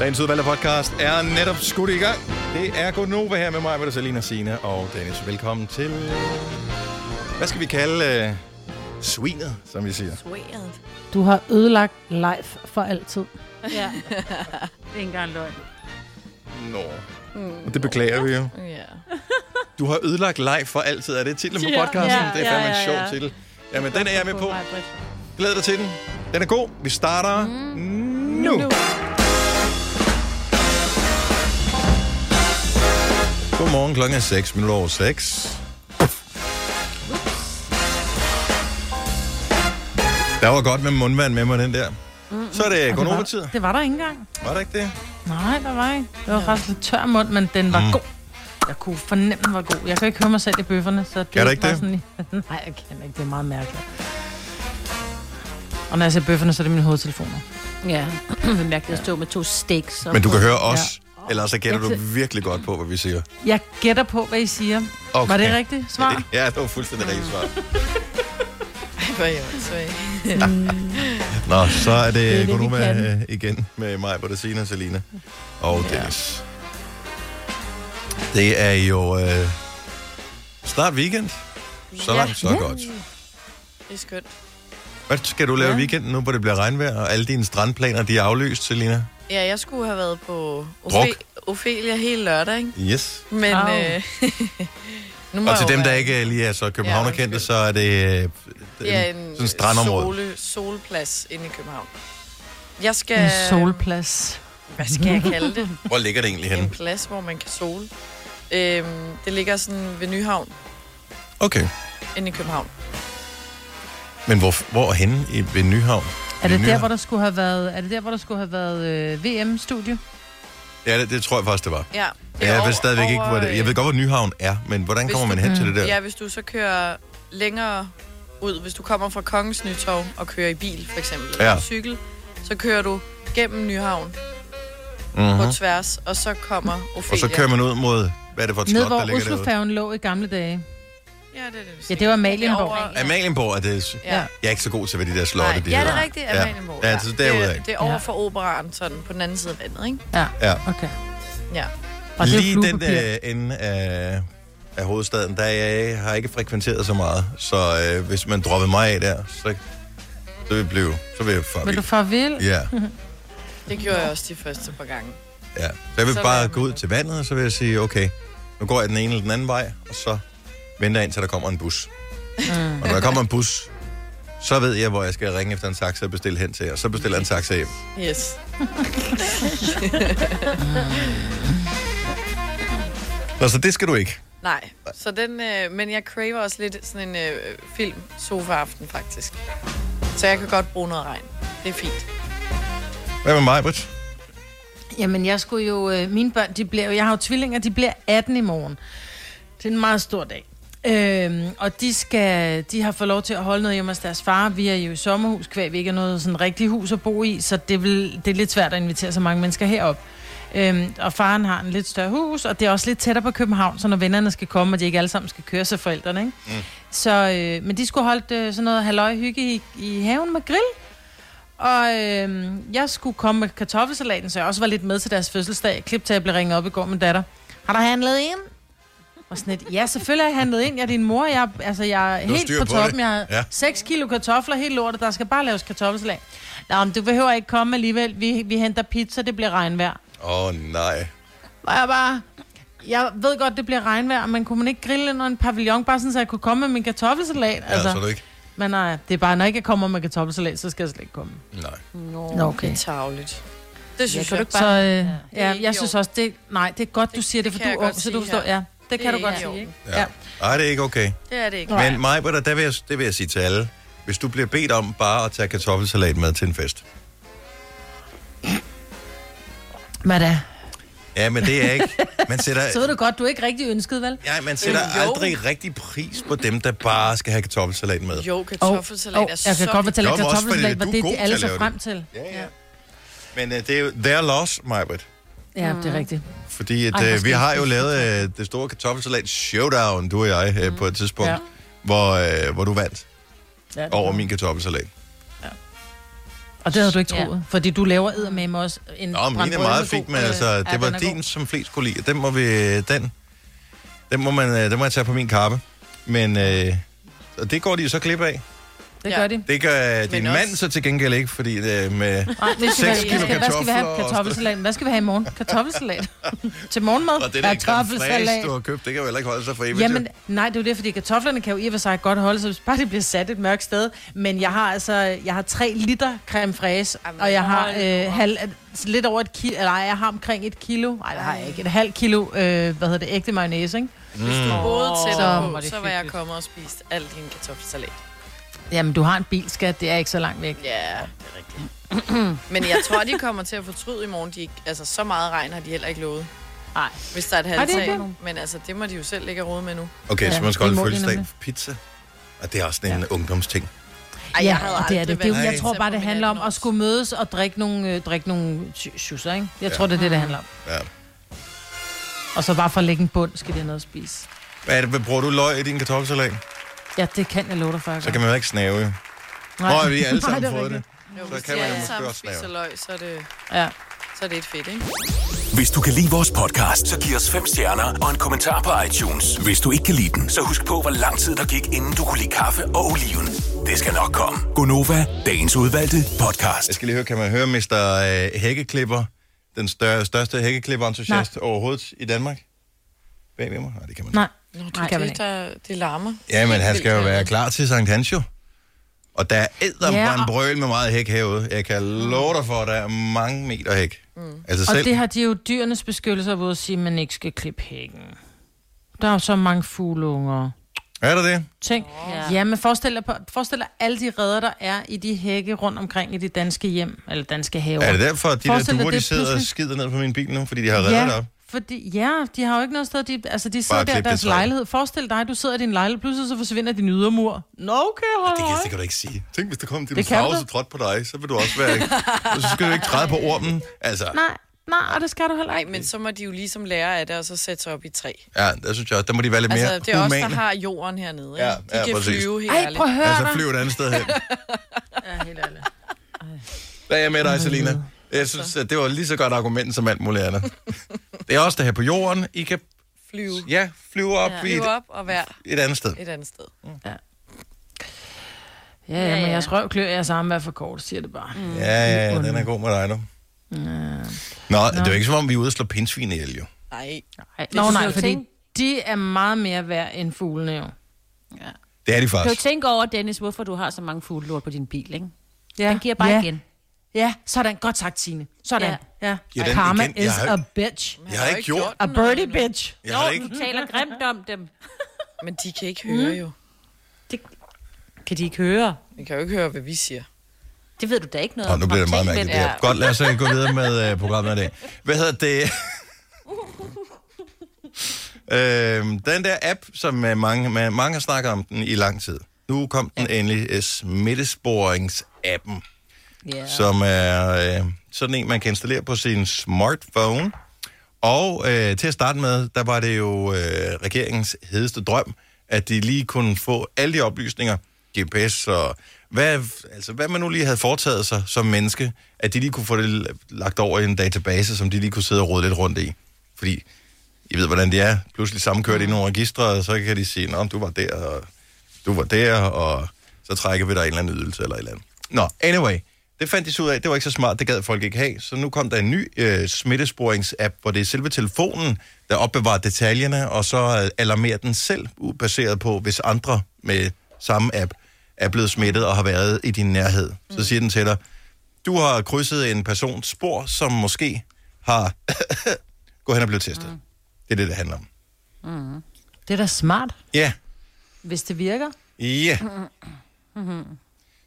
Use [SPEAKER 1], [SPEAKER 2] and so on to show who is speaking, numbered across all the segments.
[SPEAKER 1] Dagens udvalgte podcast er netop skudt i gang. Det er Godnova her med mig, med Selina Sine og Dennis. Velkommen til... Hvad skal vi kalde øh, svinet, som vi siger?
[SPEAKER 2] Weird.
[SPEAKER 3] Du har ødelagt live for altid.
[SPEAKER 4] Ja. det er ikke engang løgn.
[SPEAKER 1] Nå, og det beklager vi jo.
[SPEAKER 2] Ja.
[SPEAKER 1] Du har ødelagt live for altid. Er det titlen på
[SPEAKER 4] Ja.
[SPEAKER 1] podcasten?
[SPEAKER 4] Ja,
[SPEAKER 1] det er
[SPEAKER 4] ja,
[SPEAKER 1] fandme en
[SPEAKER 4] ja,
[SPEAKER 1] sjov
[SPEAKER 4] ja.
[SPEAKER 1] titel. Jamen, den er jeg med på.
[SPEAKER 4] Mig, Britt.
[SPEAKER 1] Glæd dig til den. Den er god. Vi starter mm. nu. nu. Godmorgen klokken er 6 minutter over 6. Der var godt med mundvand med mig, den der. Mm, så er det
[SPEAKER 3] Og det, var,
[SPEAKER 1] Gonova-tid.
[SPEAKER 3] det var der ikke engang.
[SPEAKER 1] Var det ikke det?
[SPEAKER 3] Nej, der var ikke. Det var faktisk lidt tør mund, men den var mm. god. Jeg kunne fornemme, den var god. Jeg kan ikke høre mig selv i bøfferne, så det
[SPEAKER 1] Kan du ikke
[SPEAKER 3] var
[SPEAKER 1] det?
[SPEAKER 3] Sådan, lige- nej, jeg kan ikke. Det er meget mærkeligt. Og når jeg ser bøfferne, så er det mine hovedtelefoner.
[SPEAKER 4] Ja, det er mærkeligt at stå med to steaks. Og
[SPEAKER 1] Men du kan høre os. Ja. Ellers så gætter du virkelig godt på, hvad vi siger.
[SPEAKER 3] Jeg gætter på, hvad I siger.
[SPEAKER 1] Okay.
[SPEAKER 3] Var det rigtigt svar?
[SPEAKER 1] Ja, det var fuldstændig rigtigt svar.
[SPEAKER 2] Hvor er jeg åndssvag.
[SPEAKER 1] Nå, så er det,
[SPEAKER 4] det, vi
[SPEAKER 1] det Gonova
[SPEAKER 4] kan.
[SPEAKER 1] øh, igen med mig, Bertasina, Selina og ja. Dennis. Det er jo øh, snart weekend. Så langt, så godt.
[SPEAKER 2] Det er skønt.
[SPEAKER 1] Hvad skal du lave i weekenden nu, hvor det bliver regnvejr, og alle dine strandplaner, de er aflyst, Selina?
[SPEAKER 2] Ja, jeg skulle have været på
[SPEAKER 1] Druk.
[SPEAKER 2] Ofe- Ophelia hele lørdag, ikke?
[SPEAKER 1] Yes.
[SPEAKER 2] Men
[SPEAKER 3] Au.
[SPEAKER 2] øh, nu må
[SPEAKER 1] Og til
[SPEAKER 2] jeg jo
[SPEAKER 1] dem, der
[SPEAKER 2] være-
[SPEAKER 1] ikke øh, lige er så københavnerkendte,
[SPEAKER 2] undskyld.
[SPEAKER 1] så er det øh, en,
[SPEAKER 2] ja,
[SPEAKER 1] sådan
[SPEAKER 2] en
[SPEAKER 1] en strandområde.
[SPEAKER 2] Sole, solplads inde i København. Jeg skal...
[SPEAKER 3] En solplads.
[SPEAKER 2] Hvad skal
[SPEAKER 1] Mhm.
[SPEAKER 2] jeg kalde det?
[SPEAKER 1] Hvor ligger det egentlig
[SPEAKER 2] En
[SPEAKER 1] henne?
[SPEAKER 2] plads, hvor man kan sole. Øhm, det ligger sådan ved Nyhavn
[SPEAKER 1] Okay,
[SPEAKER 2] inde i København.
[SPEAKER 1] men hvor, hvor henne i, ved Nyhavn?
[SPEAKER 3] Er det
[SPEAKER 1] Ved
[SPEAKER 3] der,
[SPEAKER 1] Nyhavn?
[SPEAKER 3] hvor der skulle have været, er det der, hvor der skulle have været øh, VM-studie?
[SPEAKER 1] Ja, det, det tror jeg faktisk, det var.
[SPEAKER 2] Ja, det
[SPEAKER 1] Ja, jeg
[SPEAKER 2] over-
[SPEAKER 1] ved stadigvæk ikke,
[SPEAKER 2] over,
[SPEAKER 1] hvor det... Jeg ved godt, hvor Nyhavn er, men hvordan
[SPEAKER 2] Hvis
[SPEAKER 1] kommer man
[SPEAKER 2] du-
[SPEAKER 1] hen til det der?
[SPEAKER 2] Ja, hvis du så kører længere ud, hvis du kommer fra Kongens Nytorv og kører i bil, for eksempel, eller
[SPEAKER 1] Ja.
[SPEAKER 2] ja. cykel, så kører du gennem Nyhavn
[SPEAKER 1] Mhm.
[SPEAKER 2] på tværs, og så kommer Ophelia.
[SPEAKER 1] Og så kører man ud mod, hvad er det for et
[SPEAKER 3] Ned,
[SPEAKER 1] slot, der
[SPEAKER 3] hvor
[SPEAKER 1] ligger derude?
[SPEAKER 3] Oslofærgen lå i gamle dage.
[SPEAKER 2] Ja, det er det, du
[SPEAKER 3] Ja,
[SPEAKER 2] siger.
[SPEAKER 3] det var Malienborg.
[SPEAKER 2] Det er over-
[SPEAKER 1] Amalienborg er det...
[SPEAKER 2] Ja.
[SPEAKER 3] Ja.
[SPEAKER 1] Jeg er ikke så god til, hvad de der slotte,
[SPEAKER 2] Nej,
[SPEAKER 1] de
[SPEAKER 2] ja, det
[SPEAKER 1] hedder.
[SPEAKER 2] er rigtigt,
[SPEAKER 1] Ja.
[SPEAKER 2] Amalienborg.
[SPEAKER 1] Ja, så derudad.
[SPEAKER 2] Det, det er over for operaren, sådan på den anden side af vandet, ikke?
[SPEAKER 3] Ja,
[SPEAKER 1] Ja.
[SPEAKER 3] okay.
[SPEAKER 2] Ja.
[SPEAKER 3] Og det
[SPEAKER 1] Lige
[SPEAKER 3] er
[SPEAKER 1] den
[SPEAKER 3] der...
[SPEAKER 1] øh, ende af, af hovedstaden, der jeg har ikke frekventeret så meget. Så øh, hvis man droppede mig af der, så, så vil jeg blive... Så vil jeg
[SPEAKER 3] Vil du
[SPEAKER 1] farvel.
[SPEAKER 3] farvel?
[SPEAKER 1] øh, Ja,
[SPEAKER 2] Det gjorde jeg også de første par gange.
[SPEAKER 1] ja. Så jeg vil
[SPEAKER 2] Så
[SPEAKER 1] bare
[SPEAKER 2] vil jeg-
[SPEAKER 1] gå ud til vandet, og så vil jeg sige, okay, nu går jeg den ene eller den anden vej, og så venter jeg indtil der kommer en bus.
[SPEAKER 3] Mm.
[SPEAKER 1] Og når der kommer en bus, så ved jeg, hvor jeg skal ringe efter en taxa og bestille hen til, og så bestiller jeg en taxa hjem.
[SPEAKER 2] Yes.
[SPEAKER 1] Nå, så det skal du ikke.
[SPEAKER 2] Nej, så den, øh, men jeg craver også lidt sådan en øh, film sofa-aften, faktisk. Så jeg kan godt bruge noget regn. Det er fint.
[SPEAKER 1] Hvad med mig, Britt?
[SPEAKER 3] Jamen, jeg skulle jo... Øh, mine børn, de bliver jo... Jeg har jo tvillinger, de bliver 18 i morgen. Det er en meget stor dag. Øhm, og de, skal, de har fået lov til at holde noget hjemme hos deres far. Vi er jo i sommerhus, kvæg vi ikke er noget sådan rigtigt hus at bo i, så det, vil, det er lidt svært at invitere så mange mennesker herop. Øhm, og faren har en lidt større hus, og det er også lidt tættere på København, så når vennerne skal komme, og de ikke alle sammen skal køre sig forældrene. Ikke? Mm. Så, øh, men de skulle holde øh, sådan noget halløj hygge i, i haven med grill. Og øh, jeg skulle komme med kartoffelsalaten, så jeg også var lidt med til deres fødselsdag. Klip til, at jeg blev ringet op i går med datter. Har du handlet ind? Og sådan et, ja, selvfølgelig har jeg handlet ind. Jeg er din mor, jeg, er- altså, jeg er
[SPEAKER 1] har
[SPEAKER 3] helt
[SPEAKER 1] styr
[SPEAKER 3] på
[SPEAKER 1] på
[SPEAKER 3] toppen.
[SPEAKER 1] det.
[SPEAKER 3] Jeg har
[SPEAKER 1] Ja.
[SPEAKER 3] ja. 6 kilo kartofler, helt lortet. Der skal bare laves kartoffelsalat. Nå, men du behøver ikke komme alligevel. Vi, vi henter pizza, det bliver regnvejr.
[SPEAKER 1] Åh, oh, nej.
[SPEAKER 3] Og jeg bare... Jeg ved godt, det bliver regnvejr, men kunne man ikke grille ind under en pavillon, bare sådan, så jeg kunne komme med min kartoffelsalat?
[SPEAKER 1] Ja, altså. så er du ikke...
[SPEAKER 3] Men nej, det er bare, når jeg ikke kommer med kartoffelsalat, så skal jeg slet ikke komme.
[SPEAKER 1] Nej.
[SPEAKER 4] Nå,
[SPEAKER 3] Nå, okay.
[SPEAKER 2] Det er tarveligt. Det synes
[SPEAKER 4] kan
[SPEAKER 2] jeg.
[SPEAKER 4] du
[SPEAKER 2] jeg.
[SPEAKER 3] Så
[SPEAKER 4] ikke
[SPEAKER 3] øh,
[SPEAKER 2] Det er
[SPEAKER 3] ja,
[SPEAKER 2] ikke i
[SPEAKER 3] jeg synes
[SPEAKER 2] orden.
[SPEAKER 3] også, det, nej, det er godt, du siger det, for
[SPEAKER 2] kan
[SPEAKER 3] du er
[SPEAKER 2] jeg
[SPEAKER 3] ung,
[SPEAKER 2] godt
[SPEAKER 3] så du
[SPEAKER 2] sige
[SPEAKER 3] forstår,
[SPEAKER 2] her.
[SPEAKER 3] ja. Det kan
[SPEAKER 2] er
[SPEAKER 3] du godt
[SPEAKER 2] ikke i
[SPEAKER 3] sige,
[SPEAKER 2] orden.
[SPEAKER 3] ikke?
[SPEAKER 1] Ja. Ej, det er ikke okay.
[SPEAKER 2] Det er det ikke.
[SPEAKER 1] Men mig, Britt, og der vil jeg, det vil jeg sige til alle. Hvis du bliver bedt om bare at tage kartoffelsalat med til en fest.
[SPEAKER 3] Hvad da?
[SPEAKER 1] Ja, men det er ikke... Man
[SPEAKER 3] øh, Så ved
[SPEAKER 1] sætter,
[SPEAKER 3] du godt, du er ikke rigtig ønsket, vel?
[SPEAKER 1] ja, man sætter
[SPEAKER 2] Jo.
[SPEAKER 1] aldrig rigtig pris på dem, der bare skal have kartoffelsalat med.
[SPEAKER 2] Jo, kartoffelsalat
[SPEAKER 3] Åh,
[SPEAKER 2] oh,
[SPEAKER 3] åh,
[SPEAKER 2] er så
[SPEAKER 3] jeg kan godt fortælle, at
[SPEAKER 1] Nå, men også
[SPEAKER 3] kartoffelsalat var
[SPEAKER 1] fordi du er
[SPEAKER 3] det,
[SPEAKER 1] god
[SPEAKER 3] de
[SPEAKER 1] til
[SPEAKER 3] alle
[SPEAKER 1] at
[SPEAKER 3] så
[SPEAKER 1] lave
[SPEAKER 3] frem
[SPEAKER 1] det.
[SPEAKER 3] til.
[SPEAKER 1] Ja, ja. Men uh, det er jo their loss, mig, Britt.
[SPEAKER 3] Ja, det er
[SPEAKER 2] Mm.
[SPEAKER 3] rigtigt.
[SPEAKER 1] Fordi at,
[SPEAKER 3] Ej,
[SPEAKER 1] Ej,
[SPEAKER 3] hvor
[SPEAKER 1] øh, vi
[SPEAKER 3] skal
[SPEAKER 1] har
[SPEAKER 3] jeg
[SPEAKER 1] jo
[SPEAKER 3] spise
[SPEAKER 1] lavet øh, det store kartoffelsalat showdown, du og jeg, øh, på et tidspunkt, ja.
[SPEAKER 3] Mm. Ja.
[SPEAKER 1] hvor, øh, hvor du vandt
[SPEAKER 3] Ja, det Mm.
[SPEAKER 1] over min kartoffelsalat.
[SPEAKER 3] Og det havde du ikke
[SPEAKER 4] Ja.
[SPEAKER 3] troet, ja. fordi du laver eddermame også en
[SPEAKER 1] Nå, mine er
[SPEAKER 3] brandbrød
[SPEAKER 1] meget
[SPEAKER 3] med god,
[SPEAKER 1] fint, men
[SPEAKER 3] øh,
[SPEAKER 1] altså,
[SPEAKER 3] ja,
[SPEAKER 1] det var
[SPEAKER 3] den er
[SPEAKER 1] din,
[SPEAKER 3] god.
[SPEAKER 1] som flest kunne lide. Den må vi, øh, den, den må man, øh, den må jeg tage på min kappe. Men, øh, og det går de jo så klip af.
[SPEAKER 3] Det
[SPEAKER 2] Ja.
[SPEAKER 3] gør de.
[SPEAKER 1] Det gør øh, din
[SPEAKER 2] også-
[SPEAKER 1] mand så til gengæld ikke, fordi øh, med
[SPEAKER 3] Nej, vi skal,
[SPEAKER 1] Seks
[SPEAKER 3] vi
[SPEAKER 1] kilo
[SPEAKER 3] skal, hvad skal vi have?
[SPEAKER 1] kartofler og-
[SPEAKER 3] Kartoffelsalat. Hvad skal vi have i morgen? Kartoffelsalat. Til morgenmad?
[SPEAKER 1] og det der creme du har købt, det kan jo heller ikke holde sig for evigt.
[SPEAKER 3] Jamen,
[SPEAKER 1] jo.
[SPEAKER 3] nej, det er jo det, fordi kartoflerne kan jo i og for sig godt holde sig, hvis bare det bliver sat et mørkt sted. Men jeg har altså, jeg har 3 liter creme fraise,
[SPEAKER 2] Jamen,
[SPEAKER 3] og jeg har
[SPEAKER 2] hold nu
[SPEAKER 3] øh,
[SPEAKER 2] op.
[SPEAKER 3] halv, altså, lidt over et kilo, eller ej, jeg har omkring et kilo, nej, det har jeg ikke, et halvt kilo, øh, hvad hedder det, ægte mayonnaise, ikke?
[SPEAKER 2] Mm. Både
[SPEAKER 4] Åh,
[SPEAKER 2] tættere
[SPEAKER 3] hvor
[SPEAKER 2] på,
[SPEAKER 3] er det
[SPEAKER 2] så var jeg
[SPEAKER 4] hyggeligt.
[SPEAKER 2] kommet og spist al din kartoffelsalat.
[SPEAKER 3] Jamen, du har en bilskat, det er ikke så langt væk.
[SPEAKER 2] Ja, det er rigtigt. Men jeg tror, de kommer til at fortryde i morgen. De, ikke- altså, så meget regn har de heller ikke lovet.
[SPEAKER 3] Nej.
[SPEAKER 2] Hvis der er et
[SPEAKER 3] det er
[SPEAKER 2] halvtag.
[SPEAKER 3] ikke
[SPEAKER 2] Men altså, det må de jo selv ligge og rode med nu.
[SPEAKER 1] Okay, så
[SPEAKER 3] Ja,
[SPEAKER 1] man skal holde
[SPEAKER 3] det må de
[SPEAKER 1] fødselsdag
[SPEAKER 3] nemlig.
[SPEAKER 1] for pizza. Og det er også sådan en ungdomsting.
[SPEAKER 2] Ej,
[SPEAKER 3] ja,
[SPEAKER 2] jeg havde
[SPEAKER 3] og det er
[SPEAKER 2] aldrig
[SPEAKER 3] det. det er, jo-
[SPEAKER 1] været
[SPEAKER 3] jeg
[SPEAKER 1] til
[SPEAKER 3] tror bare,
[SPEAKER 2] på
[SPEAKER 3] det
[SPEAKER 2] min
[SPEAKER 3] handler om
[SPEAKER 2] 18-års.
[SPEAKER 3] at skulle mødes og drikke nogle, øh, drikke nogle sy- schusser, ikke? Jeg
[SPEAKER 1] Ja.
[SPEAKER 3] tror, det er det, det handler om.
[SPEAKER 1] Ja.
[SPEAKER 3] Og så bare for at lægge en bund, skal det have noget at spise.
[SPEAKER 1] Hvad er det, hvad bruger du løg i din kartoffelsalat?
[SPEAKER 3] Ja, det kan jeg love dig for, jeg
[SPEAKER 1] Så
[SPEAKER 3] gør.
[SPEAKER 1] kan man jo ikke snave. jo.
[SPEAKER 3] Nej.
[SPEAKER 1] Nå, har vi
[SPEAKER 3] Nej,
[SPEAKER 1] alle sammen
[SPEAKER 3] det er
[SPEAKER 1] fået det.
[SPEAKER 2] Jo,
[SPEAKER 1] Så
[SPEAKER 2] hvis
[SPEAKER 1] kan
[SPEAKER 2] de
[SPEAKER 1] man jo
[SPEAKER 2] alle
[SPEAKER 1] måske
[SPEAKER 2] sammen
[SPEAKER 1] også lave.
[SPEAKER 2] spiser løg, så er det,
[SPEAKER 3] Ja.
[SPEAKER 2] så er det et fedt, ikke?
[SPEAKER 5] Hvis du kan lide vores podcast, så giv os fem stjerner og en kommentar på iTunes. Hvis du ikke kan lide den, så husk på, hvor lang tid der gik, inden du kunne lide kaffe og oliven. Det skal nok komme. Gonova, dagens udvalgte podcast.
[SPEAKER 1] Jeg skal lige høre, kan man høre Mr. øh, Hækkeklipper, den større, største hækkeklipperentusiast overhovedet i Danmark? Bag ved mig? Nej, det kan man
[SPEAKER 3] Nej,
[SPEAKER 2] Nå,
[SPEAKER 3] det kan man ikke.
[SPEAKER 2] Der, det larmer.
[SPEAKER 1] Ja, men han
[SPEAKER 2] Helt
[SPEAKER 1] skal jo
[SPEAKER 2] vildt,
[SPEAKER 1] være
[SPEAKER 2] ja.
[SPEAKER 1] klar til Sankt Hans jo. Og der er
[SPEAKER 3] Ja,
[SPEAKER 1] æderbrand
[SPEAKER 3] og-
[SPEAKER 1] brøl med meget hæk herude. Jeg kan love dig for, at der er mange meter hæk. Mm. Altså
[SPEAKER 3] Og
[SPEAKER 1] selv,
[SPEAKER 3] det har de jo dyrenes beskyttelse ved at sige, at man ikke skal klippe hækken. Der er jo så mange fugleunger.
[SPEAKER 1] er der det?
[SPEAKER 3] Tænk.
[SPEAKER 4] Ja.
[SPEAKER 3] Ja, men forestil dig, på, forestil dig alle de redder, der er i de hække rundt omkring i de danske hjem, eller danske haver.
[SPEAKER 1] Er det derfor, at de
[SPEAKER 3] Forestil
[SPEAKER 1] der
[SPEAKER 3] dig,
[SPEAKER 1] duer, de
[SPEAKER 3] det
[SPEAKER 1] sidder og
[SPEAKER 3] pludselig-
[SPEAKER 1] skider ned på min bil nu, fordi de har reddet ja. det
[SPEAKER 3] Ja,
[SPEAKER 1] op?
[SPEAKER 3] fordi, ja, de har jo ikke noget sted, de, altså de sidder
[SPEAKER 1] klip
[SPEAKER 3] der i
[SPEAKER 1] det
[SPEAKER 3] deres
[SPEAKER 1] træ.
[SPEAKER 3] lejlighed. Forestil dig, du sidder i din lejlighed, pludselig så forsvinder din ydermur. Nå, okay, hold
[SPEAKER 1] Det kan, det
[SPEAKER 3] øje.
[SPEAKER 1] kan du ikke sige. Tænk, hvis der kom
[SPEAKER 3] Det kan
[SPEAKER 1] dinosaurer
[SPEAKER 3] du.
[SPEAKER 1] så trådt på dig, så vil du også være... så skal du ikke træde på ormen. Altså,
[SPEAKER 3] Nej, nej, og det skal du heller
[SPEAKER 2] Nej,
[SPEAKER 3] ikke.
[SPEAKER 2] men så må de jo ligesom lære af det, og så sætte sig op i træ.
[SPEAKER 1] ja, der synes jeg også, der må de være lidt mere
[SPEAKER 2] Altså, det er os, der
[SPEAKER 1] humane.
[SPEAKER 2] har jorden hernede. Ikke?
[SPEAKER 1] Ja,
[SPEAKER 2] de
[SPEAKER 1] ja,
[SPEAKER 2] kan
[SPEAKER 1] præcis.
[SPEAKER 2] flyve helt
[SPEAKER 3] Ej,
[SPEAKER 2] ærligt.
[SPEAKER 3] prøv at høre
[SPEAKER 1] Altså,
[SPEAKER 3] dig.
[SPEAKER 1] flyv et andet sted hen.
[SPEAKER 3] Ja, helt ærligt.
[SPEAKER 1] Der er jeg med dig, Selina. Jeg synes, at det var lige så godt argument som alt muligt andet. Det er også der her på jorden. I kan
[SPEAKER 2] Flyve.
[SPEAKER 1] ja, flyve op ja. i
[SPEAKER 2] Flyve
[SPEAKER 1] et,
[SPEAKER 2] op og være
[SPEAKER 1] et andet sted.
[SPEAKER 2] et andet sted.
[SPEAKER 3] Ja, ja,
[SPEAKER 4] Ja,
[SPEAKER 3] men
[SPEAKER 4] ja.
[SPEAKER 3] jeres røv klør jeres arme er for kort, siger det bare. Mm.
[SPEAKER 1] Ja, ja, ja, den er god med dig nu. Nå, det er jo ikke som om, vi er ude og slår pindsvin ihjel, jo.
[SPEAKER 2] Nej.
[SPEAKER 4] Ej, det
[SPEAKER 3] Nå
[SPEAKER 4] kan du
[SPEAKER 3] nej,
[SPEAKER 4] jo
[SPEAKER 3] fordi
[SPEAKER 4] tænke-
[SPEAKER 3] de er meget mere værd end fuglene jo.
[SPEAKER 1] Det er de
[SPEAKER 4] Du kan jo
[SPEAKER 1] faktisk.
[SPEAKER 4] tænke over, Dennis, hvorfor du har så mange fuglelort på din bil, ikke?
[SPEAKER 3] Ja.
[SPEAKER 4] Den giver bare
[SPEAKER 3] ja.
[SPEAKER 4] igen.
[SPEAKER 3] Ja, sådan. Godt sagt, Signe. Sådan. Ja.
[SPEAKER 1] Ja,
[SPEAKER 3] ja.
[SPEAKER 1] den
[SPEAKER 3] Karma
[SPEAKER 1] igen. Jeg
[SPEAKER 3] is
[SPEAKER 1] har-
[SPEAKER 3] a bitch.
[SPEAKER 1] Jeg har ikke gjort...
[SPEAKER 3] A
[SPEAKER 2] den noget
[SPEAKER 3] birdie
[SPEAKER 2] endnu.
[SPEAKER 3] bitch.
[SPEAKER 1] Jeg har ikke...
[SPEAKER 4] du taler grimt om dem.
[SPEAKER 2] Men de kan ikke høre jo.
[SPEAKER 4] Det kan de ikke høre.
[SPEAKER 2] De kan jo ikke høre, hvad vi siger.
[SPEAKER 4] Det ved du da ikke noget
[SPEAKER 1] Nå, nu bliver det meget
[SPEAKER 4] Tænk
[SPEAKER 1] mærkeligt.
[SPEAKER 4] lidt.
[SPEAKER 1] Ja. Godt, lad os øh, gå videre med øh, programmet i dag. Hvad hedder det? øhm, den der app, som øh, mange, ma- mange har snakket om den i lang tid. Nu kom den endelig, øh, smittesporings-appen,
[SPEAKER 4] Ja.
[SPEAKER 1] som er øh, sådan en, man kan installere på sin smartphone. Og øh, til at starte med, der var det jo øh, regeringens hedeste drøm, at de lige kunne få alle de oplysninger, GPS og hvad, altså, hvad man nu lige havde foretaget sig som menneske, at de lige kunne få det l- lagt over i en database, som de lige kunne sidde og rode lidt rundt i. Fordi I ved, hvordan det er. Pludselig sammenkørt i nogle registre, og så kan de sige, Nå, du var der, og du var der, og så trækker vi dig en eller anden ydelse eller et eller andet. Nå, anyway. Det fandt de så ud af, det var ikke så smart, det gad folk ikke have. Så nu kom der en ny øh, smittesporings-app, hvor det er selve telefonen, der opbevarer detaljerne, og så øh, alarmerer den selv, u- baseret på, hvis andre med samme app er blevet smittet og har været i din nærhed. Så siger den til dig, du har krydset en persons spor, som måske har gået hen og blevet testet. Mm. Det er det, det handler om.
[SPEAKER 3] Det er da smart,
[SPEAKER 1] Ja. Yeah.
[SPEAKER 3] hvis det virker.
[SPEAKER 1] Ja.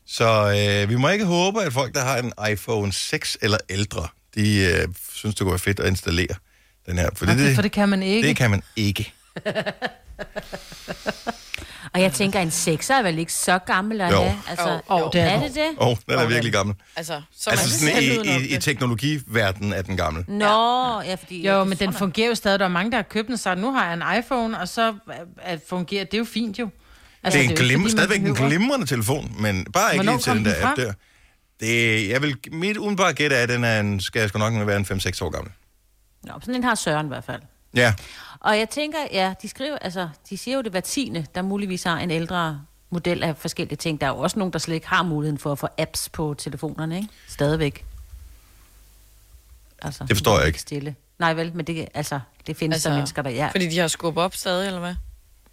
[SPEAKER 1] Så øh, vi må ikke håbe, at folk, der har en iPhone 6 eller ældre, de øh, synes, det går fedt at installere den her. For,
[SPEAKER 3] Det, det, for det kan man ikke.
[SPEAKER 1] det kan man ikke.
[SPEAKER 4] Og jeg tænker, en sekser er vel ikke så gammel at
[SPEAKER 1] Jo.
[SPEAKER 4] have? Altså,
[SPEAKER 2] Jo. Jo,
[SPEAKER 4] det
[SPEAKER 3] det
[SPEAKER 4] er,
[SPEAKER 3] er
[SPEAKER 4] er
[SPEAKER 3] den.
[SPEAKER 4] det det?
[SPEAKER 1] Åh, oh, den er virkelig gammel.
[SPEAKER 2] Altså, så
[SPEAKER 1] Altså
[SPEAKER 2] man
[SPEAKER 1] sådan
[SPEAKER 2] selv
[SPEAKER 1] i,
[SPEAKER 2] udenom
[SPEAKER 1] i, i
[SPEAKER 2] det.
[SPEAKER 1] teknologiverdenen er den gammel.
[SPEAKER 4] Nå, ja, fordi...
[SPEAKER 3] Jo, men den fungerer jo stadig. Der er mange, der har købt den sig. Nu har jeg en iPhone, og så øh, at fungerer det er jo fint jo.
[SPEAKER 1] Det er en
[SPEAKER 3] Altså, jo ikke,
[SPEAKER 1] glim,
[SPEAKER 3] fordi man
[SPEAKER 1] stadigvæk en
[SPEAKER 3] behøver-
[SPEAKER 1] glimrende telefon, men bare ikke
[SPEAKER 3] Hvornår
[SPEAKER 1] lige til
[SPEAKER 3] kom
[SPEAKER 1] den
[SPEAKER 3] den
[SPEAKER 1] der app
[SPEAKER 3] fra?
[SPEAKER 1] der. Det, jeg vil, mit udenbare gæt er, at den er en, skal jeg sgu nok være en 5-6 år gammel.
[SPEAKER 4] Nå, sådan en har Søren i hvert fald.
[SPEAKER 1] Ja,
[SPEAKER 4] Og jeg tænker, ja, de skriver, altså, de siger jo det hver tiende, der muligvis har en ældre model af forskellige ting. Der er jo også nogen, der slet ikke har muligheden for at få apps på telefonerne, ikke? Stadigvæk. Altså,
[SPEAKER 1] Det forstår jeg ikke.
[SPEAKER 4] Stille. Nej vel, men det, altså, det findes altså, der mennesker, der ja, fordi,
[SPEAKER 2] Fordi de har skubbet op stadig, eller hvad?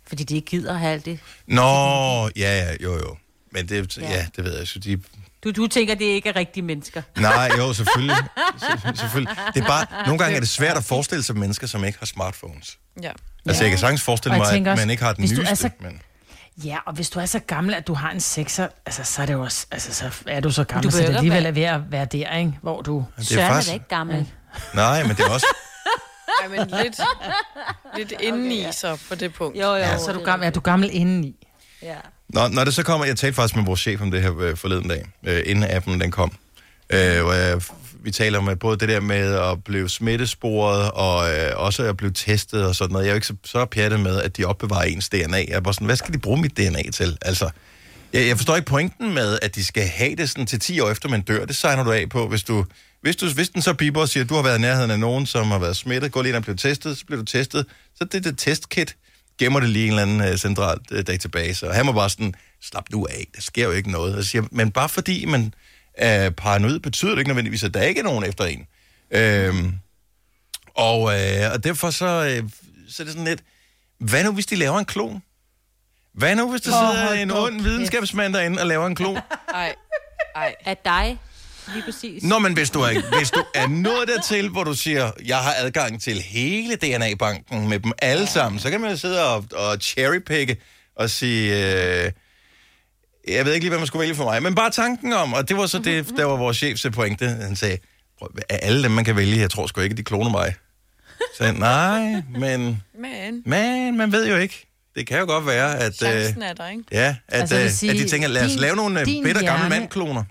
[SPEAKER 4] fordi de ikke gider at have alt det.
[SPEAKER 1] Nå, ja, ja, jo, jo. Men det, ja.
[SPEAKER 4] Ja.
[SPEAKER 1] ja, det ved jeg. Så de,
[SPEAKER 4] Du, du tænker, det ikke er rigtige mennesker.
[SPEAKER 1] nej, jo, selvfølgelig. Se- selvfølgelig. Det er bare, nogle gange er det svært at forestille sig mennesker, som ikke har smartphones.
[SPEAKER 2] Ja.
[SPEAKER 1] Altså,
[SPEAKER 3] Ja.
[SPEAKER 1] jeg kan sagtens forestille
[SPEAKER 3] Og jeg
[SPEAKER 1] mig, at
[SPEAKER 3] tænker også,
[SPEAKER 1] man ikke har den
[SPEAKER 3] hvis
[SPEAKER 1] nyeste.
[SPEAKER 3] du er så-
[SPEAKER 1] men...
[SPEAKER 3] Ja, og hvis du er så gammel, at du har en sekser, altså, så er, det jo også, altså, så er du så
[SPEAKER 4] Du
[SPEAKER 3] gammel, så
[SPEAKER 4] behøver
[SPEAKER 3] det
[SPEAKER 4] ikke
[SPEAKER 3] alligevel er ved at være der, ikke? hvor du...
[SPEAKER 1] Det
[SPEAKER 4] Søren
[SPEAKER 1] er
[SPEAKER 4] er da
[SPEAKER 1] faktisk...
[SPEAKER 4] ikke gammel.
[SPEAKER 1] Nej, men det er også...
[SPEAKER 2] Ej, men lidt, lidt indeni okay, ja. så på det punkt.
[SPEAKER 4] Jo, jo.
[SPEAKER 3] Ja, så er du gammel, er du gammel indeni.
[SPEAKER 4] Ja.
[SPEAKER 1] Når, når det så kommer... Jeg talte faktisk med vores chef om det her øh, forleden dag, øh, inden appen den kom. Øh, hvor jeg, vi taler om øh, både det der med at blive smittesporet, og øh, også at blive testet og sådan noget. Jeg er jo ikke så, så pjattet med, at de opbevarer ens DNA. Jeg er bare sådan, hvad skal de bruge mit DNA til? Altså, jeg, jeg forstår ikke pointen med, at de skal have det sådan til 10 år efter man dør. Det signer du af på, hvis du... Hvis, du, hvis den så piper og siger, at du har været i nærheden af nogen, som har været smittet, gå lige ind og blive testet, så bliver du testet. Så det der testkit gemmer det lige i en eller anden uh, central uh, database. Og han var bare sådan, slap nu af, der sker jo ikke noget. Og så siger, jeg, men bare fordi man er paranoid, betyder det ikke nødvendigvis, at der ikke er nogen efter en. Øhm, og, øh, og derfor så, øh, så er det sådan lidt, hvad nu hvis de laver en klon? Hvad nu hvis der
[SPEAKER 3] Åh,
[SPEAKER 1] sidder
[SPEAKER 3] hold
[SPEAKER 1] en
[SPEAKER 3] da
[SPEAKER 1] ond
[SPEAKER 3] kæft.
[SPEAKER 1] videnskabsmand derinde og laver en klon?
[SPEAKER 2] Ej, ej.
[SPEAKER 4] At dig, lige præcis.
[SPEAKER 1] Nå, men hvis du, er, hvis du er nået dertil, hvor du siger, jeg har adgang til hele DNA-banken med dem alle sammen, så kan man jo sidde og, og cherrypicke og sige, øh, jeg ved ikke lige, hvad man skulle vælge for mig, men bare tanken om, og det var så det, der var vores chefs pointe, han sagde, "Prøv, af alle dem, man kan vælge, jeg tror sgu ikke, de kloner mig. Så jeg, nej, men,
[SPEAKER 2] Men
[SPEAKER 1] men man ved jo ikke. Det kan jo godt være, at... Øh,
[SPEAKER 2] chancen er der, ikke?
[SPEAKER 1] ja, at,
[SPEAKER 3] Altså,
[SPEAKER 1] altså,
[SPEAKER 3] jeg vil
[SPEAKER 1] øh,
[SPEAKER 3] sige,
[SPEAKER 1] at de tænker, lad os
[SPEAKER 3] din-
[SPEAKER 1] lave nogle øh,
[SPEAKER 3] din
[SPEAKER 1] bitter gamle
[SPEAKER 3] hjerne-
[SPEAKER 1] mandkloner.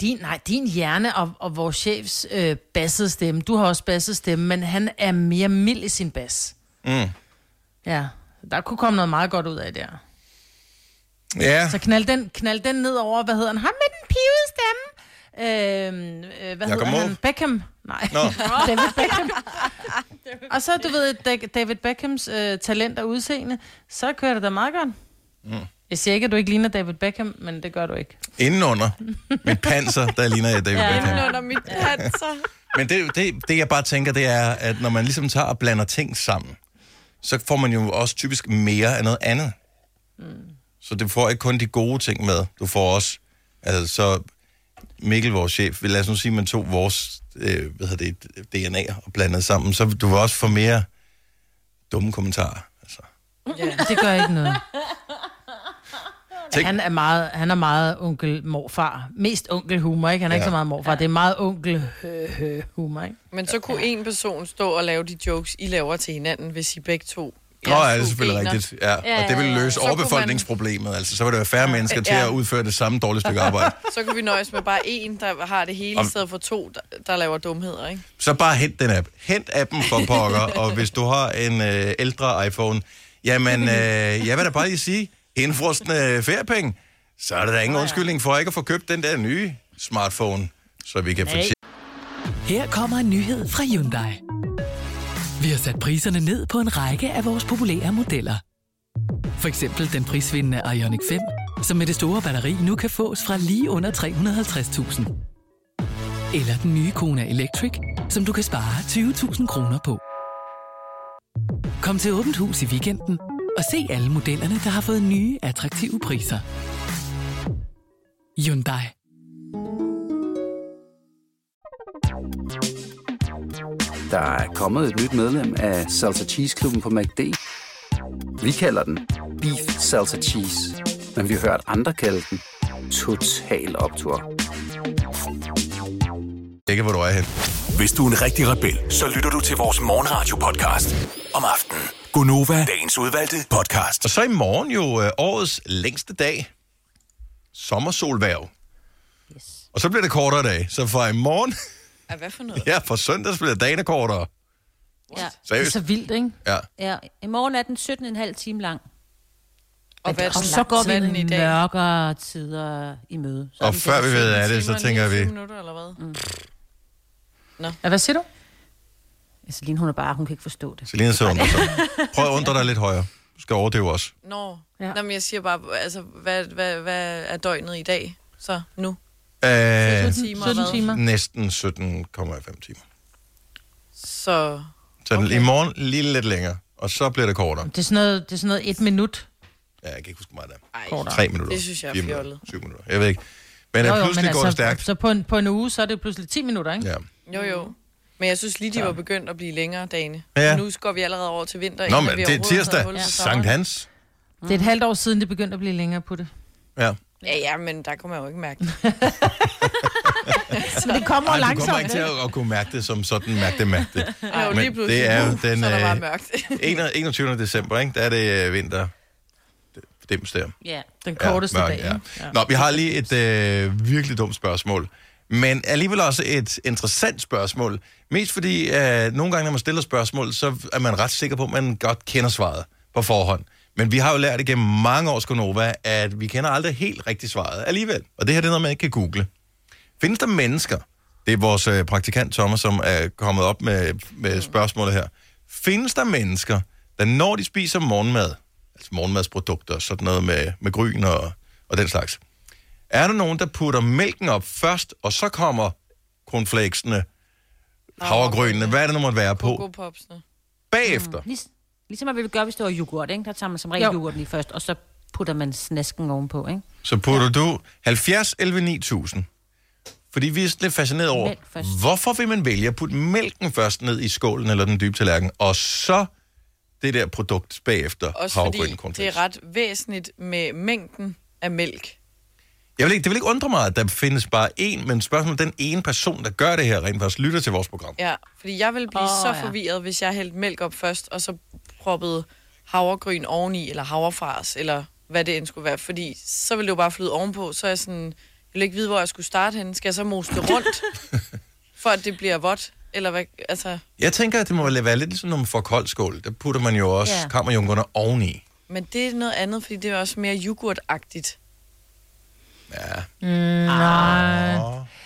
[SPEAKER 3] Din, nej, din hjerne og, og vores chefs øh, bassede stemme, du har også basset stemme, men han er mere mild i sin bas.
[SPEAKER 1] Mm.
[SPEAKER 3] Ja, der kunne komme noget meget godt ud af det her.
[SPEAKER 1] Ja.
[SPEAKER 3] Så knald den, knald den ned over, hvad hedder han? Ham med den pivede stemme. Øhm, øh, hvad
[SPEAKER 1] Jakob
[SPEAKER 3] hedder
[SPEAKER 1] Mårup?
[SPEAKER 3] han? Beckham? Nej.
[SPEAKER 1] Nå.
[SPEAKER 3] David Beckham. og så, du ved, Da- David Beckhams øh, talent og udseende, så kører det da meget godt. Mm. Jeg siger ikke, at du ikke ligner David Beckham, men det gør du ikke.
[SPEAKER 1] Indenunder mit panser, der ligner jeg David Beckham.
[SPEAKER 2] Inden under mit panser.
[SPEAKER 1] Men det, det, det, jeg bare tænker, det er, at når man ligesom tager og blander ting sammen, så får man jo også typisk mere af noget andet. Mm. Så det får ikke kun de gode ting med. Du får også, altså så Mikkel, vores chef, vil lad os nu sige, at man tog vores øh, hvad hedder det, DNA og blandede sammen, så du vil også få mere dumme kommentarer. Altså.
[SPEAKER 3] Det gør ikke noget.
[SPEAKER 1] Tænk-
[SPEAKER 3] Han er meget, han er meget onkel morfar. Mest onkel humor, ikke? Han er ja.
[SPEAKER 1] Ja.
[SPEAKER 3] ikke så meget morfar. Det er meget onkel øh, øh, humor, ikke?
[SPEAKER 2] Men så kunne en person stå og lave de jokes, I laver til hinanden, hvis I begge to...
[SPEAKER 1] Nå, ja, det er
[SPEAKER 2] to
[SPEAKER 1] selvfølgelig
[SPEAKER 2] gener.
[SPEAKER 1] rigtigt. Ja. Og det vil løse
[SPEAKER 2] Så kunne man-
[SPEAKER 1] overbefolkningsproblemet. Altså, så vil der være færre mennesker til
[SPEAKER 2] Ja.
[SPEAKER 1] at udføre det samme dårlige stykke arbejde.
[SPEAKER 2] Så kunne vi nøjes med bare en, der har det hele,
[SPEAKER 1] Om-
[SPEAKER 2] i stedet for to, der, der laver dumheder, ikke?
[SPEAKER 1] Så bare hent den app. Hent appen for pokker, og hvis du har en øh, ældre iPhone, jamen, øh, jeg vil da bare lige sige, indfrostende feriepenge, så er der da ingen undskyldning for ikke at få købt den der nye smartphone, så vi kan få tjent.
[SPEAKER 6] Her kommer en nyhed fra Hyundai. Vi har sat priserne ned på en række af vores populære modeller. For eksempel den prisvindende Ioniq 5, som med det store batteri nu kan fås fra lige under 350.000. Eller den nye Kona Electric, som du kan spare 20.000 kroner på. Kom til Åbent Hus i weekenden og se alle modellerne, der har fået nye, attraktive priser. Hyundai.
[SPEAKER 7] Der er kommet et nyt medlem af Salsa Cheese Klubben på MACD. Vi kalder den Beef Salsa Cheese, men vi har hørt andre kalde den Total Optor.
[SPEAKER 1] Ikke, hvor du er hen.
[SPEAKER 5] Hvis du er en rigtig rebel, så lytter du til vores morgenradio-podcast om aftenen. Gunova, dagens udvalgte podcast.
[SPEAKER 1] Og så i morgen jo øh, årets længste dag. Sommersolværv.
[SPEAKER 4] Yes.
[SPEAKER 1] Og så bliver det kortere dag. Så fra i morgen,
[SPEAKER 2] Ej, hvad for noget?
[SPEAKER 1] ja, fra søndag, så bliver dagen kortere.
[SPEAKER 4] Ja.
[SPEAKER 3] Det er
[SPEAKER 1] Seriøst?
[SPEAKER 3] så vildt, ikke?
[SPEAKER 1] Ja.
[SPEAKER 4] ja. I morgen er den 17,5 time lang.
[SPEAKER 2] Og, hvad er
[SPEAKER 4] og
[SPEAKER 2] den-
[SPEAKER 4] så går
[SPEAKER 2] hvad er den
[SPEAKER 4] vi mørkere tider i møde. Så
[SPEAKER 1] Og
[SPEAKER 4] er vi
[SPEAKER 1] før vi
[SPEAKER 4] der.
[SPEAKER 1] ved af det,
[SPEAKER 2] Timer
[SPEAKER 1] så
[SPEAKER 2] og
[SPEAKER 1] tænker
[SPEAKER 2] 29
[SPEAKER 1] vi,
[SPEAKER 2] minutter, eller hvad?
[SPEAKER 3] Ja, hvad siger du?
[SPEAKER 4] Celine, hun er bare, hun kan ikke forstå det.
[SPEAKER 1] Selina så undrer sig. Prøv at undre dig lidt højere. Du skal overdøve os.
[SPEAKER 2] Nå,
[SPEAKER 3] Ja.
[SPEAKER 2] ja. Nå men jeg siger bare, altså, hvad, hvad, hvad er døgnet i dag? Så nu?
[SPEAKER 1] Æh,
[SPEAKER 2] 17 timer.
[SPEAKER 3] 17
[SPEAKER 2] hvad?
[SPEAKER 3] timer.
[SPEAKER 1] Øh, næsten 17,5 timer.
[SPEAKER 2] Så
[SPEAKER 1] Så okay. i morgen lige lidt længere, og så bliver det kortere.
[SPEAKER 3] Det er sådan noget, det er sådan noget et minut.
[SPEAKER 1] Ja, jeg kan ikke huske meget der.
[SPEAKER 2] ej,
[SPEAKER 1] Tre minutter.
[SPEAKER 2] Det synes jeg er
[SPEAKER 1] fire
[SPEAKER 2] fjollet.
[SPEAKER 1] minutter, Syv minutter. Jeg ved ikke. Men jo, jo, pludselig men går
[SPEAKER 2] altså,
[SPEAKER 1] det stærkt.
[SPEAKER 3] altså, Så på en, på en uge, så er det pludselig 10 minutter, ikke?
[SPEAKER 1] Ja.
[SPEAKER 2] Jo, jo. Men jeg synes lige, de var begyndt at blive længere dagene.
[SPEAKER 1] Ja.
[SPEAKER 2] Ja. Nu går vi allerede over til vinter.
[SPEAKER 1] Nå,
[SPEAKER 2] inden
[SPEAKER 1] men
[SPEAKER 2] vi
[SPEAKER 1] det er
[SPEAKER 2] overhovedet har
[SPEAKER 1] tirsdag.
[SPEAKER 2] hul på sommeren.
[SPEAKER 1] Sankt Hans.
[SPEAKER 3] Det er et halvt år siden, det begyndte at blive længere på det.
[SPEAKER 1] Ja.
[SPEAKER 2] Ja, ja, men der kommer jeg jo ikke mærke det.
[SPEAKER 3] Men det kommer
[SPEAKER 1] Ej, du kommer ikke til at, at kunne mærke det som sådan, mærke det, mærke det.
[SPEAKER 2] Jo,
[SPEAKER 1] Men
[SPEAKER 2] lige pludselig,
[SPEAKER 1] det er jo
[SPEAKER 2] uh,
[SPEAKER 1] den,
[SPEAKER 2] så er der bare
[SPEAKER 1] øh,
[SPEAKER 2] mørkt.
[SPEAKER 1] 21. december, ikke? der er det øh, vinter. Dims der.
[SPEAKER 4] Ja.
[SPEAKER 3] Den korteste
[SPEAKER 1] mørk,
[SPEAKER 3] dag, ikke?
[SPEAKER 1] Ja. Nå, vi har lige et øh, virkelig dumt spørgsmål. Men alligevel også et interessant spørgsmål. Mest fordi, øh, nogle gange, når man stiller spørgsmål, så er man ret sikker på, at man godt kender svaret på forhånd. Men vi har jo lært igennem mange års Gonova, at vi kender aldrig helt rigtigt svaret alligevel. Og det her det er noget, man ikke kan google. Findes der mennesker, det er vores øh, praktikant Thomas, som er kommet op med, med spørgsmålet her. Findes der mennesker, der når de spiser morgenmad, altså morgenmadsprodukter, sådan noget med, med gryn og, og den slags, er der nogen, der putter mælken op først, og så kommer cornflakesene, havregrynene, hvad er det nu måtte være på,
[SPEAKER 2] Kokopopsene.
[SPEAKER 1] bagefter?
[SPEAKER 4] Lig, ligesom man ville gøre, hvis det var yoghurt, ikke? Der tager man som regel
[SPEAKER 3] Jo.
[SPEAKER 4] yoghurten i først, og så putter man snæsken ovenpå, ikke?
[SPEAKER 1] Så putter ja. du 70 11 9000. Fordi vi er sådan lidt fascineret over,
[SPEAKER 4] Mælk først.
[SPEAKER 1] hvorfor vil man vælge at putte mælken først ned i skålen eller den dybe tallerken, og så det der produkt bagefter
[SPEAKER 2] Også
[SPEAKER 1] havregryn
[SPEAKER 2] fordi det
[SPEAKER 1] cornflakes.
[SPEAKER 2] er ret væsentligt med mængden af mælk.
[SPEAKER 1] Jeg vil ikke, det vil ikke undre mig, at der findes bare én, men spørgsmålet er, den ene person, der gør det her, rent faktisk lytter til vores program.
[SPEAKER 2] Ja, fordi jeg ville blive oh,
[SPEAKER 4] Åh,
[SPEAKER 2] så
[SPEAKER 4] ja.
[SPEAKER 2] forvirret, hvis jeg hældte mælk op først, og så proppede havregryn oveni, eller havrefars, eller hvad det end skulle være. Fordi så ville det jo bare flyde ovenpå, så er jeg sådan, jeg ville ikke vide, hvor jeg skulle starte henne. Skal jeg så mose det rundt, for at det bliver vådt? Eller hvad, altså,
[SPEAKER 1] Jeg tænker, at det må vel være lidt ligesom, når man får koldskål. Der putter man jo også ja.
[SPEAKER 4] Ja.
[SPEAKER 1] kammerjunkerne oveni.
[SPEAKER 2] men det er noget andet, fordi det er også mere yoghurtagtigt.
[SPEAKER 1] Ja.
[SPEAKER 4] Det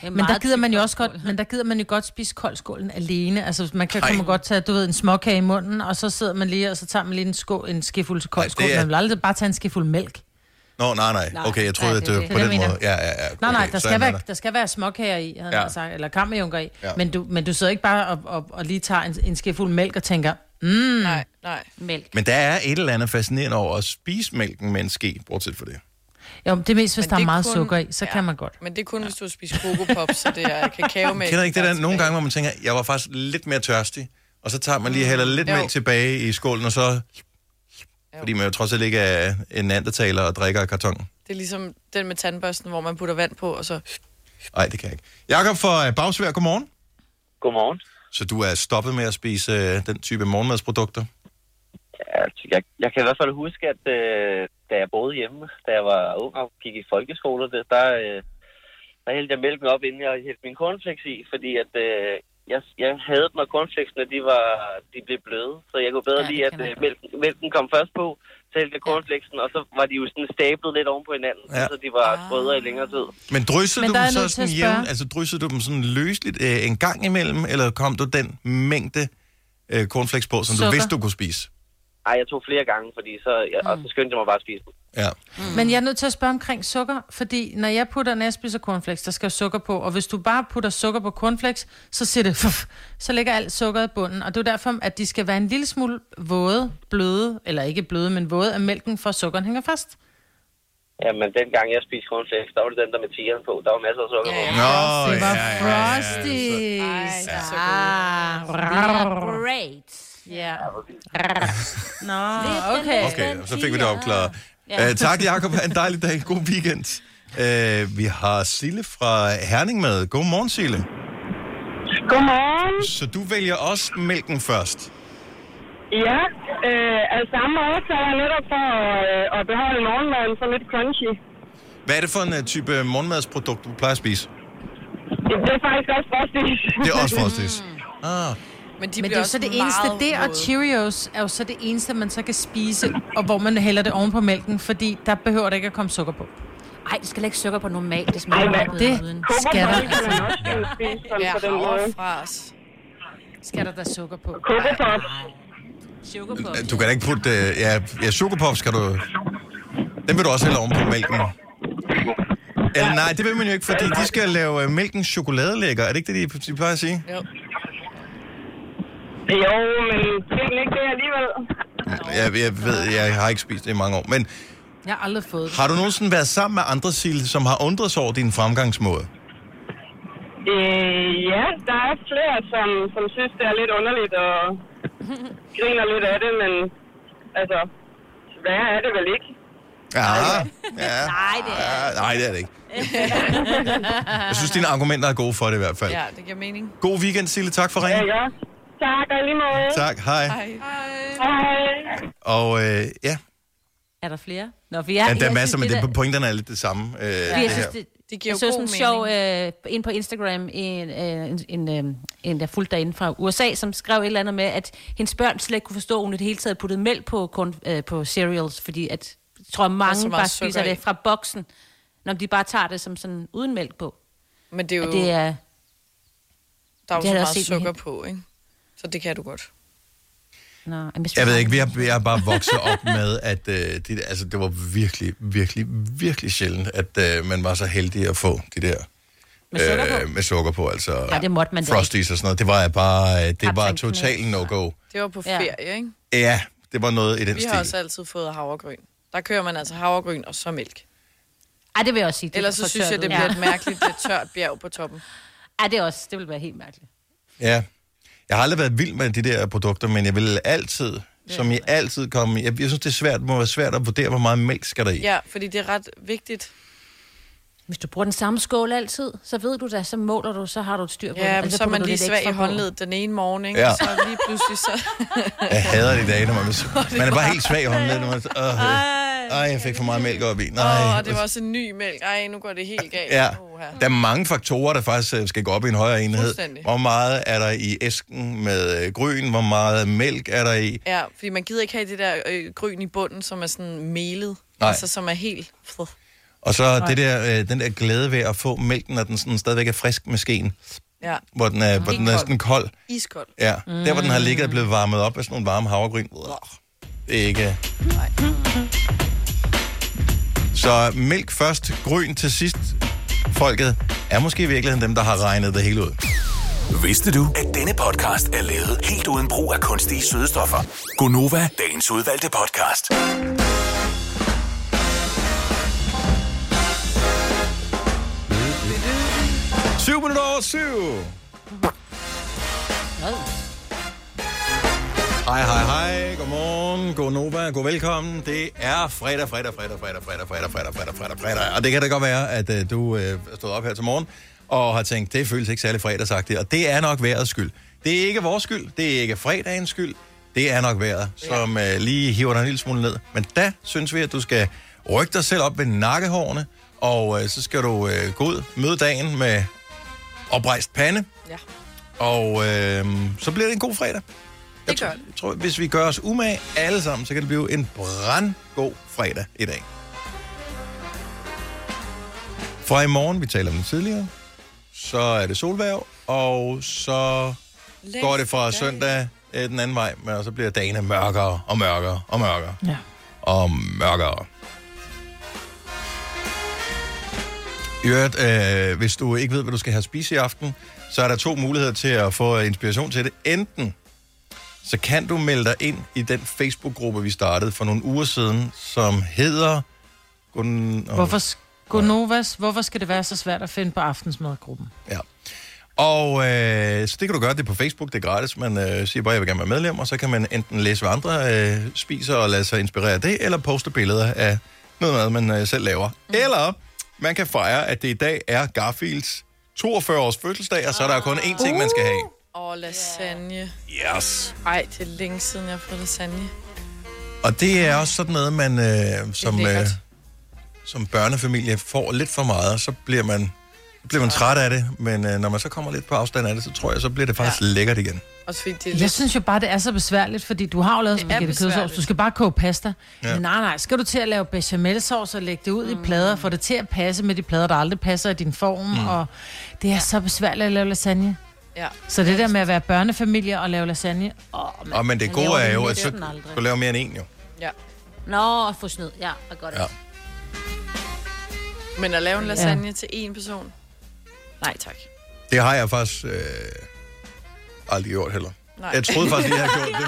[SPEAKER 4] er
[SPEAKER 3] Men der
[SPEAKER 4] meget
[SPEAKER 3] gider man jo
[SPEAKER 4] tykt
[SPEAKER 3] også
[SPEAKER 4] kostskål.
[SPEAKER 3] godt, men der gider man jo godt spise koldskålen alene. Altså man kan
[SPEAKER 1] Ej.
[SPEAKER 3] komme godt tage, du ved, en småkage i munden, og så sidder man lige, og så tager man lige en, skå, en skefuld til koldskål.
[SPEAKER 1] Ej, det er-
[SPEAKER 3] Man vil aldrig bare tage en skefuld mælk.
[SPEAKER 1] Nå, nej, nej.
[SPEAKER 4] Nej,
[SPEAKER 1] Okay, jeg troede,
[SPEAKER 4] nej,
[SPEAKER 1] at
[SPEAKER 4] det er
[SPEAKER 1] det,
[SPEAKER 4] det.
[SPEAKER 1] på
[SPEAKER 3] Det er
[SPEAKER 1] den
[SPEAKER 3] det, jeg
[SPEAKER 1] måde... Ja, ja, ja. Okay,
[SPEAKER 3] Nej, nej, der
[SPEAKER 1] så
[SPEAKER 3] skal,
[SPEAKER 1] er
[SPEAKER 3] være,
[SPEAKER 1] man der.
[SPEAKER 3] der skal være småkager i, havde
[SPEAKER 1] Ja.
[SPEAKER 3] ja. sagt, eller kammerjunker i.
[SPEAKER 1] Ja.
[SPEAKER 3] Ja. Men, du, men du sidder ikke bare og, og, og lige tager en, en skefuld mælk og tænker, mm,
[SPEAKER 2] Mm. Nej, nej.
[SPEAKER 4] Mælk.
[SPEAKER 1] Men der er et eller andet fascinerende over at spise mælken med en ske, bortset for det.
[SPEAKER 3] jo, det er mest, hvis
[SPEAKER 2] Men
[SPEAKER 3] der er
[SPEAKER 2] det
[SPEAKER 3] meget
[SPEAKER 2] kun-
[SPEAKER 3] sukker i, så ja. kan man godt.
[SPEAKER 2] Men det er kun, hvis du har spist kokopops, så det er kakao med.
[SPEAKER 1] Kender I ikke det der nogle gange, hvor man tænker, jeg var faktisk lidt mere tørstig, og så tager man lige hælder lidt
[SPEAKER 2] Jo.
[SPEAKER 1] mælk tilbage i skålen, og så... Fordi man jo trods alt ikke er en andetaler og drikker af karton.
[SPEAKER 2] Det er ligesom den med tandbørsten, hvor man putter vand på, og så...
[SPEAKER 1] Nej, det kan jeg ikke. Jakob fra øh, Bagsvær, godmorgen.
[SPEAKER 8] Godmorgen.
[SPEAKER 1] Så du er stoppet med at spise øh, den type morgenmadsprodukter?
[SPEAKER 8] Ja, altså, jeg, jeg kan i hvert fald huske, at øh, da jeg boede hjemme, da jeg var ung og gik i folkeskole, der, der, øh, der hældte jeg mælken op, inden jeg hældte min cornflakes i, fordi at, øh, jeg, jeg havde dem, og cornflakesene de var, de blev bløde, så jeg kunne bedre
[SPEAKER 4] Ja,
[SPEAKER 8] ja,
[SPEAKER 4] det
[SPEAKER 8] lide, at
[SPEAKER 4] kender
[SPEAKER 8] øh,
[SPEAKER 4] jeg godt.
[SPEAKER 8] mælken, mælken kom først på, så hældte jeg cornflakesen, og så var de jo sådan stablet lidt oven på hinanden,
[SPEAKER 1] Ja.
[SPEAKER 8] ja. så de var
[SPEAKER 4] Ah.
[SPEAKER 8] grødere i længere tid.
[SPEAKER 1] Men dryssede
[SPEAKER 3] Men
[SPEAKER 1] du
[SPEAKER 3] der er jeg
[SPEAKER 1] dem så
[SPEAKER 3] nødt til
[SPEAKER 1] sådan
[SPEAKER 3] at spørge.
[SPEAKER 1] jævn, altså dryssede du dem sådan løsligt øh, en gang imellem, eller kom du den mængde øh, cornflakes på, som Sukker.
[SPEAKER 3] Sukker.
[SPEAKER 1] du vidste, du kunne spise?
[SPEAKER 8] Ej, jeg tog flere gange, fordi så, jeg, og
[SPEAKER 4] Mm.
[SPEAKER 8] så skyndte jeg mig bare at spise dem.
[SPEAKER 1] Ja.
[SPEAKER 3] Men jeg er nødt til at spørge omkring sukker, fordi når jeg putter, når jeg spiser cornflakes, der skal jo sukker på, og hvis du bare putter sukker på cornflakes, så siger det, fuff, så ligger alt sukkeret i bunden, og det er jo derfor, at de skal være en lille smule våde, bløde, eller ikke bløde, men våde af mælken, for at sukkeren hænger fast.
[SPEAKER 8] Jamen, dengang jeg spiste cornflakes, der var det den der med tigeren på. Der var masser af sukker på.
[SPEAKER 1] Nå,
[SPEAKER 3] det var
[SPEAKER 1] ja, ja, ja.
[SPEAKER 3] frosties.
[SPEAKER 2] Ej, så
[SPEAKER 4] Ah, Great.
[SPEAKER 3] Ja. Nå, okay.
[SPEAKER 1] Okay, så fik vi det opklaret. Ja. Uh, tak, Jacob. Ha' en dejlig dag. God weekend. Uh, vi har Sille fra Herning med. Godmorgen, Sille.
[SPEAKER 9] Godmorgen.
[SPEAKER 1] Så du vælger også mælken først.
[SPEAKER 9] Ja, øh, af samme årsag er netop for øh, at beholde morgenmaden så lidt crunchy.
[SPEAKER 1] Hvad er det for en uh, type morgenmadsprodukt, du plejer at spise?
[SPEAKER 9] Det er faktisk også frostis.
[SPEAKER 1] Det er også frostis. Ah,
[SPEAKER 2] Men de
[SPEAKER 3] Men det
[SPEAKER 2] bliver
[SPEAKER 3] er jo
[SPEAKER 2] også
[SPEAKER 3] så det
[SPEAKER 2] meget
[SPEAKER 3] eneste, det og
[SPEAKER 2] våde.
[SPEAKER 3] Cheerios er jo så det eneste, man så kan spise, og hvor man hælder det oven på mælken, fordi der behøver der ikke at komme sukker på.
[SPEAKER 4] Ej, det skal da ikke sukker på normalt. Det
[SPEAKER 9] Ej,
[SPEAKER 4] smager
[SPEAKER 9] hvad-
[SPEAKER 4] meget
[SPEAKER 3] Det
[SPEAKER 4] bedre uden.
[SPEAKER 3] skal der,
[SPEAKER 9] Kokosbolle kan man
[SPEAKER 3] altså,
[SPEAKER 9] også gerne spise sådan
[SPEAKER 2] Ja,
[SPEAKER 9] på den måde.
[SPEAKER 2] havrefras.
[SPEAKER 3] skal der da sukker på.
[SPEAKER 9] Kokosbolle.
[SPEAKER 4] Sukker på.
[SPEAKER 1] Du kan da ikke putte... Øh, ja, ja sukkerpop skal du... Den vil du også hælde oven på mælken. Eller nej, det vil man jo ikke, fordi de skal lave øh, mælken chokoladelækker. Er det ikke det, de, de plejer at sige?
[SPEAKER 2] Jo.
[SPEAKER 9] Jo, men tingene ikke det alligevel.
[SPEAKER 1] Jeg, jeg ved, jeg har ikke spist det i mange år. Men
[SPEAKER 3] Jeg har aldrig fået det.
[SPEAKER 1] har du nogensinde været sammen med andre, Sille, som har undret sig over din fremgangsmåde?
[SPEAKER 9] Øh, ja, der er flere, som, som synes, det er lidt underligt og griner lidt af det, men altså, værre er det vel ikke.
[SPEAKER 1] Ja, ja. Nej, det er det. Nej, det er det ikke. Jeg synes, dine argumenter er gode for det i hvert fald.
[SPEAKER 2] Ja, det giver mening.
[SPEAKER 1] God weekend, Sille. Tak for
[SPEAKER 9] Ja,
[SPEAKER 1] ringen.
[SPEAKER 9] ja. Tak, og i lige måde.
[SPEAKER 1] Tak, hej.
[SPEAKER 2] Hej.
[SPEAKER 9] Hej.
[SPEAKER 1] Og øh, ja,
[SPEAKER 4] Er der flere? Nå, vi er,
[SPEAKER 1] ja, der er
[SPEAKER 4] jeg
[SPEAKER 1] masser,
[SPEAKER 4] synes,
[SPEAKER 1] men
[SPEAKER 4] det
[SPEAKER 1] det, pointerne er lidt det samme. Øh,
[SPEAKER 4] der-
[SPEAKER 1] det
[SPEAKER 4] Jeg
[SPEAKER 1] her.
[SPEAKER 4] synes, det,
[SPEAKER 2] Det giver
[SPEAKER 4] jeg
[SPEAKER 2] jo
[SPEAKER 4] så sådan
[SPEAKER 2] god
[SPEAKER 4] en sjov øh, ind på Instagram, en, øh, en, en, øh, en, der fulgte derinde fra USA, som skrev et eller andet med, at hendes børn slet ikke kunne forstå, at hun i det hele taget puttede mælk på, korn, øh, på cereals, fordi at, jeg tror, mange
[SPEAKER 2] meget
[SPEAKER 4] bare
[SPEAKER 2] Altså, sukker
[SPEAKER 4] spiser
[SPEAKER 2] i.
[SPEAKER 4] det fra boksen, når de bare tager det som sådan uden mælk på.
[SPEAKER 2] Men det er
[SPEAKER 4] At
[SPEAKER 2] jo,
[SPEAKER 4] det
[SPEAKER 2] det er,
[SPEAKER 4] er,
[SPEAKER 2] der er jo
[SPEAKER 4] det
[SPEAKER 2] så
[SPEAKER 4] har jeg
[SPEAKER 2] meget
[SPEAKER 4] set
[SPEAKER 2] sukker
[SPEAKER 4] med
[SPEAKER 2] på, ikke? Så det kan du godt.
[SPEAKER 4] nå, jamen, synes-
[SPEAKER 1] Jeg ved ikke, vi har, vi har bare vokset op med, at øh, det, altså, det var virkelig, virkelig, virkelig sjældent, at øh, man var så heldig at få de der
[SPEAKER 4] Med sukker på?
[SPEAKER 1] med sukker på altså
[SPEAKER 4] Ja, det måtte man da
[SPEAKER 1] Frosties og sådan noget. Det var bare, øh, det var
[SPEAKER 4] Kapsejlknas.
[SPEAKER 1] totalt no-go.
[SPEAKER 2] Det var på
[SPEAKER 4] Ja.
[SPEAKER 2] ferie, ikke?
[SPEAKER 1] Ja, det var noget i den
[SPEAKER 2] Vi
[SPEAKER 1] stil.
[SPEAKER 2] har også altid fået havregryn. Der kører man altså havregryn og så mælk.
[SPEAKER 4] Ej, det vil jeg også sige. det
[SPEAKER 2] Ellers
[SPEAKER 4] er
[SPEAKER 2] så
[SPEAKER 4] for
[SPEAKER 2] synes jeg,
[SPEAKER 4] tørt
[SPEAKER 2] det
[SPEAKER 4] ud.
[SPEAKER 2] bliver
[SPEAKER 4] Ja.
[SPEAKER 2] et mærkeligt lidt tørt bjerg på toppen.
[SPEAKER 4] Ej, det, er også, det vil være helt mærkeligt.
[SPEAKER 1] Ja. Jeg har aldrig været vild med de der produkter, men jeg vil altid, som i altid komme... Jeg, jeg synes, det er svært, må være svært at vurdere, hvor meget mælk skal der i.
[SPEAKER 2] Ja, fordi det er ret vigtigt.
[SPEAKER 4] Hvis du bruger den samme skål altid, så ved du da, så måler du, så har du et styr på den.
[SPEAKER 2] Ja,
[SPEAKER 4] Ellers
[SPEAKER 2] så er
[SPEAKER 4] putter
[SPEAKER 2] man
[SPEAKER 4] du
[SPEAKER 2] lige
[SPEAKER 4] lidt
[SPEAKER 2] svag i
[SPEAKER 4] ekstra på.
[SPEAKER 2] håndledet den ene morgen, ikke?
[SPEAKER 1] Ja.
[SPEAKER 2] Og så lige pludselig så...
[SPEAKER 1] Jeg hader det i dag, når man... Man er bare helt svag i håndledet, når man... Øh, øh, jeg fik for meget mælk op i. Nej.
[SPEAKER 2] Åh, oh, det var også en ny mælk. Ej, nu går det helt galt.
[SPEAKER 1] Ja,
[SPEAKER 2] Oha.
[SPEAKER 1] der er mange faktorer, der faktisk øh, skal gå op i en højere enhed.
[SPEAKER 2] Fuldstændig.
[SPEAKER 1] Hvor meget er der i æsken med øh, gryn? Hvor meget mælk er der i?
[SPEAKER 2] Ja, fordi man gider ikke have det der øh, gryn i bunden, som er sådan melet.
[SPEAKER 1] Nej.
[SPEAKER 2] Altså, som er helt...
[SPEAKER 1] Og så det der, øh, den der glæde ved at få mælken, når den sådan stadigvæk er frisk med skeen,
[SPEAKER 2] Ja,
[SPEAKER 1] hvor den er, hvor den er
[SPEAKER 2] Helt
[SPEAKER 1] sådan kold.
[SPEAKER 2] iskold.
[SPEAKER 1] Ja, mm. der hvor den har ligget og blevet varmet op af sådan nogle varme havregryn. Uah, Det er ikke... Så mælk først, gryn til sidst. Folket er måske i virkeligheden dem, der har regnet det hele ud.
[SPEAKER 5] Vidste du, at denne podcast er lavet helt uden brug af kunstige sødestoffer? Gonova, dagens udvalgte podcast.
[SPEAKER 1] Syv minutter over syv!
[SPEAKER 4] Nå.
[SPEAKER 1] Hej, hej, hej. Godmorgen, god Nova, god velkommen. Det er fredag, fredag, fredag, fredag, fredag, fredag, fredag, fredag, fredag, fredag. Og det kan da godt være, at øh, du øh, er stået op her til morgen og har tænkt, det føles ikke særlig fredagsagtigt, og det er nok vejrets skyld. Det er ikke vores skyld, det er ikke fredagens skyld, det er nok vejret, som øh, lige hiver dig en lille smule ned. Men da synes vi, at du skal rykke dig selv op ved nakkehårene, og øh, så skal du øh, gå ud, møde dagen med oprejst pande,
[SPEAKER 2] Ja,
[SPEAKER 1] og øh, så bliver det en god fredag.
[SPEAKER 2] det gør det.
[SPEAKER 1] Jeg tror, hvis vi gør os umage alle sammen, så kan det blive en brandgod fredag i dag. Fra i morgen, vi taler om det tidligere, så er det solværv, og så går det fra søndag øh, den anden vej, men så bliver dagene mørkere og mørkere og mørkere
[SPEAKER 3] Ja.
[SPEAKER 1] og mørkere. I øvrigt, øh, hvis du ikke ved, hvad du skal have at spise i aften, så er der to muligheder til at få inspiration til det. Enten så kan du melde dig ind i den Facebook-gruppe, vi startede for nogle uger siden, som hedder... Gun... åh,
[SPEAKER 3] Hvorfor, sk- Gonovas, hvorfor skal det være så svært at finde på aftensmadgruppen?
[SPEAKER 1] Ja. Og øh, så det kan du gøre, det er på Facebook, det er gratis. Man øh, siger bare, jeg vil gerne være medlem, og så kan man enten læse, hvad andre øh, spiser og lade sig inspirere af det, eller poste billeder af noget mad, man øh, selv laver. Mm. Eller man kan fejre, at det i dag er Garfields 42-års fødselsdag, og så er der jo kun én ting, man skal have.
[SPEAKER 2] Åh, lasagne.
[SPEAKER 1] Yes.
[SPEAKER 2] Ej, det er længe siden, jeg har fået lasagne.
[SPEAKER 1] Og det er også sådan noget, man øh, som, øh,
[SPEAKER 2] lækkert.
[SPEAKER 1] som børnefamilie får lidt for meget, og så bliver man bliver man træt af det, men øh, når man så kommer lidt på afstand af det, så tror jeg, så bliver det faktisk ja. lækkert igen.
[SPEAKER 2] Også fordi det er
[SPEAKER 3] Jeg synes jo bare, det er så besværligt, fordi du har jo lavet
[SPEAKER 2] er
[SPEAKER 3] spaghetti kødsovs.
[SPEAKER 2] besværligt.
[SPEAKER 3] Du skal bare koge pasta.
[SPEAKER 1] Ja.
[SPEAKER 3] Ja. Men nej, nej. Skal du til at lave bechamelsauce og lægge det ud mm. i plader, få det til at passe med de plader, der aldrig passer i din form. Mm. Og det er så besværligt at lave lasagne.
[SPEAKER 2] Ja.
[SPEAKER 3] Så det der med at være børnefamilie og lave lasagne, åh, man,
[SPEAKER 1] Og, men det
[SPEAKER 4] Jeg
[SPEAKER 1] gode
[SPEAKER 4] laver
[SPEAKER 1] er
[SPEAKER 4] det
[SPEAKER 1] jo, at så
[SPEAKER 4] næsten
[SPEAKER 1] kan
[SPEAKER 4] aldrig.
[SPEAKER 1] du lave mere end en jo.
[SPEAKER 2] ja.
[SPEAKER 4] Nå, at få sned. Ja, og godt.
[SPEAKER 1] Ja.
[SPEAKER 4] Ja.
[SPEAKER 2] Men at lave en lasagne til én person? Nej, tak.
[SPEAKER 1] Det har jeg faktisk øh, aldrig gjort heller.
[SPEAKER 2] Nej.
[SPEAKER 1] Jeg troede faktisk, lige, jeg havde gjort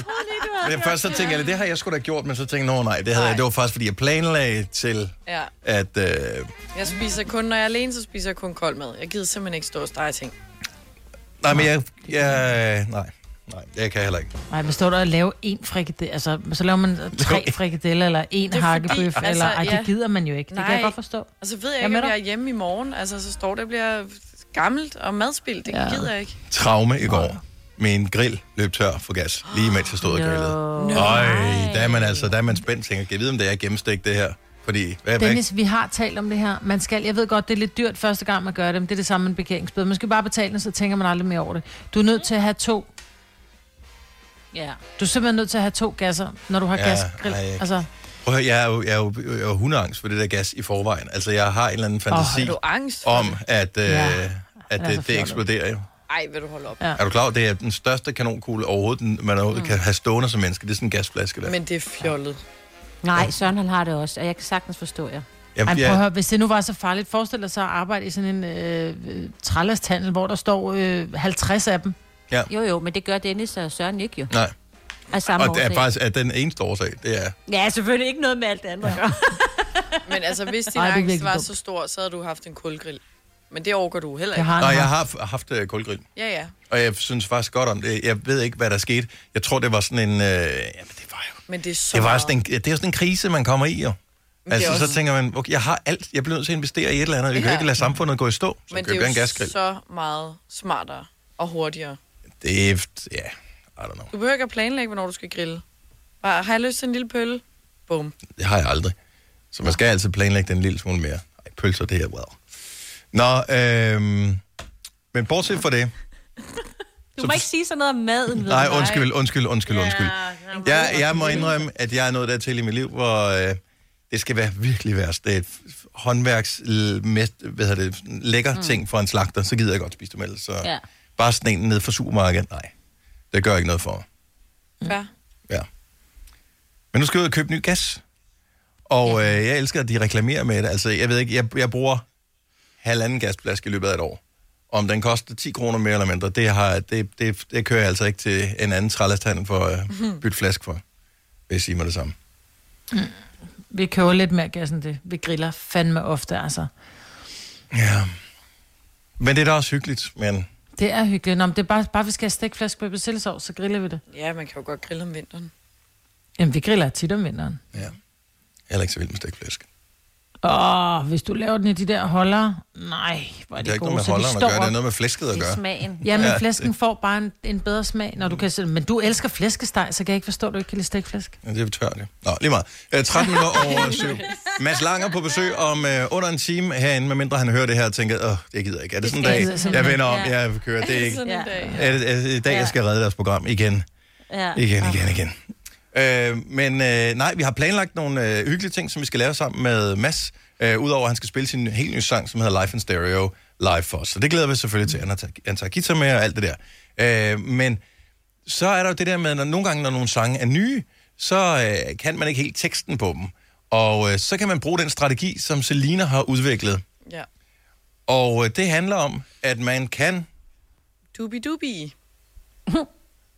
[SPEAKER 1] det. Men først så tænkte jeg, lidt, det har jeg sgu da gjort, men så tænkte jeg, "Nå, nej, det havde
[SPEAKER 2] Nej.
[SPEAKER 1] jeg. Det var faktisk, fordi jeg planlagde til,
[SPEAKER 2] Ja.
[SPEAKER 1] at... Øh,
[SPEAKER 2] Jeg spiser kun, når jeg er alene, så spiser jeg kun kold mad. Jeg gider simpelthen ikke stå og stege ting.
[SPEAKER 1] nej, men jeg... jeg nej, nej, jeg kan heller ikke.
[SPEAKER 3] nej, men står der at lave en frikadelle, altså så laver man tre frikadeller, eller en
[SPEAKER 2] fordi,
[SPEAKER 3] hakkebøf,
[SPEAKER 2] altså,
[SPEAKER 3] eller ej,
[SPEAKER 2] ja.
[SPEAKER 3] det gider man jo ikke. Det kan
[SPEAKER 2] Nej.
[SPEAKER 3] jeg godt forstå.
[SPEAKER 2] Og så ved jeg
[SPEAKER 3] Jeg er
[SPEAKER 2] ikke,
[SPEAKER 3] med
[SPEAKER 2] om
[SPEAKER 3] dig.
[SPEAKER 2] jeg er hjemme i morgen. Altså, så står det bliver gammelt og madspild. Det
[SPEAKER 3] Ja.
[SPEAKER 2] gider jeg ikke.
[SPEAKER 1] Traume i går. Min grill løb tør for gas, lige mens jeg stod og grillede. Øj, der er man altså, der er man spændt. Tænker, kan jeg vide, om det er gennemstegt, det her? Fordi, hvad, hvad,
[SPEAKER 3] Dennis, vi har talt om det her. Man skal, jeg ved godt, det er lidt dyrt første gang, man gør det, men det er det samme med en parkeringsbøde. Man skal bare betale den, så tænker man aldrig mere over det. Du er nødt til at have to.
[SPEAKER 4] ja.
[SPEAKER 3] Du er simpelthen nødt til at have to gasser, når du har
[SPEAKER 1] Ja,
[SPEAKER 3] ja, gas.
[SPEAKER 1] ej, jeg-
[SPEAKER 3] Altså,
[SPEAKER 1] prøv at høre, jeg er jo, jeg er jo, jeg er jo hundeangst for det der gas i forvejen. Altså, jeg har en eller anden fantasi
[SPEAKER 2] Har du angst for
[SPEAKER 1] om,
[SPEAKER 2] det?
[SPEAKER 1] at, øh,
[SPEAKER 3] Ja.
[SPEAKER 1] at
[SPEAKER 3] er så
[SPEAKER 1] det, det
[SPEAKER 3] fjollet.
[SPEAKER 1] eksploderer jo.
[SPEAKER 2] Ej, vil du holde op.
[SPEAKER 3] Ja.
[SPEAKER 1] Er du klar over, det er den største kanonkugle overhovedet, den- man
[SPEAKER 3] Mm.
[SPEAKER 1] overhovedet kan have stående som menneske. Det er sådan en gasflaske der.
[SPEAKER 2] Men det er fjollet.
[SPEAKER 4] Nej, Søren han har det også, og jeg kan sagtens forstå jer.
[SPEAKER 1] jeg,
[SPEAKER 3] ej,
[SPEAKER 1] jeg,
[SPEAKER 3] men prøv at høre, hvis det nu var så farligt, forestil dig så at arbejde i sådan en øh, trællerstandel, hvor der står øh, 50 af dem.
[SPEAKER 4] Jo, jo, men det gør Dennis og Søren ikke jo.
[SPEAKER 1] nej,
[SPEAKER 4] Af samme
[SPEAKER 1] og det
[SPEAKER 4] årsag.
[SPEAKER 1] er faktisk at den eneste årsag, det er...
[SPEAKER 4] Ja, selvfølgelig ikke noget med alt det andet. Ja.
[SPEAKER 2] Men altså, hvis din
[SPEAKER 3] Ej, det er
[SPEAKER 2] angst
[SPEAKER 3] virkelig
[SPEAKER 2] var
[SPEAKER 3] dumt.
[SPEAKER 2] så stor, så havde du haft en kulgrill. Men det overgår du heller
[SPEAKER 3] Jeg
[SPEAKER 2] ikke.
[SPEAKER 3] har en
[SPEAKER 1] Nej, jeg
[SPEAKER 3] her.
[SPEAKER 1] har f- haft øh, kulgrill.
[SPEAKER 2] Ja, ja.
[SPEAKER 1] Og jeg synes faktisk godt om det. Jeg ved ikke, hvad der skete. Jeg tror, det var sådan en... Øh, jamen, det var jo...
[SPEAKER 2] Men det er så...
[SPEAKER 1] Det, var sådan en, det er jo sådan en krise, man kommer i, jo. Altså,
[SPEAKER 2] også-
[SPEAKER 1] så tænker man, okay, jeg har alt. Jeg bliver nødt til at investere i et eller andet. Vi kan jo
[SPEAKER 2] Ja.
[SPEAKER 1] ikke lade samfundet gå i stå. Så
[SPEAKER 2] Men
[SPEAKER 1] køber
[SPEAKER 2] det
[SPEAKER 1] jeg en
[SPEAKER 2] er jo
[SPEAKER 1] gasgrill.
[SPEAKER 2] så meget smartere og hurtigere.
[SPEAKER 1] Det er... Ja, I don't know.
[SPEAKER 2] Du behøver ikke at planlægge, hvornår du skal grille. Bare, har jeg lyst til en lille pølle? Bum.
[SPEAKER 1] Det har jeg aldrig. Så man skal altid planlægge den en lille smule mere. Ej, pølser, det her, wow. Nå, øhm, men bortset fra det...
[SPEAKER 4] Du må ikke sige sådan noget om maden. ved
[SPEAKER 1] Nej,
[SPEAKER 4] mig.
[SPEAKER 1] undskyld, undskyld, undskyld, undskyld. Jeg, jeg må indrømme, at jeg er nået dertil i mit liv, hvor øh, det skal være virkelig værst. Det er et f- håndværks l- mest, hvad hedder det, lækker mm. ting fra en slagter, så gider jeg godt spise dem ellers. Så ja.
[SPEAKER 4] Ja.
[SPEAKER 1] bare sådan en ned fra supermarkedet, nej. Det gør ikke noget for mig.
[SPEAKER 4] Mm.
[SPEAKER 2] Fair.
[SPEAKER 1] Ja. Men nu skal jeg ud og købe ny gas. Og øh, jeg elsker, at de reklamerer med det. Altså, jeg ved ikke, jeg, jeg bruger halvanden gasflaske i løbet af et år. Om den koster 10 kroner mere eller mindre, det, har, det, det, det kører jeg altså ikke til en anden trællestand for at
[SPEAKER 3] Mhm.
[SPEAKER 1] øh, bytte flaske for. Vil jeg sige mig det samme.
[SPEAKER 3] Vi kører lidt mere gas end det. Vi griller fandme ofte, altså.
[SPEAKER 1] Ja. Men det er da også hyggeligt, men...
[SPEAKER 3] Det er hyggeligt. Nå, men det er bare, bare vi skal have stækflæsk på persillesov, så griller vi det.
[SPEAKER 2] Ja, man kan jo godt grille om vinteren.
[SPEAKER 3] Jamen, vi griller tit om vinteren.
[SPEAKER 1] Ja. Jeg er heller ikke så vild med stikflæsk.
[SPEAKER 3] Åh, hvis du laver den i de der holder, nej, hvor er
[SPEAKER 1] Det
[SPEAKER 3] det
[SPEAKER 1] er ikke noget
[SPEAKER 3] gode. Så
[SPEAKER 1] med
[SPEAKER 3] de
[SPEAKER 1] holderen at gøre, det er
[SPEAKER 3] står
[SPEAKER 1] noget med flæsket at
[SPEAKER 4] Det er
[SPEAKER 1] gøre.
[SPEAKER 4] smagen.
[SPEAKER 3] Ja, men
[SPEAKER 1] Ja, Mm.
[SPEAKER 3] flæsken får bare en, en bedre smag, når du kan sætte Men du elsker flæskesteg, så kan jeg ikke forstå, at du ikke kan lide stegflæsk.
[SPEAKER 1] Ja, det er tørt, ja. Nå, lige meget. Øh, 13 minutter over 7. Mads Langer på besøg om øh, under en time herinde, medmindre han hører det her og tænker, åh, det gider jeg ikke. Er det sådan en
[SPEAKER 3] gider jeg
[SPEAKER 1] dag, jeg
[SPEAKER 3] simpelthen
[SPEAKER 1] vender om,
[SPEAKER 4] ikke.
[SPEAKER 1] jeg kører det er ikke.
[SPEAKER 2] Sådan en
[SPEAKER 4] Ja.
[SPEAKER 2] dag.
[SPEAKER 1] Er det, er det i dag, jeg skal redde deres program igen,
[SPEAKER 4] Ja.
[SPEAKER 1] igen, igen, igen. Øh, men øh, nej, vi har planlagt nogle øh, hyggelige ting, som vi skal lave sammen med Mads. Øh, Udover at han skal spille sin helt nye sang, som hedder Life in Stereo, live for os. Så det glæder vi selvfølgelig til. Han, har, taget- han tager guitar med og alt det der. Øh, men så er der jo det der med, når nogle gange, når nogle sange er nye, så øh, kan man ikke helt teksten på dem. Og øh, så kan man bruge den strategi, som Selina har udviklet.
[SPEAKER 2] Ja.
[SPEAKER 1] Og øh, det handler om, at man kan,
[SPEAKER 2] Dubi dubi.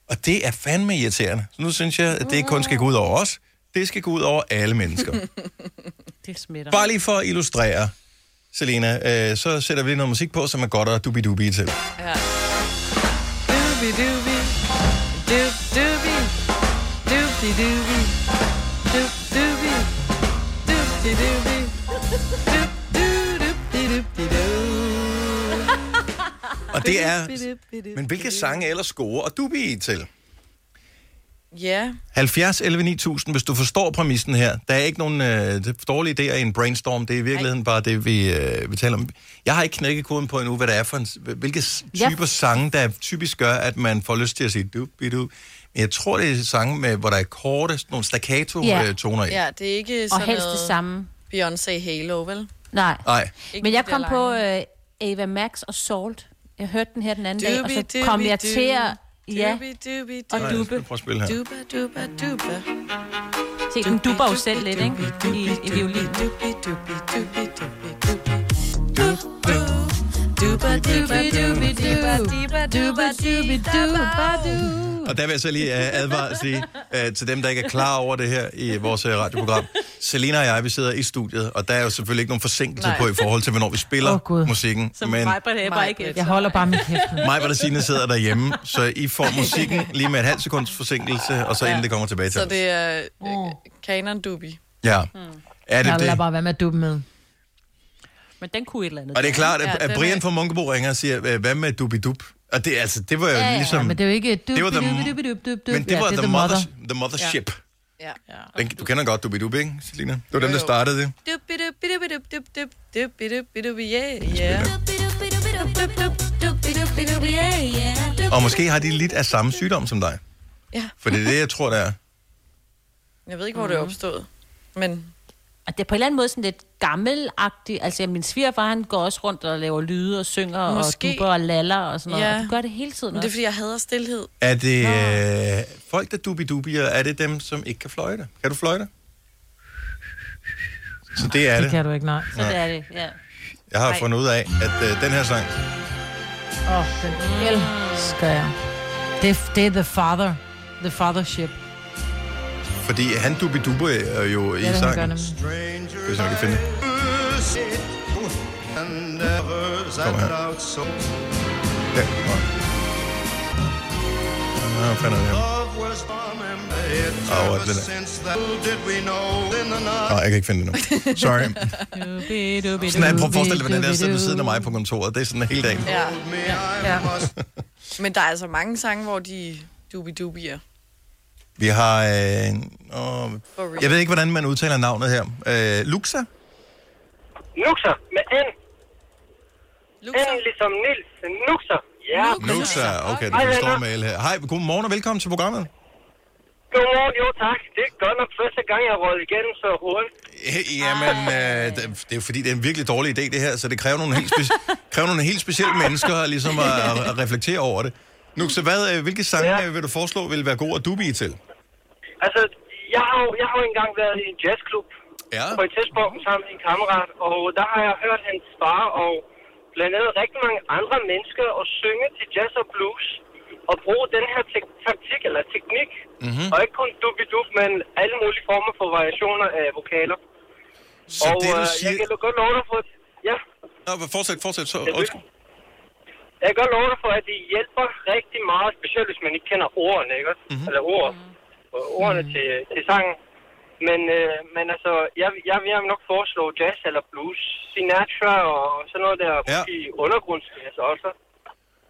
[SPEAKER 1] og det er fandme irriterende. Så nu synes jeg, at det ikke kun skal gå ud over os, det skal gå ud over alle mennesker.
[SPEAKER 4] Det smitter.
[SPEAKER 1] Bare lige for at illustrere, Selena, øh, så sætter vi lige noget musik på, som er godt og dubi-dubi til.
[SPEAKER 2] Ja. Dubi dubi. Dub dubi. Dubi dubi. Dub dubi. Dubi dubi. Dub dubi dubi.
[SPEAKER 1] Og det er... Men hvilke sange er ellers gode og dubi til?
[SPEAKER 2] Ja,
[SPEAKER 1] 70 11 9000, hvis du forstår præmissen her. Der er ikke nogen øh, dårlige idéer i en brainstorm. Det er i virkeligheden bare det, vi, øh, vi taler om. Jeg har ikke knækket koden på endnu, hvad det er for en, hvilke s-
[SPEAKER 4] Ja.
[SPEAKER 1] typer sange, der typisk gør, at man får lyst til at sige du du Men jeg tror, det er sange, med, hvor der er korte, sådan nogle
[SPEAKER 4] Ja.
[SPEAKER 1] staccato-toner i.
[SPEAKER 2] ja det er ikke
[SPEAKER 4] Og
[SPEAKER 2] sådan
[SPEAKER 4] helst det
[SPEAKER 2] noget
[SPEAKER 4] samme.
[SPEAKER 2] Beyoncé Halo, vel?
[SPEAKER 4] Nej.
[SPEAKER 1] Nej.
[SPEAKER 2] Ikke
[SPEAKER 4] Men jeg
[SPEAKER 2] de
[SPEAKER 4] kom
[SPEAKER 2] der
[SPEAKER 4] på
[SPEAKER 2] lange.
[SPEAKER 4] øh, Ava Max og Salt. Jeg hørte den her den anden dag, og
[SPEAKER 2] Dubi,
[SPEAKER 4] så
[SPEAKER 2] dubi,
[SPEAKER 4] kom jeg
[SPEAKER 2] dubi,
[SPEAKER 4] til at... Ja,
[SPEAKER 2] Dubi, dubi,
[SPEAKER 4] og
[SPEAKER 1] Nej,
[SPEAKER 2] dubi.
[SPEAKER 1] lad os
[SPEAKER 4] dube.
[SPEAKER 1] prøve at spille her.
[SPEAKER 2] Duba, duba, duba.
[SPEAKER 4] Se, den dupper jo selv lidt, ikke? I, i violin.
[SPEAKER 2] Dubi, dubi, dubi, dubi, dubi. Dub, dub. Duba, duba, dubi, duba, diba, duba, dubi, duba, du.
[SPEAKER 1] Og der vil jeg så lige øh, advare at sige øh, til dem, der ikke er klar over det her i vores øh, radioprogram. Selina og jeg, vi sidder i studiet, og der er jo selvfølgelig ikke nogen forsinkelse
[SPEAKER 4] Nej.
[SPEAKER 1] på i forhold til, hvornår vi spiller
[SPEAKER 3] Åh, Gud.
[SPEAKER 1] musikken.
[SPEAKER 4] Som men... Vibert Ebber ikke efter.
[SPEAKER 3] Jeg holder bare min kæft. nu.
[SPEAKER 1] Mig, hvad der Signe sidder derhjemme, så I får musikken lige med et halvt sekunds forsinkelse, og så inden det kommer tilbage til
[SPEAKER 2] Så
[SPEAKER 1] os.
[SPEAKER 2] det er øh, Kanon Dubi.
[SPEAKER 1] Ja. Er det
[SPEAKER 3] Jeg lader
[SPEAKER 1] det? Mm.
[SPEAKER 3] bare være med at duppe med.
[SPEAKER 4] Men den kunne et eller andet.
[SPEAKER 1] Og det er klart,
[SPEAKER 2] Ja,
[SPEAKER 1] at, at
[SPEAKER 2] den
[SPEAKER 1] Brian
[SPEAKER 2] er-
[SPEAKER 1] fra Munkebo ringer og siger, "Øh, hvad med dubidup? Og det, altså, det var jo
[SPEAKER 4] ja,
[SPEAKER 1] ligesom...
[SPEAKER 3] Men det er jo ikke duppe,
[SPEAKER 1] det var the,
[SPEAKER 3] duppe, duppe, duppe, duppe.
[SPEAKER 1] men det var
[SPEAKER 3] ja, det er
[SPEAKER 1] the,
[SPEAKER 3] the mother.
[SPEAKER 1] mother, the mothership.
[SPEAKER 2] Ja.
[SPEAKER 1] Den, du kender godt dubidup, ikke, Selina? Det var dem, der
[SPEAKER 2] jo.
[SPEAKER 1] startede det.
[SPEAKER 2] Dubi, dubi, dubi, dubi, dubi, dubi, dubi, dubi, dubi, yeah, yeah.
[SPEAKER 1] Og måske har de lidt af samme sygdom som dig.
[SPEAKER 2] Ja.
[SPEAKER 1] For det er det, jeg tror, der er.
[SPEAKER 2] Jeg ved ikke, hvor det er
[SPEAKER 4] Mhm.
[SPEAKER 2] opstået. Men
[SPEAKER 4] Og det er på en eller anden måde sådan lidt gammelagtigt. Altså, min svigerfar, han går også rundt og laver lyde og synger
[SPEAKER 2] Måske.
[SPEAKER 4] og dupper og laller og sådan noget.
[SPEAKER 2] Ja.
[SPEAKER 4] Og du gør det hele tiden
[SPEAKER 2] men det er,
[SPEAKER 4] også.
[SPEAKER 2] fordi jeg hader stillhed.
[SPEAKER 1] Er det øh, folk, der dubidubier, er det dem, som ikke kan fløjte? Kan du fløjte? Så det er
[SPEAKER 3] Det
[SPEAKER 1] det.
[SPEAKER 3] kan du ikke, nej.
[SPEAKER 4] Så det er det, ja.
[SPEAKER 1] Jeg har fundet ud af, at øh, den her sang,
[SPEAKER 3] Åh, oh, den elsker jeg. Det, er- det er the father. The fathership.
[SPEAKER 1] fordi han dubiduber øh, jo i
[SPEAKER 3] Ja, det, han gør
[SPEAKER 1] sangen,
[SPEAKER 3] nemlig.
[SPEAKER 1] hvis man kan finde det. Kom her. Ja, kom her. Nå, hvad fanden er det her? Åh, oh, den er. Nej, jeg kan ikke finde det nu. Sorry. Sådan, jeg prøver at forestille dig, hvordan det er at sidde ved siden af mig på kontoret. Det er sådan hele dagen.
[SPEAKER 2] Ja. ja. Men der er altså mange sange, hvor de dubi-dubier.
[SPEAKER 1] Vi har... Øh, åh, jeg ved ikke, hvordan man udtaler navnet her. Øh, Luxa?
[SPEAKER 9] Nuxer med N.
[SPEAKER 2] Luxer.
[SPEAKER 9] N ligesom Nils. Nuxer. Ja.
[SPEAKER 1] Luxa. Okay, du
[SPEAKER 9] Hej,
[SPEAKER 1] forstår
[SPEAKER 9] venner.
[SPEAKER 1] mail her. Hej, godmorgen og velkommen til programmet.
[SPEAKER 9] Godmorgen, jo tak. Det er godt nok første gang, jeg råd igennem så hurtigt.
[SPEAKER 1] Øh, Jamen, øh, det det er jo fordi, det er en virkelig dårlig idé, det her, så det kræver nogle helt, speci- kræver nogle helt specielle mennesker ligesom at, at reflektere over det. Nu, så hvad, øh, hvilke sange
[SPEAKER 9] Ja.
[SPEAKER 1] ja. vil du foreslå vil være gode at dubbe i til?
[SPEAKER 9] Altså, jeg har, jo, jeg har jo engang været i en jazzklub
[SPEAKER 1] Ja.
[SPEAKER 9] på et tidspunkt sammen med en kammerat, og der har jeg hørt hans far og blandt andet rigtig mange andre mennesker at synge til jazz og blues og bruge den her tek- taktik eller teknik,
[SPEAKER 1] Mhm.
[SPEAKER 9] mm-hmm. og ikke kun dubidup, men alle mulige former for variationer af vokaler.
[SPEAKER 1] Så
[SPEAKER 9] og
[SPEAKER 1] det, du
[SPEAKER 9] øh, jeg
[SPEAKER 1] siger...
[SPEAKER 9] kan godt love dig for, at, ja,
[SPEAKER 1] Nå, fortsæt, fortsæt. Så,
[SPEAKER 9] jeg,
[SPEAKER 1] undskyld.
[SPEAKER 9] jeg kan godt love dig for, at det hjælper rigtig meget, specielt hvis man ikke kender ordene, ikke? også?
[SPEAKER 1] Mhm.
[SPEAKER 9] Eller ord, ordene til, til sangen. Men, øh, men altså, jeg, jeg vil nok foreslå jazz eller blues, Sinatra og sådan noget der,
[SPEAKER 1] Ja.
[SPEAKER 9] ja. i undergrunds, altså også,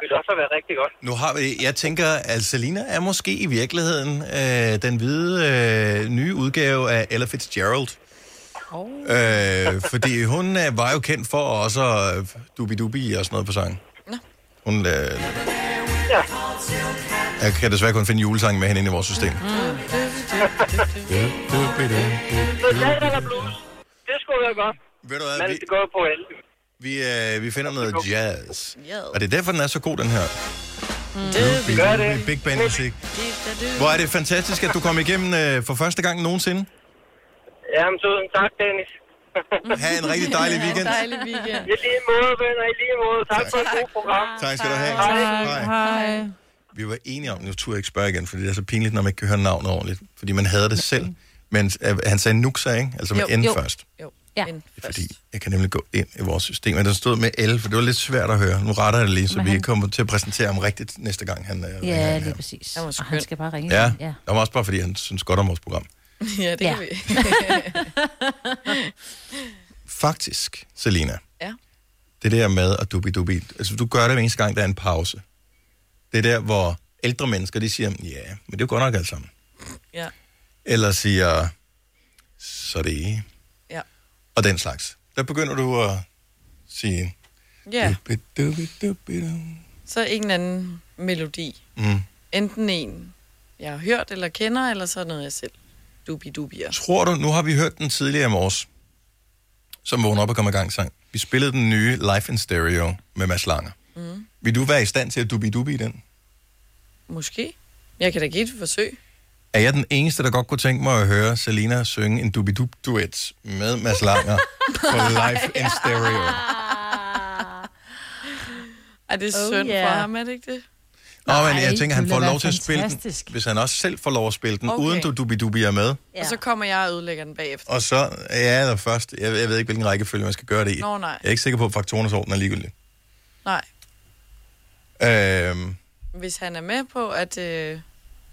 [SPEAKER 9] vil også være rigtig godt.
[SPEAKER 1] Nu har vi, jeg tænker, at Selina er måske i virkeligheden øh, den hvide øh, nye udgave af Ella Fitzgerald. Oh. Øh, fordi hun øh, var jo kendt for også øh, dubi-dubi og sådan noget på sangen. Hun øh,
[SPEAKER 9] Ja,
[SPEAKER 1] jeg kan desværre kun finde julesangen med hende ind i vores system.
[SPEAKER 9] Mm. så jazz eller blues, det skulle være godt,
[SPEAKER 1] Ved du hvad,
[SPEAKER 9] men
[SPEAKER 1] vi,
[SPEAKER 9] det går jo på alle.
[SPEAKER 1] vi, øh, vi finder noget jazz.
[SPEAKER 2] Ja.
[SPEAKER 1] Og det er derfor, den er så god, den her.
[SPEAKER 2] Dubi,
[SPEAKER 9] Gør Mm. det.
[SPEAKER 1] Big band musik.
[SPEAKER 2] diba, du.
[SPEAKER 1] Hvor er det fantastisk, at du kom igennem øh, for første gang nogensinde.
[SPEAKER 9] Jamen, tusind tak, Dennis.
[SPEAKER 1] Ha' en rigtig dejlig weekend.
[SPEAKER 2] Dejlig weekend.
[SPEAKER 9] I lige måde, venner, i lige måde. Tak for et godt program.
[SPEAKER 1] Tak skal du have.
[SPEAKER 3] Hej. Hej.
[SPEAKER 1] Vi var enige om, nu turde jeg ikke spørge igen, fordi det er så pinligt, når man ikke kan høre navnet ordentligt. Fordi man havde det selv. Men øh, han sagde Nuxa, ikke? Altså med
[SPEAKER 2] Jo,
[SPEAKER 1] N
[SPEAKER 4] jo.
[SPEAKER 1] først.
[SPEAKER 2] Jo,
[SPEAKER 4] Ja.
[SPEAKER 2] en først.
[SPEAKER 1] Fordi jeg kan nemlig gå ind i vores system. Men der stod med L, for det var lidt svært at høre. Nu retter jeg det lige, så
[SPEAKER 4] Men
[SPEAKER 1] vi
[SPEAKER 4] han-
[SPEAKER 1] kommer til at præsentere ham rigtigt næste gang, han øh, ringer ind
[SPEAKER 4] Ja,
[SPEAKER 1] her.
[SPEAKER 4] lige præcis.
[SPEAKER 2] var
[SPEAKER 4] Og han
[SPEAKER 2] skøn.
[SPEAKER 4] skal bare ringe.
[SPEAKER 1] Ja,
[SPEAKER 4] ind. ja.
[SPEAKER 1] det var også bare, fordi han synes godt om vores program.
[SPEAKER 2] Ja, det
[SPEAKER 4] Ja.
[SPEAKER 2] kan vi.
[SPEAKER 1] Faktisk, Selina,
[SPEAKER 2] Ja.
[SPEAKER 1] det der med at dubi dubi, altså du gør det hver eneste gang, der er en pause. Det er der, hvor ældre mennesker, de siger, ja, men det er jo godt nok alt sammen.
[SPEAKER 2] Ja.
[SPEAKER 1] eller siger, så det er
[SPEAKER 2] Ja.
[SPEAKER 1] og den slags. Der begynder du at sige...
[SPEAKER 2] Ja,
[SPEAKER 1] "Dubidubidubidu."
[SPEAKER 2] så ingen anden melodi.
[SPEAKER 1] Mm.
[SPEAKER 2] Enten en, jeg har hørt eller kender, eller så er det noget, jeg selv dubi-dubier.
[SPEAKER 1] Tror du, nu har vi hørt den tidligere i morges, som vågner op og kommer i gang sang. Vi spillede den nye Life in Stereo med Mads Langer. Mm. Vil du være i stand til at dubi-dubi i den?
[SPEAKER 2] Måske. Jeg kan da give det et forsøg.
[SPEAKER 1] Er jeg den eneste, der godt kunne tænke mig at høre Selina synge en dubi-dub-duet med Mads Langer på Life in Stereo?
[SPEAKER 2] Er det
[SPEAKER 4] Oh,
[SPEAKER 2] oh, synd yeah.
[SPEAKER 4] yeah.
[SPEAKER 2] for ham, er det ikke det?
[SPEAKER 1] Nå, men
[SPEAKER 3] Nej,
[SPEAKER 1] jeg tænker,
[SPEAKER 3] det
[SPEAKER 1] han
[SPEAKER 3] ville
[SPEAKER 1] får
[SPEAKER 3] da
[SPEAKER 1] lov
[SPEAKER 3] være
[SPEAKER 1] til at spille den,
[SPEAKER 3] fantastisk.
[SPEAKER 1] hvis han også selv får lov at spille den, okay.
[SPEAKER 2] Okay.
[SPEAKER 1] uden du dubi-dubi er med.
[SPEAKER 2] Ja. Og så kommer jeg og ødelægger den bagefter.
[SPEAKER 1] Og så, ja, eller først, jeg, jeg ved ikke, hvilken rækkefølge man skal gøre det i.
[SPEAKER 2] Nå, nej.
[SPEAKER 1] Jeg er ikke sikker på, at faktorernes orden er ligegyldig.
[SPEAKER 2] Nej,
[SPEAKER 1] Øhm,
[SPEAKER 2] hvis han er med på, at øh,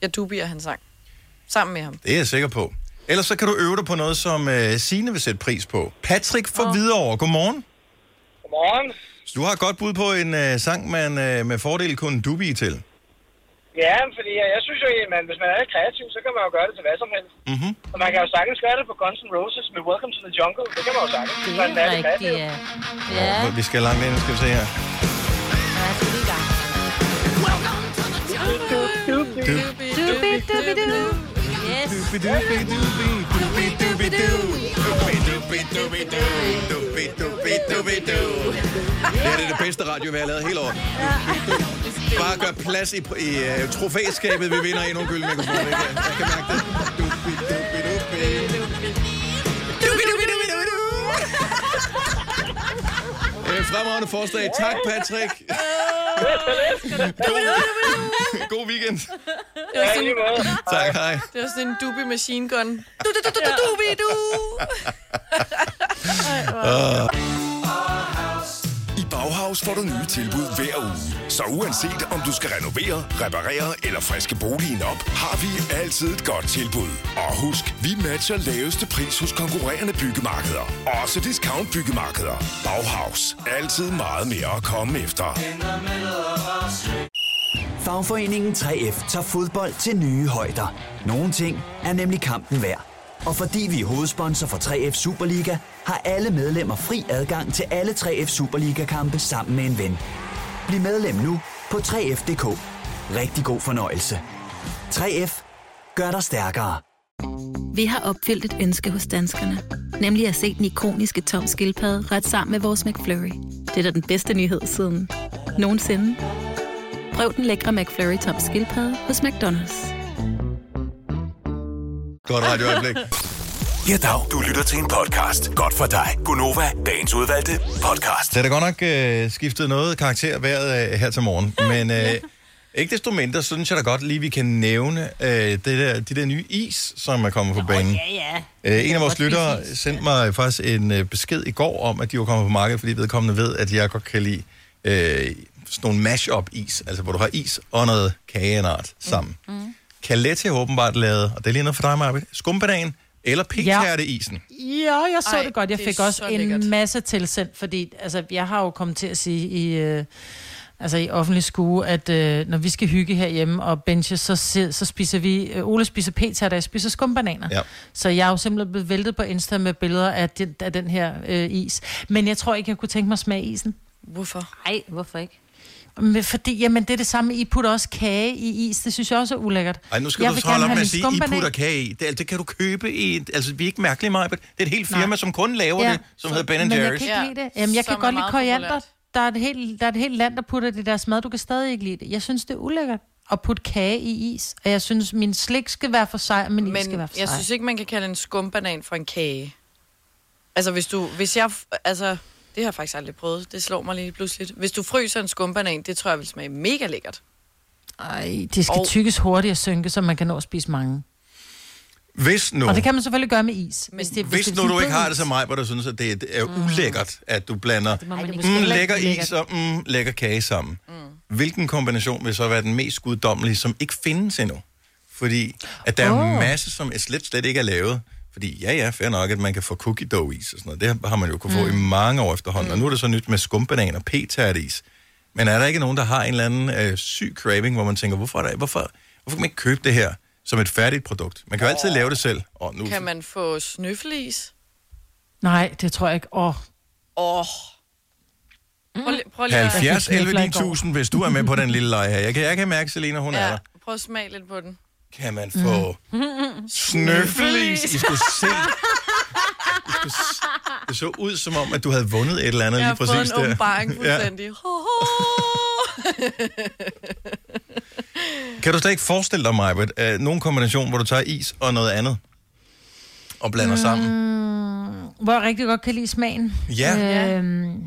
[SPEAKER 2] jeg dubier hans sang. Sammen med ham.
[SPEAKER 1] det er jeg sikker på. Ellers så kan du øve dig på noget, som øh, Signe vil sætte pris på. Patrick fra oh. Hvidovre, godmorgen.
[SPEAKER 9] Godmorgen.
[SPEAKER 1] Du har et godt bud på en øh, sang, man øh, med fordel kunne dubi til.
[SPEAKER 9] Ja, fordi jeg, jeg synes jo, at man, hvis man er lidt kreativ, så kan man jo gøre det til hvad som helst.
[SPEAKER 1] Mhm.
[SPEAKER 9] Og man kan jo sagtens gøre det på Guns N' Roses med Welcome to the Jungle. Det kan man jo sagtens.
[SPEAKER 4] Det
[SPEAKER 9] hvis
[SPEAKER 4] er
[SPEAKER 9] man lidt
[SPEAKER 4] rigtigt,
[SPEAKER 9] kreativ.
[SPEAKER 4] ja. Ja,
[SPEAKER 1] Vi skal langt ind, skal vi se her.
[SPEAKER 4] jeg er i gang.
[SPEAKER 2] Dubi, dubi, dubi, dubi.
[SPEAKER 4] Yes.
[SPEAKER 1] Det her er det bedste radio, vi har lavet hele året. Bare gør plads i, i uh, trofæskabet, vi vinder i nogle gyldmikrofoner. Jeg kan- jeg kan mærke det. Øh, Fremragende forslag. Tak, Patrick. God, god weekend.
[SPEAKER 2] Det var
[SPEAKER 9] Ja, i
[SPEAKER 2] sådan,
[SPEAKER 9] lige måde.
[SPEAKER 1] Tak, hej.
[SPEAKER 2] det var sådan en dubi machine gun. Du, du, du, du, du, dubi, du.
[SPEAKER 5] I Bauhaus får du nye tilbud hver uge. Så uanset om du skal renovere, reparere eller friske boligen op, har vi altid et godt tilbud. Og husk, vi matcher laveste pris hos konkurrerende byggemarkeder. Også discount byggemarkeder. Bauhaus. Altid meget mere at komme efter.
[SPEAKER 10] Fagforeningen 3F tager fodbold til nye højder. Nogle ting er nemlig kampen værd. Og fordi vi er hovedsponsor for 3F Superliga, har alle medlemmer fri adgang til alle 3F Superliga-kampe sammen med en ven. Bliv medlem nu på 3F.dk. Rigtig god fornøjelse. 3F gør dig stærkere.
[SPEAKER 11] Vi har opfyldt et ønske hos danskerne. Nemlig at se den ikoniske tom skildpadde ret sammen med vores McFlurry. Det er da den bedste nyhed siden nogensinde. Prøv den lækre McFlurry tom skildpadde hos McDonald's.
[SPEAKER 1] Godt radioøjeblik.
[SPEAKER 5] Ja, dag. Du lytter til en podcast. Godt for dig. Gunova. Dagens udvalgte podcast.
[SPEAKER 1] Det er da godt nok øh, skiftet noget karakter vejret øh, her til morgen, men øh, ikke desto mindre synes jeg da godt lige, vi kan nævne øh, det der, de der nye is, som er kommet på banen.
[SPEAKER 4] Ja, ja.
[SPEAKER 1] Øh, en af vores
[SPEAKER 4] godt spise
[SPEAKER 1] lyttere
[SPEAKER 4] is.
[SPEAKER 1] sendte mig faktisk en øh, besked i går om, at de var kommet på markedet, fordi vedkommende ved, at jeg godt kan lide øh, sådan nogle mash-up is, altså hvor du har is og noget kage af en art sammen. Mm. Mm. Kalette har åbenbart lavet, og det er lige noget for dig, Marvitt, skumpedagen eller piktærteisen. Ja.
[SPEAKER 3] Ja, jeg så
[SPEAKER 2] Ej,
[SPEAKER 3] Ej, det godt. Jeg
[SPEAKER 2] det er
[SPEAKER 3] fik også
[SPEAKER 2] så
[SPEAKER 3] en
[SPEAKER 2] lækkert.
[SPEAKER 3] masse tilsendt, fordi altså, jeg har jo kommet til at sige i, øh, altså, i offentlig skue, at øh, når vi skal hygge herhjemme og benche, så, sid- så spiser vi, øh, Ole spiser p og jeg spiser skumbananer.
[SPEAKER 1] Ja.
[SPEAKER 3] Så jeg er jo simpelthen blevet væltet på Insta med billeder af, den, af den her øh, is. Men jeg tror ikke, jeg kunne tænke mig at smage isen.
[SPEAKER 2] Hvorfor?
[SPEAKER 4] Ej, hvorfor ikke?
[SPEAKER 3] Men fordi, jamen, det er det samme. I putter også kage i is. Det synes jeg også er ulækkert.
[SPEAKER 1] Ej, nu skal
[SPEAKER 3] jeg
[SPEAKER 1] du
[SPEAKER 3] vil
[SPEAKER 1] så holde
[SPEAKER 3] gerne
[SPEAKER 1] op med
[SPEAKER 3] have
[SPEAKER 1] at
[SPEAKER 3] min
[SPEAKER 1] sige, I
[SPEAKER 3] skumbanan.
[SPEAKER 1] putter kage i. Det, er- det kan du købe i, et- altså vi er ikke mærkelige, Maja, det er et helt firma,
[SPEAKER 3] Nej.
[SPEAKER 1] som kun laver det, som hedder Ben
[SPEAKER 3] Men jeg
[SPEAKER 1] Jerry's.
[SPEAKER 3] kan ikke
[SPEAKER 2] Ja,
[SPEAKER 3] lide det. Jamen, jeg
[SPEAKER 2] som
[SPEAKER 3] kan
[SPEAKER 2] er
[SPEAKER 3] godt lide
[SPEAKER 2] meget
[SPEAKER 3] koriander.
[SPEAKER 2] populært.
[SPEAKER 3] Der er, et helt, der er et helt land, der putter det i deres mad. Du kan stadig ikke lide det. Jeg synes, det er ulækkert at putte kage i is. Og jeg synes, min slik skal være for sig, og min is skal være
[SPEAKER 2] Men
[SPEAKER 3] for
[SPEAKER 2] jeg
[SPEAKER 3] sig.
[SPEAKER 2] synes ikke, man kan kalde en skumbanan for en kage. Altså, hvis du... Hvis jeg... f- Altså, det har jeg faktisk aldrig prøvet. Det slår mig lige pludselig. Hvis du fryser en skumbanan, det tror jeg vil smage mega lækkert.
[SPEAKER 3] Ej, de skal
[SPEAKER 2] Og-
[SPEAKER 3] tykkes hurtigt og synke, så man kan nå at spise mange.
[SPEAKER 1] Hvis nu,
[SPEAKER 3] Og det kan man selvfølgelig gøre med is. Hvis, det,
[SPEAKER 1] hvis
[SPEAKER 3] det
[SPEAKER 1] nu
[SPEAKER 3] er
[SPEAKER 1] du
[SPEAKER 3] sådan
[SPEAKER 1] ikke har
[SPEAKER 3] blød
[SPEAKER 1] det
[SPEAKER 3] is.
[SPEAKER 1] så meget, hvor du synes, at det er ulækkert, at du blander
[SPEAKER 4] Må man ikke.
[SPEAKER 1] mm, lækker is og mm, lækker kage sammen. Mm. Hvilken kombination vil så være den mest guddommelige, som ikke findes endnu? Fordi at der oh. er en masse, som er slet, slet ikke er lavet. Fordi ja, ja, fair nok, at man kan få cookie dough is og sådan noget. Det har man jo kunne få i mange år efterhånden. Mm. Og nu er det så nyt med skumbanan og p-tærtis. Men er der ikke nogen, der har en eller anden øh, syg craving, hvor man tænker, hvorfor, er der, hvorfor, hvorfor kan man ikke købe det her? som et færdigt produkt. Man kan jo altid lave det selv. Og nu,
[SPEAKER 2] Kan man få snøflis?
[SPEAKER 3] Nej, det tror jeg ikke. Åh,
[SPEAKER 2] Åh. Oh. Prøv, lige- prøv lige at-
[SPEAKER 1] 70
[SPEAKER 3] fik
[SPEAKER 1] 11
[SPEAKER 3] knæfler i går.
[SPEAKER 1] 9000, hvis du er med på den lille leg her. Jeg kan, jeg kan mærke, Selina, hun ja. er der.
[SPEAKER 2] Ja, prøv at smage lidt på den.
[SPEAKER 1] Kan man få snøflis? I skulle se... I skulle s- Det så ud som om, at du havde vundet et eller andet
[SPEAKER 2] Jeg
[SPEAKER 1] lige
[SPEAKER 2] har
[SPEAKER 1] præcis
[SPEAKER 2] fået en åbenbaring
[SPEAKER 1] ja.
[SPEAKER 2] fuldstændig. Ja.
[SPEAKER 1] Kan du slet ikke forestille dig, Maja, at nogen kombination, hvor du tager is og noget andet og blander mm. sammen?
[SPEAKER 3] hvor jeg rigtig godt kan lide smagen.
[SPEAKER 1] Ja.
[SPEAKER 3] Øhm,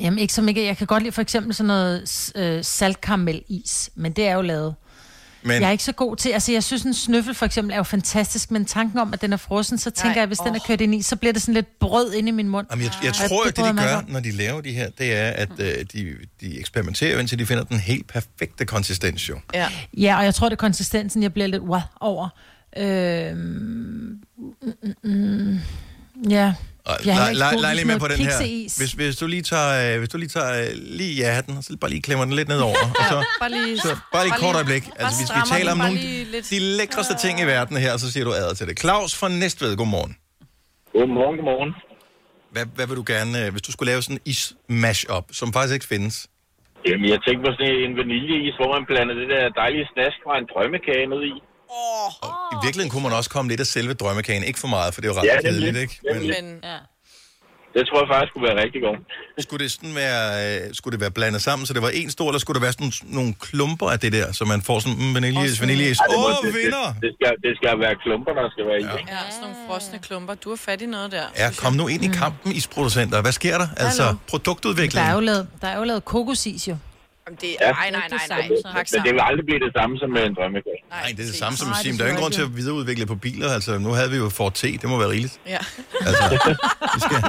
[SPEAKER 3] jamen, ikke som ikke. Jeg kan godt lide for eksempel sådan noget s- øh, saltkaramelis, men det er jo lavet.
[SPEAKER 1] Men
[SPEAKER 3] Jeg er ikke så god til, altså jeg synes en snøffel for eksempel er jo fantastisk, men tanken om, at den er frossen, så tænker
[SPEAKER 2] Nej,
[SPEAKER 3] jeg, hvis den er
[SPEAKER 2] åh.
[SPEAKER 3] kørt ind i, så bliver det sådan lidt brød ind i min mund.
[SPEAKER 1] Jamen, jeg, jeg
[SPEAKER 3] Ej,
[SPEAKER 1] tror,
[SPEAKER 3] det
[SPEAKER 1] at det,
[SPEAKER 3] bryder jeg
[SPEAKER 1] de
[SPEAKER 3] mig
[SPEAKER 1] gør,
[SPEAKER 3] ikke om.
[SPEAKER 1] når de laver de her, det er, at øh, de, de eksperimenterer, indtil de finder den helt perfekte konsistens, jo.
[SPEAKER 2] ja.
[SPEAKER 3] Ja, og jeg tror, det er konsistensen, jeg bliver lidt wow over. Øhm, mm, mm, mm, ja.
[SPEAKER 1] Og
[SPEAKER 3] Jeg er heller
[SPEAKER 1] leg,
[SPEAKER 3] ikke
[SPEAKER 1] leg,
[SPEAKER 3] god til
[SPEAKER 1] leg lige
[SPEAKER 3] sådan
[SPEAKER 1] med på
[SPEAKER 3] noget
[SPEAKER 1] den her.
[SPEAKER 3] kikseis.
[SPEAKER 1] Hvis, hvis du lige tager, øh, hvis du lige, tager øh, lige ja hatten, og så bare lige klemmer den lidt nedover. Og så,
[SPEAKER 2] Bare lige...
[SPEAKER 1] så bare lige et kort øjeblik.
[SPEAKER 2] bare
[SPEAKER 1] Altså, hvis vi
[SPEAKER 2] strammer
[SPEAKER 1] taler om
[SPEAKER 2] den, bare
[SPEAKER 1] nogle
[SPEAKER 2] lige lidt.
[SPEAKER 1] de lækreste ting i verden her, så siger du ad til det. Claus fra Næstved, godmorgen.
[SPEAKER 8] Godmorgen, godmorgen.
[SPEAKER 1] Hvad, hvad vil du gerne, øh, hvis du skulle lave sådan en is-mash-up, som faktisk ikke findes?
[SPEAKER 8] Jamen, jeg tænkte på sådan en vaniljeis, hvor man blander det der dejlige snask fra en drømmekage ned i.
[SPEAKER 1] Og i virkeligheden kunne man også komme lidt af selve drømmekagen. Ikke for meget, for det er jo ret
[SPEAKER 8] Ja,
[SPEAKER 1] ja,
[SPEAKER 8] nemlig.
[SPEAKER 1] kedeligt, ikke? Men
[SPEAKER 2] Men
[SPEAKER 4] Ja.
[SPEAKER 8] Det tror jeg faktisk kunne være rigtig godt.
[SPEAKER 1] skulle det, sådan være, øh, skulle det være blandet sammen, så det var en stor, eller skulle der være sådan nogle klumper af det der, så man får sådan mm, vaniljeis, vaniljeis.
[SPEAKER 8] Ej, det må-
[SPEAKER 1] Åh,
[SPEAKER 8] det,
[SPEAKER 1] vinder!
[SPEAKER 8] Det, det, skal, det skal være klumper, der skal være i. ikke?
[SPEAKER 2] ja, sådan nogle frosne klumper. Du har fat i noget der.
[SPEAKER 1] Ja, kom nu ind i kampen, isproducenter. Hvad sker der? Altså,
[SPEAKER 2] Mm. Hallo.
[SPEAKER 3] Der
[SPEAKER 1] produktudvikling.
[SPEAKER 3] er jo lavet, der er jo lavet kokosis jo.
[SPEAKER 2] Jamen, det,
[SPEAKER 8] Ja.
[SPEAKER 2] nej, nej, nej, nej. Pak
[SPEAKER 8] Men det
[SPEAKER 2] sammen.
[SPEAKER 8] vil aldrig blive det samme som med en drømmekage.
[SPEAKER 1] Nej, det er det
[SPEAKER 2] præcis.
[SPEAKER 1] samme som
[SPEAKER 3] Nej,
[SPEAKER 1] at sige,
[SPEAKER 3] det
[SPEAKER 1] men der er jo ingen
[SPEAKER 3] tror
[SPEAKER 1] grund til
[SPEAKER 3] jeg
[SPEAKER 1] at videreudvikle på biler. Altså, nu havde vi jo Ford T, det må være rigeligt.
[SPEAKER 2] Ja.
[SPEAKER 1] Altså, vi skal,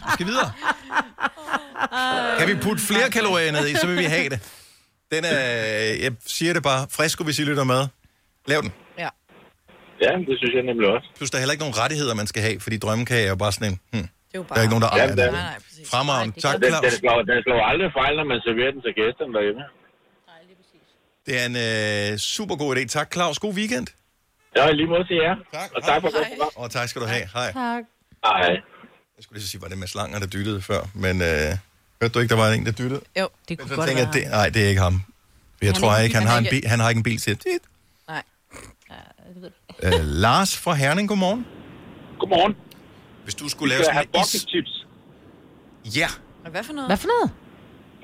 [SPEAKER 1] vi skal videre. Kan vi putte flere kalorier ned i, så vil vi have det. Den er, jeg siger det bare, frisk, hvis I lytter med. Lav den.
[SPEAKER 2] ja.
[SPEAKER 8] Ja, det synes jeg nemlig også.
[SPEAKER 1] Plus, der er heller ikke nogen rettigheder, man skal have, fordi drømmekage er jo bare sådan en... Hmm.
[SPEAKER 2] Det er jo
[SPEAKER 1] Der er
[SPEAKER 2] bare...
[SPEAKER 1] ikke nogen, der ejer
[SPEAKER 8] Jamen,
[SPEAKER 1] det.
[SPEAKER 8] der-
[SPEAKER 2] Nej, nej, præcis.
[SPEAKER 1] Fremragende. Tak,
[SPEAKER 8] Den, den,
[SPEAKER 1] Claus.
[SPEAKER 8] slår, den slår aldrig fejl, når man serverer den til gæsterne derhjemme.
[SPEAKER 1] Det er en øh, super god idé. Tak, Claus. God weekend.
[SPEAKER 8] Ja, i lige måde til jer.
[SPEAKER 1] Tak.
[SPEAKER 8] Og tak for
[SPEAKER 2] Hej.
[SPEAKER 8] godt program.
[SPEAKER 1] Og tak skal du have. Hej.
[SPEAKER 3] Tak.
[SPEAKER 8] Hej.
[SPEAKER 1] Jeg skulle lige så sige, var det med slanger, der dyttede før, men øh, hørte du ikke, der var en, der dyttede?
[SPEAKER 2] Jo,
[SPEAKER 4] Det
[SPEAKER 1] Men
[SPEAKER 4] kunne
[SPEAKER 1] så
[SPEAKER 4] godt
[SPEAKER 1] tænker
[SPEAKER 4] være.
[SPEAKER 1] jeg, det, nej, det er ikke ham. Jeg han tror
[SPEAKER 2] ikke-
[SPEAKER 1] ikke, han,
[SPEAKER 2] han
[SPEAKER 1] har
[SPEAKER 2] er
[SPEAKER 1] en
[SPEAKER 2] ikke-
[SPEAKER 1] bil, han har ikke en bil til. Tit.
[SPEAKER 2] nej.
[SPEAKER 1] Øh, Lars fra Herning, godmorgen.
[SPEAKER 8] Godmorgen.
[SPEAKER 1] Hvis du skulle
[SPEAKER 8] Vi skal
[SPEAKER 1] lave sådan
[SPEAKER 8] have
[SPEAKER 1] en
[SPEAKER 8] bucket
[SPEAKER 1] is...
[SPEAKER 8] chips.
[SPEAKER 1] Ja,
[SPEAKER 2] Og Hvad for noget?
[SPEAKER 3] Hvad for noget?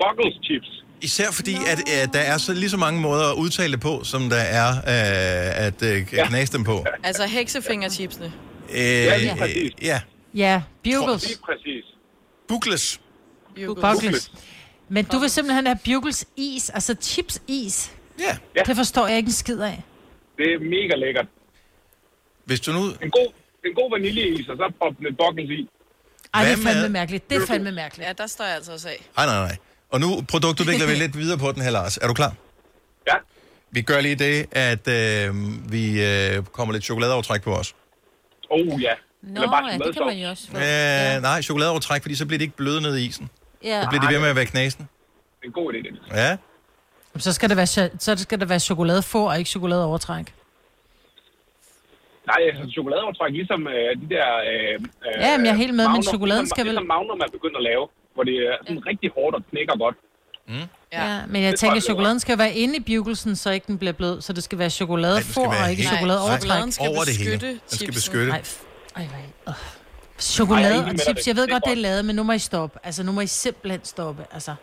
[SPEAKER 8] Bucket chips.
[SPEAKER 1] især fordi, at øh, der er så lige så mange måder at udtale det på, som der er øh, at øh, knase dem på.
[SPEAKER 2] Altså heksefingerchipsene.
[SPEAKER 1] Øh,
[SPEAKER 8] lige præcis.
[SPEAKER 1] øh, ja,
[SPEAKER 3] Ja, bugles.
[SPEAKER 8] Lige præcis.
[SPEAKER 1] bukles.
[SPEAKER 3] Bugles. Men du vil simpelthen have bugles is, altså chips is.
[SPEAKER 1] Ja,
[SPEAKER 3] Det forstår jeg ikke en skid af.
[SPEAKER 8] Det er mega lækkert.
[SPEAKER 1] hvis du nu...
[SPEAKER 8] En god, en god vaniljeis, og så proppe lidt buckles i.
[SPEAKER 3] Ej,
[SPEAKER 1] Hvad
[SPEAKER 3] det er fandme
[SPEAKER 1] med-
[SPEAKER 3] mærkeligt. Det er fandme mærkeligt.
[SPEAKER 2] Ja, der står jeg altså også af.
[SPEAKER 1] Nej, nej, nej. Og nu produktudvikler vi lidt videre på den her, Lars. Er du klar?
[SPEAKER 8] Ja.
[SPEAKER 1] Vi gør lige det, at øh, vi øh, kommer lidt chokoladeovertræk på os.
[SPEAKER 8] Oh ja.
[SPEAKER 4] Nå,
[SPEAKER 8] Eller bare
[SPEAKER 4] ja, det
[SPEAKER 8] chokoladesovs.
[SPEAKER 4] kan man jo også få.
[SPEAKER 1] Øh, nej, chokoladeovertræk, fordi så bliver det ikke bløde ned i isen.
[SPEAKER 4] Ja.
[SPEAKER 1] Så bliver det ved med at være knasen.
[SPEAKER 8] Det er en god idé. det.
[SPEAKER 1] Ja.
[SPEAKER 3] Så skal der være, cho- så skal der være chokoladefor og ikke chokoladeovertræk.
[SPEAKER 8] Nej, altså chokoladeovertræk, ligesom øh, de der... Øh, øh,
[SPEAKER 3] Ja, men jeg er helt med, men
[SPEAKER 8] Magnum,
[SPEAKER 3] chokoladen
[SPEAKER 8] ligesom,
[SPEAKER 3] skal vel-
[SPEAKER 8] Ligesom Magnum er begyndt at lave, hvor det er sådan rigtig hårdt og knækker godt.
[SPEAKER 2] Ja.
[SPEAKER 3] Ja, men jeg
[SPEAKER 8] Det tror jeg,
[SPEAKER 3] tænker,
[SPEAKER 8] det
[SPEAKER 3] at
[SPEAKER 8] er
[SPEAKER 3] chokoladen skal være inde i bugelsen, så ikke den bliver blød. Så det skal være
[SPEAKER 1] Ej, den
[SPEAKER 3] chokoladefor
[SPEAKER 1] skal være
[SPEAKER 3] og ikke
[SPEAKER 1] helt-
[SPEAKER 3] chokoladeovertræk.
[SPEAKER 2] Chokoladen skal
[SPEAKER 1] over det hele.
[SPEAKER 2] beskytte
[SPEAKER 1] Den skal
[SPEAKER 2] chipsen.
[SPEAKER 1] beskytte.
[SPEAKER 3] Nej, f- ej, ej, øh. Chokolade
[SPEAKER 8] Ej, jeg er enig
[SPEAKER 3] og
[SPEAKER 8] med dig,
[SPEAKER 3] chips, jeg ved
[SPEAKER 8] det er
[SPEAKER 3] godt, det er
[SPEAKER 8] godt.
[SPEAKER 3] lavet, men nu må I stoppe. Altså, nu må I simpelthen stoppe. Altså,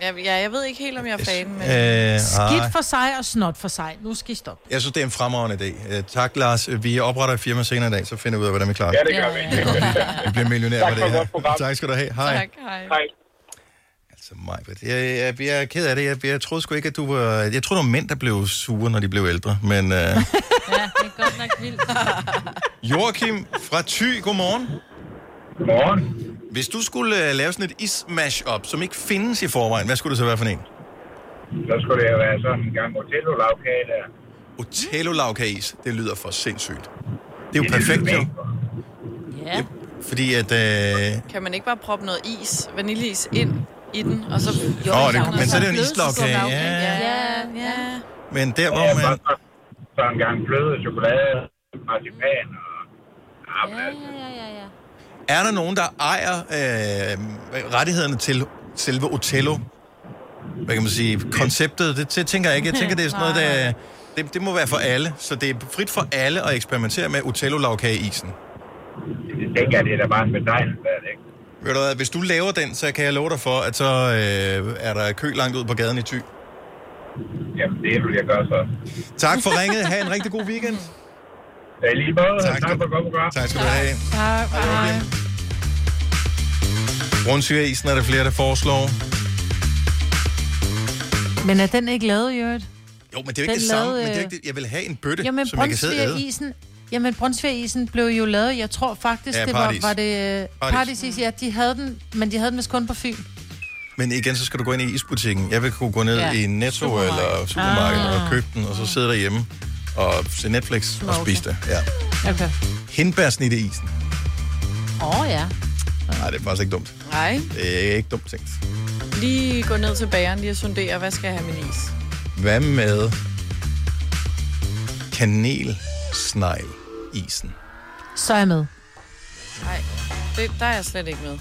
[SPEAKER 2] Ja, ja, jeg ved ikke helt, om jeg er fan, men...
[SPEAKER 1] Øh,
[SPEAKER 3] skidt
[SPEAKER 1] ej.
[SPEAKER 3] for sig og snot for sig. Nu skal I stoppe.
[SPEAKER 1] Jeg synes, det er en fremragende idé. Øh, tak, Lars. Vi opretter et firma senere i dag, så finder vi ud af, hvordan vi klarer
[SPEAKER 8] Ja,
[SPEAKER 1] det.
[SPEAKER 8] det gør vi.
[SPEAKER 1] Vi bliver millionærer
[SPEAKER 8] Tak
[SPEAKER 1] på
[SPEAKER 8] for
[SPEAKER 1] det
[SPEAKER 8] et godt
[SPEAKER 1] her.
[SPEAKER 8] program.
[SPEAKER 1] Tak skal du have. Hej.
[SPEAKER 2] Tak, hej.
[SPEAKER 8] Hej.
[SPEAKER 1] Altså, Majbert, jeg, jeg, jeg er ked af det. Jeg, jeg troede sgu ikke, at du var... Jeg troede, det var mænd, der blev sure, når de blev ældre. Men øh,
[SPEAKER 4] Ja, det er godt nok vildt.
[SPEAKER 1] Joachim fra Thy, godmorgen.
[SPEAKER 8] Godmorgen.
[SPEAKER 1] Hvis du skulle øh, lave sådan et is-mash-up, som ikke findes i forvejen, hvad skulle det så være for en?
[SPEAKER 8] Så skulle det jo være sådan en gang Otello-lavkage der.
[SPEAKER 1] Otello lavkageis, det lyder for sindssygt. Det er jo perfekt, jo.
[SPEAKER 4] Ja.
[SPEAKER 1] Fordi at... Øh,
[SPEAKER 2] Kan man ikke bare proppe noget is, vaniljeis ind i den, og så...
[SPEAKER 1] Åh, det,
[SPEAKER 4] Og
[SPEAKER 1] men så er det jo en
[SPEAKER 4] blødsesam
[SPEAKER 1] islagkage.
[SPEAKER 4] lavkage.
[SPEAKER 1] Ja.
[SPEAKER 4] Ja, ja.
[SPEAKER 2] Ja,
[SPEAKER 1] Men der, hvor man...
[SPEAKER 12] for en gang fløde og chokolade, marcipan og arbejde.
[SPEAKER 4] Ja, ja, ja.
[SPEAKER 1] Er der nogen, der ejer øh, rettighederne til selve Otello? Hvad kan man sige? Konceptet, det, det tænker jeg ikke. Jeg tænker, det er sådan noget, der... Det, det må være for alle, så det er frit for alle at eksperimentere med Otello-lavkageisen.
[SPEAKER 12] Det tænker jeg, det er da bare en betegnelse, er det ikke?
[SPEAKER 1] Ved du hvad, hvis du laver den, så kan jeg love dig for, at så øh, er der kø langt ud på gaden i Thy.
[SPEAKER 12] Jamen, det vil jeg gøre så.
[SPEAKER 1] Tak for ringet. Ha' en rigtig god weekend.
[SPEAKER 12] Ja, i lige måde.
[SPEAKER 1] Tak,
[SPEAKER 12] tak for
[SPEAKER 1] du-
[SPEAKER 12] at komme og
[SPEAKER 1] Tak skal du have.
[SPEAKER 3] Tak, hej.
[SPEAKER 1] Rundsyreisen er der flere, der foreslår.
[SPEAKER 3] Men er den ikke lavet, i øvrigt?
[SPEAKER 1] Jo, men det er jo ikke
[SPEAKER 3] Den
[SPEAKER 1] det samme.
[SPEAKER 3] lavede-
[SPEAKER 1] Men det er jo ikke det. Jeg vil have en bøtte,
[SPEAKER 3] Jamen,
[SPEAKER 1] som jeg kan sidde og æde.
[SPEAKER 3] Brunsvigerisen, jamen, Brunsvigerisen blev jo lavet, jeg tror faktisk,
[SPEAKER 1] Ja,
[SPEAKER 3] ja, det var,
[SPEAKER 1] Paradis.
[SPEAKER 3] var det... øh,
[SPEAKER 1] Paradis.
[SPEAKER 3] Paradis. Paradisis, ja, de havde den, men de havde den vist kun på Fyn.
[SPEAKER 1] Men igen, så skal du gå ind i isbutikken. Jeg vil kunne gå ned ja.
[SPEAKER 3] Ja.
[SPEAKER 1] i Netto
[SPEAKER 3] Supermarked.
[SPEAKER 1] eller supermarkedet ah. og købe den, og så sidde derhjemme og se Netflix og spise det. Ja.
[SPEAKER 4] Okay.
[SPEAKER 1] Hindbærsnit i isen.
[SPEAKER 4] Åh, oh, ja.
[SPEAKER 1] Nej, det er faktisk ikke dumt.
[SPEAKER 2] Nej.
[SPEAKER 1] Det er ikke dumt tænkt.
[SPEAKER 2] Lige gå ned til bageren lige og sondere, hvad skal jeg have med is?
[SPEAKER 1] Hvad med kanelsnegl isen?
[SPEAKER 3] Så er jeg med.
[SPEAKER 2] Nej, det, der er jeg slet ikke med.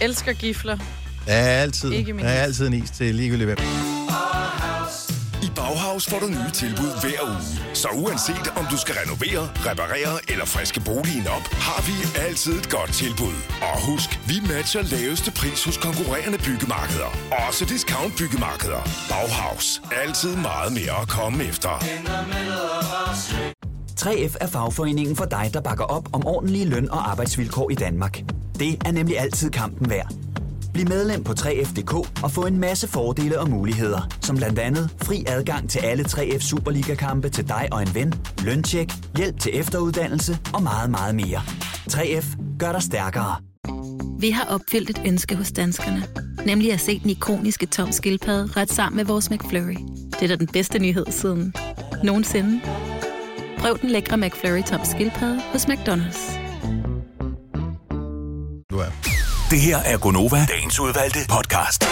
[SPEAKER 2] Elsker gifler.
[SPEAKER 1] Der er altid,
[SPEAKER 2] Ikke min
[SPEAKER 1] der er
[SPEAKER 2] is.
[SPEAKER 1] altid en is til ligegyldigt hvem.
[SPEAKER 5] I Bauhaus får du nye tilbud hver uge. Så uanset om du skal renovere, reparere eller friske boligen op, har vi altid et godt tilbud. Og husk, vi matcher laveste pris hos konkurrerende byggemarkeder. Også discount byggemarkeder. Bauhaus. Altid meget mere at komme efter.
[SPEAKER 10] 3F er fagforeningen for dig, der bakker op om ordentlige løn- og arbejdsvilkår i Danmark. Det er nemlig altid kampen værd. Bliv medlem på 3F.dk og få en masse fordele og muligheder, som blandt andet fri adgang til alle 3F Superliga-kampe til dig og en ven, løntjek, hjælp til efteruddannelse og meget, meget mere. 3F gør dig stærkere.
[SPEAKER 11] Vi har opfyldt et ønske hos danskerne. Nemlig at se den ikoniske tom skildpadde ret sammen med vores McFlurry. Det er da den bedste nyhed siden nogensinde. Prøv den lækre McFlurry tom skildpadde hos McDonald's.
[SPEAKER 1] Du er.
[SPEAKER 5] Det her er Gonova, dagens udvalgte podcast.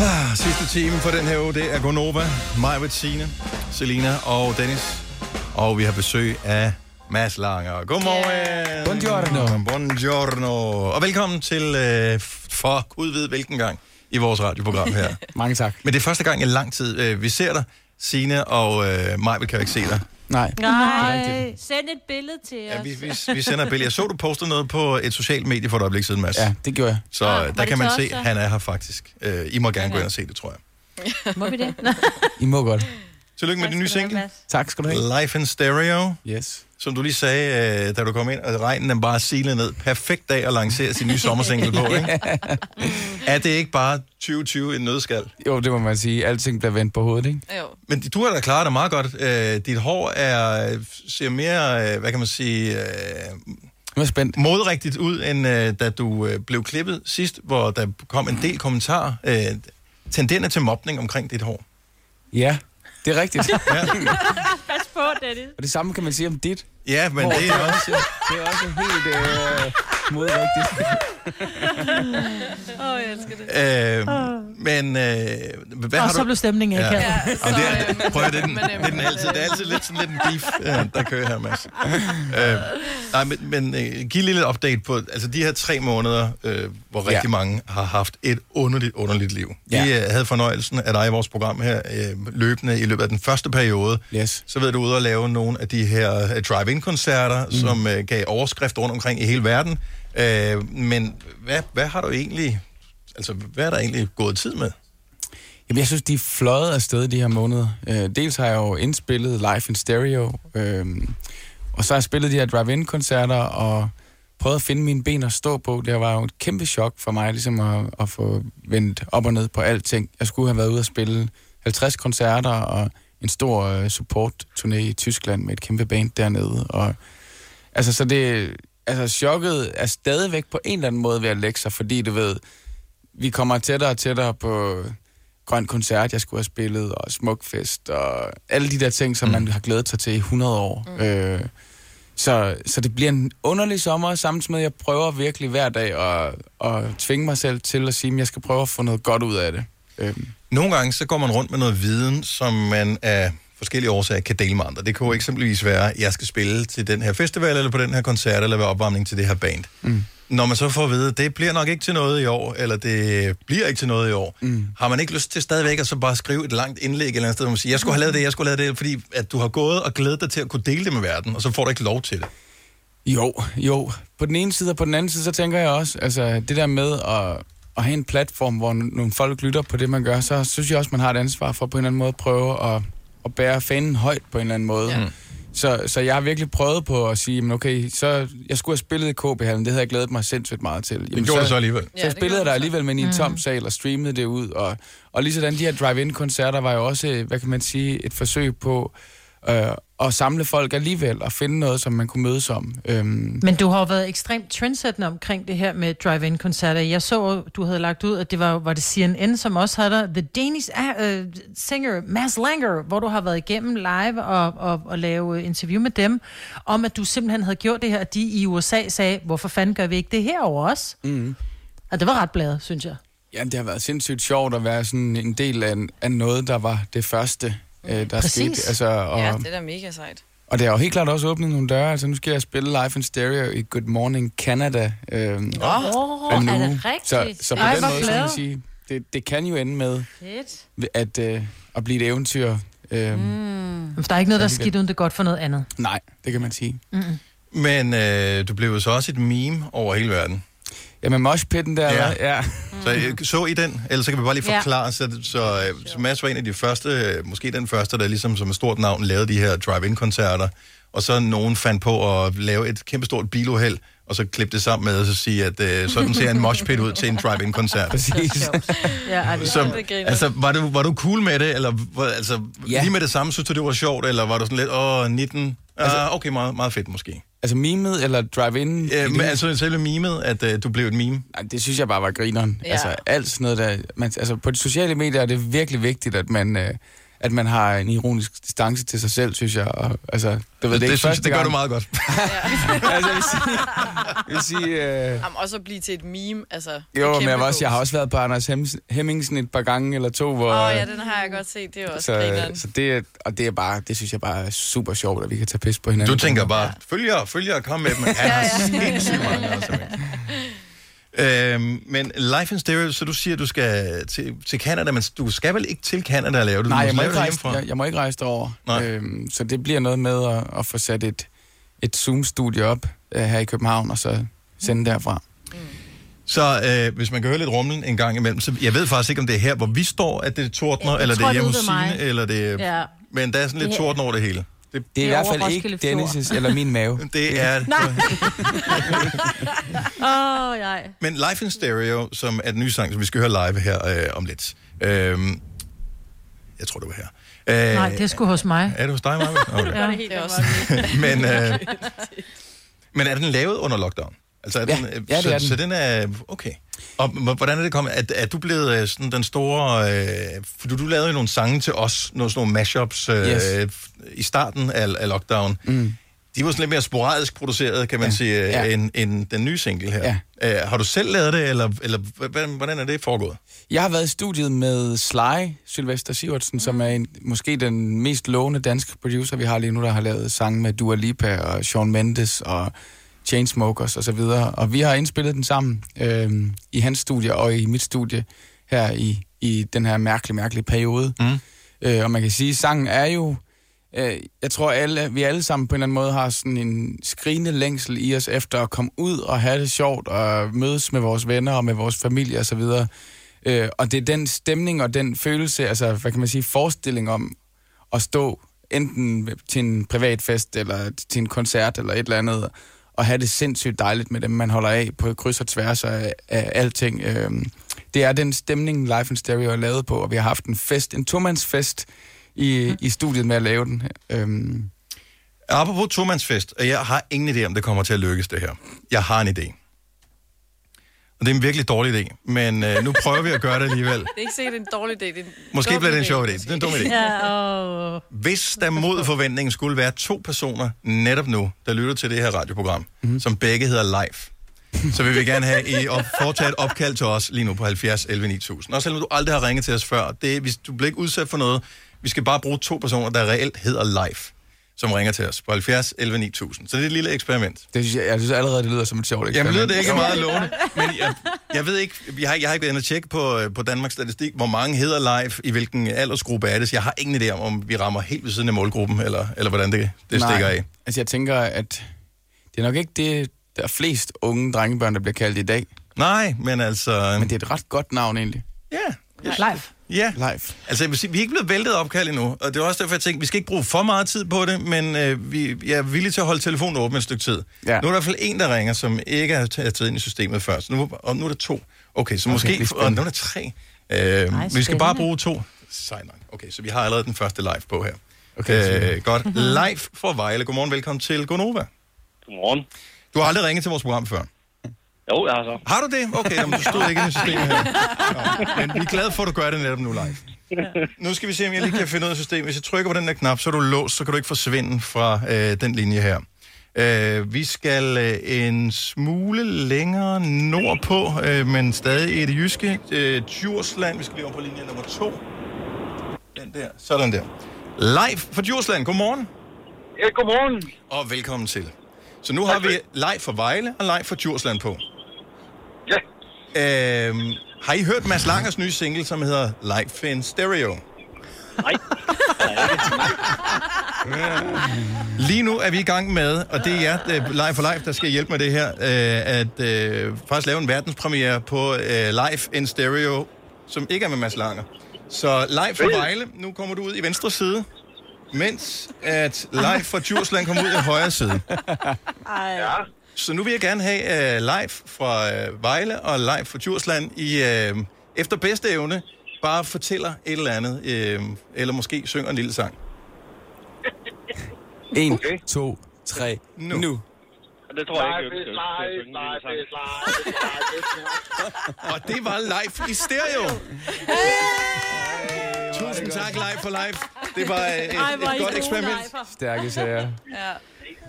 [SPEAKER 1] Ah, sidste time for den her uge, det er Gonova, mig med Signe, Selina og Dennis. Og vi har besøg af Mads Langer. Godmorgen. Yeah. Buongiorno. Buongiorno. Og velkommen til, øh, for gud ved hvilken gang, i vores radioprogram her.
[SPEAKER 13] Mange tak.
[SPEAKER 1] Men det er første gang i lang tid, øh, vi ser dig, Signe og øh, mig kan jo ikke se dig.
[SPEAKER 13] Nej.
[SPEAKER 4] Nej. Send et billede til os.
[SPEAKER 1] Ja, vi, vi, vi sender et billede. Jeg så, du postede noget på et socialt medie for et øjeblik siden, Mads.
[SPEAKER 13] Ja, det gjorde jeg.
[SPEAKER 1] Så
[SPEAKER 4] Ah, var
[SPEAKER 1] ah, der
[SPEAKER 4] det
[SPEAKER 1] kan man
[SPEAKER 4] til os,
[SPEAKER 1] se,
[SPEAKER 4] så?
[SPEAKER 1] at han er her faktisk. Øh, I må gerne gå ind og se det, tror jeg.
[SPEAKER 4] Må vi det?
[SPEAKER 13] I må godt.
[SPEAKER 1] Tillykke med den nye single.
[SPEAKER 13] Tak skal du have.
[SPEAKER 1] Life in Stereo,
[SPEAKER 13] Yes.
[SPEAKER 1] som du lige sagde, øh, da du kom ind, og regnen den bare silede ned. Perfekt dag at lancere sin nye sommersingle på, ikke? Er det ikke bare 2020 en nødskal?
[SPEAKER 13] Jo, det må man sige. Alting bliver vendt på hovedet, ikke?
[SPEAKER 2] Jo.
[SPEAKER 1] Men du har da klaret dig meget godt. Øh, dit hår er, ser mere, øh, hvad kan man sige, øh,
[SPEAKER 13] Nu er jeg spændt.
[SPEAKER 1] modrigtigt ud, end øh, da du øh, blev klippet sidst, hvor der kom en del kommentarer. Øh, tendenter til mobning omkring dit hår.
[SPEAKER 13] Ja, det er rigtigt.
[SPEAKER 1] Ja,
[SPEAKER 4] Pas på, Dennis.
[SPEAKER 13] Og det samme kan man sige om dit.
[SPEAKER 1] ja men
[SPEAKER 13] hår.
[SPEAKER 1] det er også...
[SPEAKER 13] Det er også helt øh, modrigtigt.
[SPEAKER 2] Åh, oh, jeg elsker
[SPEAKER 1] Øh,
[SPEAKER 2] det.
[SPEAKER 1] men øh, hvad
[SPEAKER 3] Hvad og
[SPEAKER 1] har
[SPEAKER 3] så
[SPEAKER 1] du...
[SPEAKER 3] blev stemningen ikke
[SPEAKER 1] Ja.
[SPEAKER 3] ja.
[SPEAKER 2] Ja, så,
[SPEAKER 1] Jamen, det er, prøv at høre, det er den,
[SPEAKER 2] Men, øhm,
[SPEAKER 1] det er den altid. Det er altid lidt sådan lidt en beef, øh, der kører her, Mads. Øh, nej, men, men øh, giv lige lidt update på, altså de her tre måneder, øh, hvor rigtig
[SPEAKER 13] Ja.
[SPEAKER 1] mange har haft et underligt, underligt liv. Vi
[SPEAKER 13] Ja.
[SPEAKER 1] øh, havde fornøjelsen af dig i vores program her, øh, løbende i løbet af den første periode.
[SPEAKER 13] Yes.
[SPEAKER 1] Så ved du ude at lave nogle af de her øh, drive-in-koncerter, mm. som øh, gav overskrifter rundt omkring i hele verden. Øh, men hvad, hvad har du egentlig, altså hvad er der egentlig gået tid med?
[SPEAKER 13] Jamen, jeg synes, de er fløjet afsted de her måneder. Øh, dels har jeg jo indspillet live in stereo, øh, og så har jeg spillet de her drive-in-koncerter, og prøvet at finde mine ben at stå på. Det var jo et kæmpe chok for mig, ligesom at, at få vendt op og ned på alting. Jeg skulle have været ude og spille 50 koncerter, og en stor øh, support-turné i Tyskland med et kæmpe band dernede. Og, altså, så det... Altså, chokket er stadigvæk på en eller anden måde ved at lægge sig, fordi du ved, vi kommer tættere og tættere på grøn koncert, jeg skulle have spillet, og smukfest, og alle de der ting, som mm. man har glædet sig til i 100 år. Mm. Øh, så, så det bliver en underlig sommer, samtidig med, at jeg prøver virkelig hver dag at, at tvinge mig selv til at sige, at jeg skal prøve at få noget godt ud af det. Øhm,
[SPEAKER 1] Nogle gange så går man rundt med noget viden, som man af forskellige årsager kan dele med andre. Det kunne jo eksempelvis være, at jeg skal spille til den her festival, eller på den her koncert, eller være opvarmning til det her band.
[SPEAKER 13] Mm.
[SPEAKER 1] Når man så får at vide, at det bliver nok ikke til noget i år, eller det bliver ikke til noget i år, mm. har man ikke lyst til stadigvæk at så bare skrive et langt indlæg et eller andet sted, hvor man siger, jeg skulle have lavet det, jeg skulle have lavet det, fordi at du har gået og glædet dig til at kunne dele det med verden, og så får du ikke lov til det.
[SPEAKER 13] Jo, jo. På den ene side, og på den anden side, så tænker jeg også, altså det der med at, at have en platform, hvor n- nogle folk lytter på det, man gør, så synes jeg også, man har et ansvar for på en eller anden måde at prøve at, at bære fanen højt på en eller anden måde. Ja. Så, så jeg har virkelig prøvet på at sige, men okay, så jeg skulle have spillet i KB-hallen, det havde jeg glædet mig sindssygt meget til. Jamen,
[SPEAKER 1] gjorde du så alligevel.
[SPEAKER 13] Så jeg spillede der alligevel, men i en tom sal og streamede det ud. Og, og lige sådan, de her drive-in-koncerter var jo også, øh, hvad kan man sige, et forsøg på øh, at samle folk alligevel og finde noget, som man kunne mødes om. Øhm,
[SPEAKER 3] Men du har jo været ekstremt trendsættende omkring det her med drive-in-koncerter. Jeg så, du havde lagt ud, at det var, var det CNN, som også havde dig. The Danish uh, singer Mads Langer, hvor du har været igennem live og, og, og lave interview med dem, om at du simpelthen havde gjort det her, og de i USA sagde, hvorfor fanden gør vi ikke det herover også?
[SPEAKER 13] mm.
[SPEAKER 3] Og det var ret bladet, synes jeg.
[SPEAKER 13] Ja, det har været sindssygt sjovt at være sådan en del af, af noget, der var det første, øh, der skete. Altså, og,
[SPEAKER 2] Ja, det er da mega sejt.
[SPEAKER 13] og det har jo helt klart også åbnet nogle døre. Altså, nu skal jeg spille live in stereo i Good Morning Canada. Øh,
[SPEAKER 4] Åh,
[SPEAKER 13] om en
[SPEAKER 4] er det
[SPEAKER 13] uge.
[SPEAKER 4] rigtigt?
[SPEAKER 13] Så, så på
[SPEAKER 4] Ej,
[SPEAKER 13] den
[SPEAKER 4] hvor
[SPEAKER 13] måde, så kan
[SPEAKER 4] glad.
[SPEAKER 13] man sige, det, det kan jo ende med
[SPEAKER 4] Fedt.
[SPEAKER 13] at, øh, at blive et eventyr. Øh,
[SPEAKER 3] For der er ikke noget, der er
[SPEAKER 13] Ja, det
[SPEAKER 3] skidt, uden det er godt for noget andet.
[SPEAKER 13] Nej, det kan man sige.
[SPEAKER 3] Mm-mm.
[SPEAKER 1] Men øh, du blev jo så også et meme over hele verden.
[SPEAKER 13] Ja, med moshpitten der,
[SPEAKER 1] ja.
[SPEAKER 13] ja.
[SPEAKER 1] Så, øh, så I den? Ellers så kan vi bare lige
[SPEAKER 13] Ja.
[SPEAKER 1] forklare, så, så, øh, så Mads var en af de første, øh, måske den første, der ligesom som et stort navn lavede de her drive-in-koncerter, og så nogen fandt på at lave et kæmpestort biluheld, og så klippe det sammen med, og så sige, at øh, sådan ser en moshpit ud til en drive-in-koncert.
[SPEAKER 13] Præcis.
[SPEAKER 3] Ja, ej, det er
[SPEAKER 1] Så,
[SPEAKER 3] sjovt.
[SPEAKER 1] altså, var du, var du cool med det, eller hvor- altså, ja. lige med det samme, synes du, det var sjovt, eller var du sådan lidt, åh, 19, altså, ah, okay, meget, meget fedt måske.
[SPEAKER 13] Altså mimet eller drive-in?
[SPEAKER 1] Øh, men altså selve mimet, at øh, du blev et meme?
[SPEAKER 13] Nej, det synes jeg bare var grineren.
[SPEAKER 1] Ja.
[SPEAKER 13] Ja. Altså alt sådan noget, der... Man, altså på de sociale medier er det virkelig vigtigt, at man, øh, at man har en ironisk distance til sig selv, synes jeg. Og, altså, det, ved,
[SPEAKER 1] Det
[SPEAKER 13] ikke
[SPEAKER 1] synes-
[SPEAKER 13] første
[SPEAKER 1] det gør
[SPEAKER 13] gang.
[SPEAKER 1] du meget godt.
[SPEAKER 13] altså, jeg vil sige... Jeg vil sige øh,
[SPEAKER 2] Jamen, også at blive til et meme, altså...
[SPEAKER 13] jo,
[SPEAKER 2] en
[SPEAKER 13] men jeg, var også, jeg har
[SPEAKER 2] gås.
[SPEAKER 13] også været på Anders Hems- Hemmingsen et par gange eller to, hvor...
[SPEAKER 2] Åh oh, ja, den har jeg godt set, det er jo også
[SPEAKER 13] så,
[SPEAKER 2] grineren.
[SPEAKER 13] så det, er- og det er bare, det synes jeg bare er super sjovt, at vi kan tage pis på hinanden.
[SPEAKER 1] Du tænker bare, følgere, følgere, kom med dem. Han
[SPEAKER 13] Ja,
[SPEAKER 1] har
[SPEAKER 13] ja.
[SPEAKER 1] sindssygt mange altså. øhm, Men Life in Stereo, så du siger, du skal til, til Canada, men du skal vel ikke til Canada og lave det? Du
[SPEAKER 13] Nej, jeg
[SPEAKER 1] skal
[SPEAKER 13] må,
[SPEAKER 1] lave
[SPEAKER 13] ikke
[SPEAKER 1] det
[SPEAKER 13] rejse,
[SPEAKER 1] hjemmefra.
[SPEAKER 13] jeg, jeg må ikke rejse derover. Øhm, så det bliver noget med at, at få sat et, et Zoom-studie op øh, her i København, og så sende derfra.
[SPEAKER 1] Så øh, hvis man kan høre lidt rumlen en gang imellem, så jeg ved faktisk ikke, om det er her, hvor vi står, at det tordner,
[SPEAKER 13] Jeg
[SPEAKER 1] eller det
[SPEAKER 13] tror,
[SPEAKER 1] er
[SPEAKER 13] det er
[SPEAKER 1] hjemme hos
[SPEAKER 13] ude ved
[SPEAKER 1] Signe,
[SPEAKER 13] mig.
[SPEAKER 1] eller det er...
[SPEAKER 13] Ja.
[SPEAKER 1] Men der er sådan lidt
[SPEAKER 13] Det-
[SPEAKER 1] torden over det hele. Det,
[SPEAKER 13] Det er i hvert fald ikke Dennis' eller min mave.
[SPEAKER 1] Det er...
[SPEAKER 4] Nej. Åh, oh, nej.
[SPEAKER 1] Men Life in Stereo, som er den nye sang, som vi skal høre live her øh, om lidt. Øhm, jeg tror, det var her. Øh,
[SPEAKER 3] Nej, det er sgu hos mig.
[SPEAKER 1] Er det hos dig, Maja? Okay.
[SPEAKER 3] Ja.
[SPEAKER 2] Det er også
[SPEAKER 1] men, øh, men er den lavet under lockdown? Altså, er
[SPEAKER 13] Ja,
[SPEAKER 1] den, øh,
[SPEAKER 13] ja, det
[SPEAKER 1] så,
[SPEAKER 13] er den.
[SPEAKER 1] så den er... Okay. Og h- hvordan er det kommet? Er, er du blevet øh, sådan den store... Øh, for du, du lavede jo nogle sange til os, nogle sådan nogle mashups øh,
[SPEAKER 13] Yes.
[SPEAKER 1] yes. i starten af, af lockdown. Mm. De var sådan lidt mere sporadisk produceret, kan man ja. sige, ja.
[SPEAKER 13] ja.
[SPEAKER 1] End, end den nye single her. Ja. Øh, har du selv lavet det, eller, eller h- h- hvordan er det foregået?
[SPEAKER 13] Jeg har været i studiet med Sly, Sylvester Sivertsen, mm. som er en, måske den mest lovende danske producer, vi har lige nu, der har lavet sange med Dua Lipa og Shawn Mendes og Chainsmokers og så videre. Og vi har indspillet den sammen øh, i hans studie og i mit studie her i, i den her mærkelig, mærkelige periode.
[SPEAKER 1] Mm.
[SPEAKER 13] Øh, og man kan sige, at sangen er jo... Øh, jeg tror, alle, vi alle sammen på en eller anden måde har sådan en skrigende længsel i os efter at komme ud og have det sjovt og mødes med vores venner og med vores familie osv. Og, øh, og det er den stemning og den følelse, altså hvad kan man sige, forestilling om at stå enten til en privat fest eller til en koncert eller et eller andet og have det sindssygt dejligt med dem, man holder af på kryds og tværs af, af alting. Øhm, det er den stemning, Life in Stereo er lavet på, og vi har haft en fest, en tomandsfest i, mm. i studiet med at lave den. Øhm,
[SPEAKER 1] Apropos tomandsfest, og jeg har ingen idé, om det kommer til at lykkes det her. Jeg har en idé. Og det er en virkelig dårlig idé, men øh, nu prøver vi at gøre det alligevel.
[SPEAKER 2] Det er ikke sikkert en dårlig idé. Det er en
[SPEAKER 1] Måske
[SPEAKER 2] dum
[SPEAKER 1] bliver det en
[SPEAKER 2] idé.
[SPEAKER 1] sjov idé. Det er en dum idé.
[SPEAKER 3] Ja, åh.
[SPEAKER 1] Hvis der mod forventningen skulle være to personer netop nu, der lytter til det her radioprogram, mm-hmm. som begge hedder Live, Så vil vi gerne have, I op, foretager et opkald til os lige nu på 70 11 9000. Og selvom du aldrig har ringet til os før, det, er- hvis du bliver ikke udsat for noget, vi skal bare bruge to personer, der reelt hedder live, som ringer til os på 70 11 9000. Så det er et lille eksperiment.
[SPEAKER 13] Det synes jeg, jeg synes allerede, det lyder som et sjovt
[SPEAKER 1] Jamen
[SPEAKER 13] eksperiment.
[SPEAKER 1] lyder det ikke meget lovende, men jeg, jeg ved ikke, jeg har, jeg har ikke været inde og tjekke på, øh, på Danmarks Statistik, hvor mange hedder live, i hvilken aldersgruppe er det, så jeg har ingen idé om, om vi rammer helt ved siden af målgruppen, eller, eller hvordan det, det er
[SPEAKER 13] Nej.
[SPEAKER 1] stikker af.
[SPEAKER 13] Altså, jeg tænker, at det er nok ikke det, der er flest unge drengebørn, der bliver kaldt i dag.
[SPEAKER 1] Nej, men altså...
[SPEAKER 13] Men det er et ret godt navn, egentlig.
[SPEAKER 3] Live.
[SPEAKER 1] Ja.
[SPEAKER 13] Live.
[SPEAKER 1] Altså, jeg vil sige, vi er ikke blevet væltet af opkald endnu, og det er også derfor, jeg tænkte, vi skal ikke bruge for meget tid på det, men øh, vi, jeg er villig til at holde telefonen åben et stykke tid. Ja. Nu er der i hvert fald en, der ringer, som ikke har taget taget ind i systemet før, så nu, og nu er der to. Okay, så
[SPEAKER 13] Okay,
[SPEAKER 1] måske...
[SPEAKER 13] det er
[SPEAKER 1] Okay, og
[SPEAKER 13] spændende.
[SPEAKER 1] nu er der tre. Øh,
[SPEAKER 13] Nej,
[SPEAKER 1] Nej, vi skal bare
[SPEAKER 13] spændende.
[SPEAKER 1] bruge to. Sej nok. Okay, så vi har allerede den første live på her.
[SPEAKER 13] Okay,
[SPEAKER 1] øh, godt. Live fra Vejle. Godmorgen, velkommen til Gonova. Godmorgen. Du har aldrig ringet til vores program før? Jo, jeg har så. Har du det? Okay, jamen, du stod ikke i systemet her. Nå, men vi er glade for, at du gør det netop nu live. Nu skal vi se, om jeg lige kan finde ud af systemet. Hvis jeg trykker på den der knap, så er du låst, så kan du ikke forsvinde fra øh, den linje her. Øh, vi skal øh, en smule længere nordpå, øh, men stadig i det jyske. Øh, Djursland, vi skal lige over på linje nummer to. Den der, sådan der. Live fra Djursland, godmorgen. Ja, godmorgen. Og velkommen til. Så nu har vi live fra Vejle og live fra Djursland på. Ja. Øhm, har I hørt Mads Langers nye single, som hedder Life in Stereo? Nej. Lige nu er vi i gang med, og det er jer, øh, Live for Life, der skal hjælpe med det her, øh, at øh, faktisk lave en verdenspremiere på øh, Live in Stereo, som ikke er med Mads Langer. Så Live for Vejle, nu kommer du ud i venstre side, mens at Live for Djursland kommer ud i højre side.
[SPEAKER 12] Ja.
[SPEAKER 1] Så nu vil jeg gerne have uh, live fra uh, Vejle og live fra Djursland i uh, efter bedste evne bare fortæller et eller andet, uh, eller måske synger en lille sang.
[SPEAKER 13] 1, 2, 3,
[SPEAKER 1] nu.
[SPEAKER 13] nu.
[SPEAKER 12] Det tror jeg ikke, live, live, live,
[SPEAKER 1] Og det var live i stereo. Tusind tak, live for live. Det var øh, et,
[SPEAKER 3] Ej, hvor er I
[SPEAKER 1] et godt
[SPEAKER 3] gode,
[SPEAKER 1] eksperiment.
[SPEAKER 3] Leif.
[SPEAKER 13] Stærke sager.
[SPEAKER 3] Ja.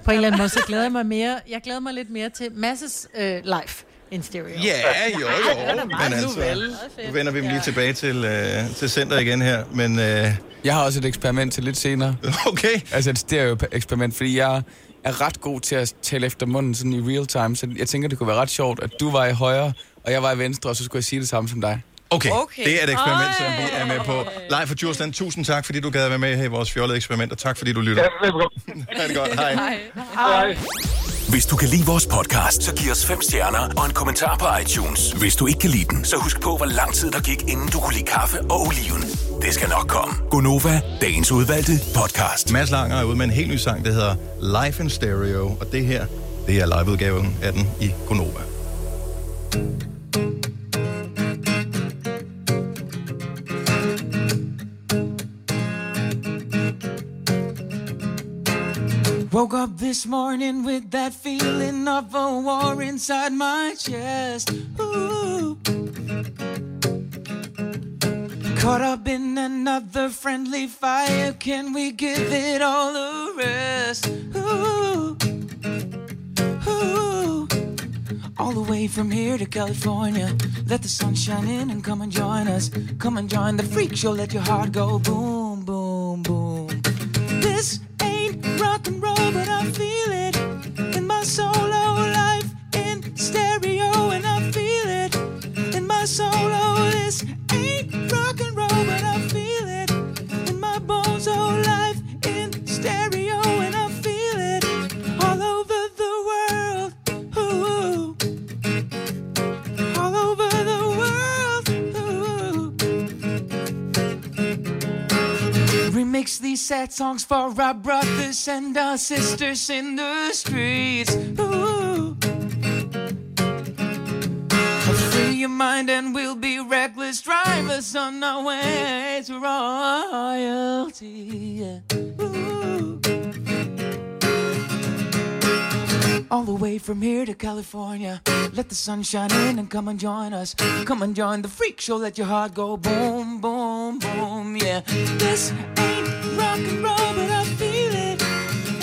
[SPEAKER 3] På en eller anden måde, så glæder jeg mig mere, jeg glæder mig lidt mere til Masses øh, live end stereo.
[SPEAKER 1] Ja, jo, jo. Men altså, nu vender vi dem lige tilbage til, øh, til center igen her. Men, øh...
[SPEAKER 13] Jeg har også et eksperiment til lidt senere.
[SPEAKER 1] Okay.
[SPEAKER 13] Altså et stereo-eksperiment, fordi jeg er ret god til at tale efter munden sådan i real time, så jeg tænker, det kunne være ret sjovt, at du var i højre, og jeg var i venstre, og så skulle jeg sige det samme som dig.
[SPEAKER 1] Okay, okay, det er et eksperiment, som vi er med på. Live for Djursland, tusind tak, fordi du gad at være med her i vores fjollede eksperiment, og tak fordi du lytter. Ja, velkommen. ha' det godt, hej.
[SPEAKER 12] Hej.
[SPEAKER 5] Hvis du kan lide vores podcast, så giv os fem stjerner og en kommentar på iTunes. Hvis du ikke kan lide den, så husk på, hvor lang tid der gik, inden du kunne lide kaffe og oliven. Det skal nok komme.
[SPEAKER 1] Gonova, dagens udvalgte podcast. Mads Langer er ude med en helt ny sang, der hedder Life in Stereo, og det her, det er liveudgaven af den i Gonova.
[SPEAKER 14] Woke up this morning with that feeling of a war inside my chest. Ooh. Caught up in another friendly fire. Can we give it all a rest? Ooh. Ooh. All the way from here to California. Let the sun shine in and come and join us. Come and join the freak show. Let your heart go boom, boom, boom. This ain't rock and roll, but I feel it in my soul. Oh, life in stereo, and I feel it in my soul. Oh, this ain't rock and roll, but I feel it in my bones. Oh, life in stereo, and I feel it all over the world. Ooh, all over the world. Ooh. Remix these sad songs for our brothers and our sisters in the streets. Ooh. Free your mind and we'll be reckless drivers on our way to royalty. yeah. Ooh. All the way from here to California. Let the sun shine in and come and join us. Come and join the freak show. Let your heart go boom, boom, boom. Yeah. This ain't rock and roll, but I feel it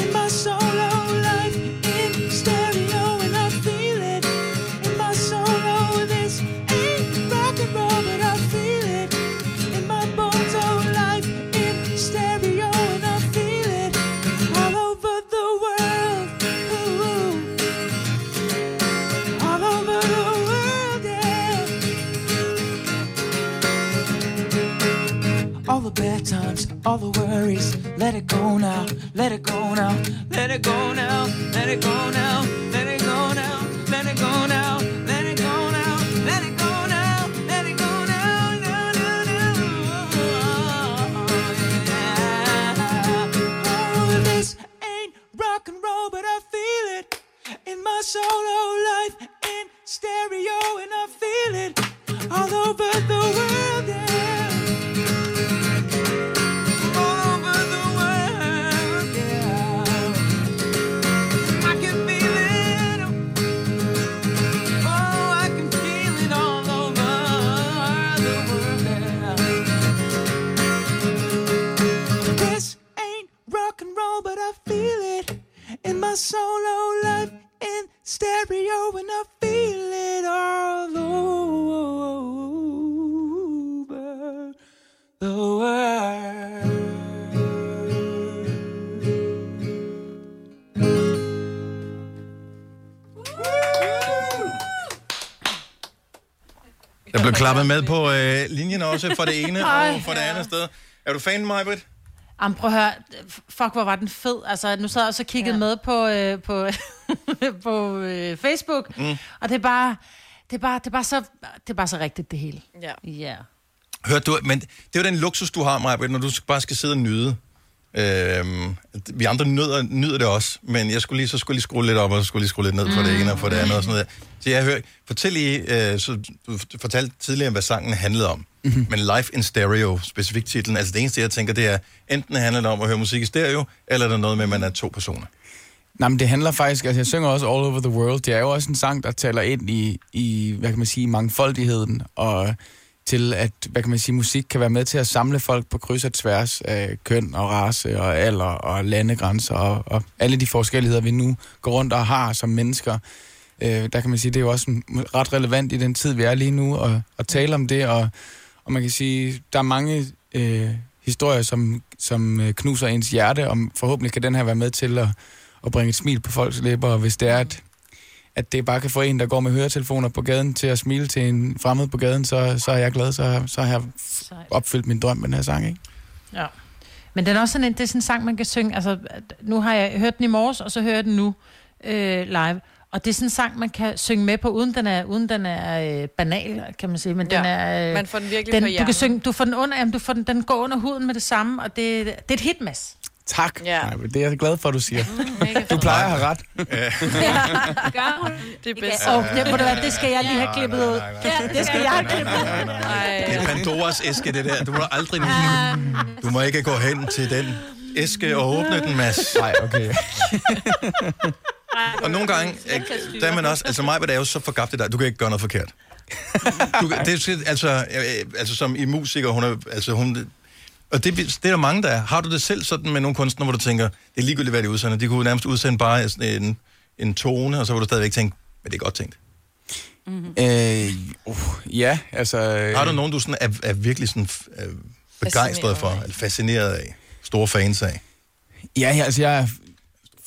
[SPEAKER 14] in my soul. Oh, life in stereo, and I feel it oh, all the bad times, all the worries. Let it go now, let it go now, let it go now, let it go now, let it go now, let it go now, let it go now, let it go now, let it go now, now, now, now. Yeah. Oh, this ain't rock and roll, but I feel it in my solo life in stereo, and I feel it all over the world. Yeah. All over the world. Yeah. I can feel it. Oh, I can feel it all over the world. Yeah. This ain't rock and roll, but I feel it in my solo life in stereo and I feel it all over the world.
[SPEAKER 1] Der blev klappet med på øh, linjen også fra det ene
[SPEAKER 3] Ej,
[SPEAKER 1] og fra det andet sted. Er du fan, Majbrit?
[SPEAKER 3] Jamen, prøv at høre. Fuck, hvor var den fed. Altså, nu sad jeg også og kiggede ja. med på, øh, på, på øh, Facebook, mm.
[SPEAKER 1] Mm.
[SPEAKER 3] og det er bare... Det er, bare, det, er bare så, det er bare så rigtigt, det hele.
[SPEAKER 2] Ja.
[SPEAKER 4] ja.
[SPEAKER 1] Hørte du, men det er jo den luksus, du har, Majbrit, når du bare skal sidde og nyde. Øhm, vi andre nyder, nyder det også, men jeg skulle lige, så skulle jeg lige skrue lidt op, og så skulle jeg lige skrue lidt ned for det ene og for det andet og sådan noget. Så jeg hører, fortæl lige, øh, så du fortalte tidligere, hvad sangen handlede om. Mm-hmm. Men Life in Stereo, specifikt titlen, altså det eneste, jeg tænker, det er, enten handler det om at høre musik i stereo, eller er der noget med, at man er to personer.
[SPEAKER 13] Nej, men det handler faktisk, altså jeg synger også All Over The World. Det er jo også en sang, der taler ind i, i hvad kan man sige, mangfoldigheden, og til at, hvad kan man sige, musik kan være med til at samle folk på kryds og tværs af køn og race og alder og landegrænser og, og alle de forskelligheder, vi nu går rundt og har som mennesker. Øh, der kan man sige, det er jo også en- ret relevant i den tid, vi er lige nu, og, at tale om det, og, og man kan sige, der er mange øh, historier, som, som øh, knuser ens hjerte, og forhåbentlig kan den her være med til at og bringe et smil på folks læber, og hvis det er, at, at det bare kan få en, der går med høretelefoner på gaden, til at smile til en fremmed på gaden, så, så er jeg glad, så, har- så har jeg opfyldt min drøm med den her sang, ikke?
[SPEAKER 3] Ja. Men den er også sådan en, det er sådan en sang, man kan synge. Altså, nu har jeg hørt den i morges, og så hører jeg den nu øh, live. Og det er sådan en sang, man kan synge med på, uden den er, uden den er øh, banal, kan man sige. Men ja. den er, øh,
[SPEAKER 2] Man får den virkelig
[SPEAKER 3] den,
[SPEAKER 2] på
[SPEAKER 3] du
[SPEAKER 2] hjernen.
[SPEAKER 3] kan synge, du får den under, jamen, du får den, den går under huden med det samme, og det, det er et hit, Mads.
[SPEAKER 13] Tak.
[SPEAKER 2] Ja.
[SPEAKER 13] Nej, men det er jeg glad for, at du siger. Du plejer at have ret.
[SPEAKER 4] Gør hun?
[SPEAKER 2] Det er bedst.
[SPEAKER 3] Og det, ved du hvad, det skal jeg lige have klippet ud. Ja, det skal jeg have klippet ud.
[SPEAKER 1] Det er Pandoras æske, det der. Du må aldrig... Du må ikke gå hen til den æske og åbne den, Mads.
[SPEAKER 13] Nej, okay.
[SPEAKER 1] Og nogle gange, øh, der er man også... Altså mig, er jo så forgabt i dig. Du kan ikke gøre noget forkert. Du, kan- det, er sådan- altså, øh, øh, altså, som i musiker, hun er... Altså, hun, og det, det er der mange, der er. Har du det selv sådan med nogle kunstnere, hvor du tænker, det er ligegyldigt, hvad de udsender. De kunne nærmest udsende bare sådan en, en tone, og så vil du stadigvæk tænke, men det er godt tænkt.
[SPEAKER 13] Øh, uh, ja, altså... øh,
[SPEAKER 1] Har du nogen, du sådan er, er virkelig sådan, øh, begejstret
[SPEAKER 13] Fascineret
[SPEAKER 1] for, eller fascineret af, store fans af?
[SPEAKER 13] Ja, ja, altså jeg er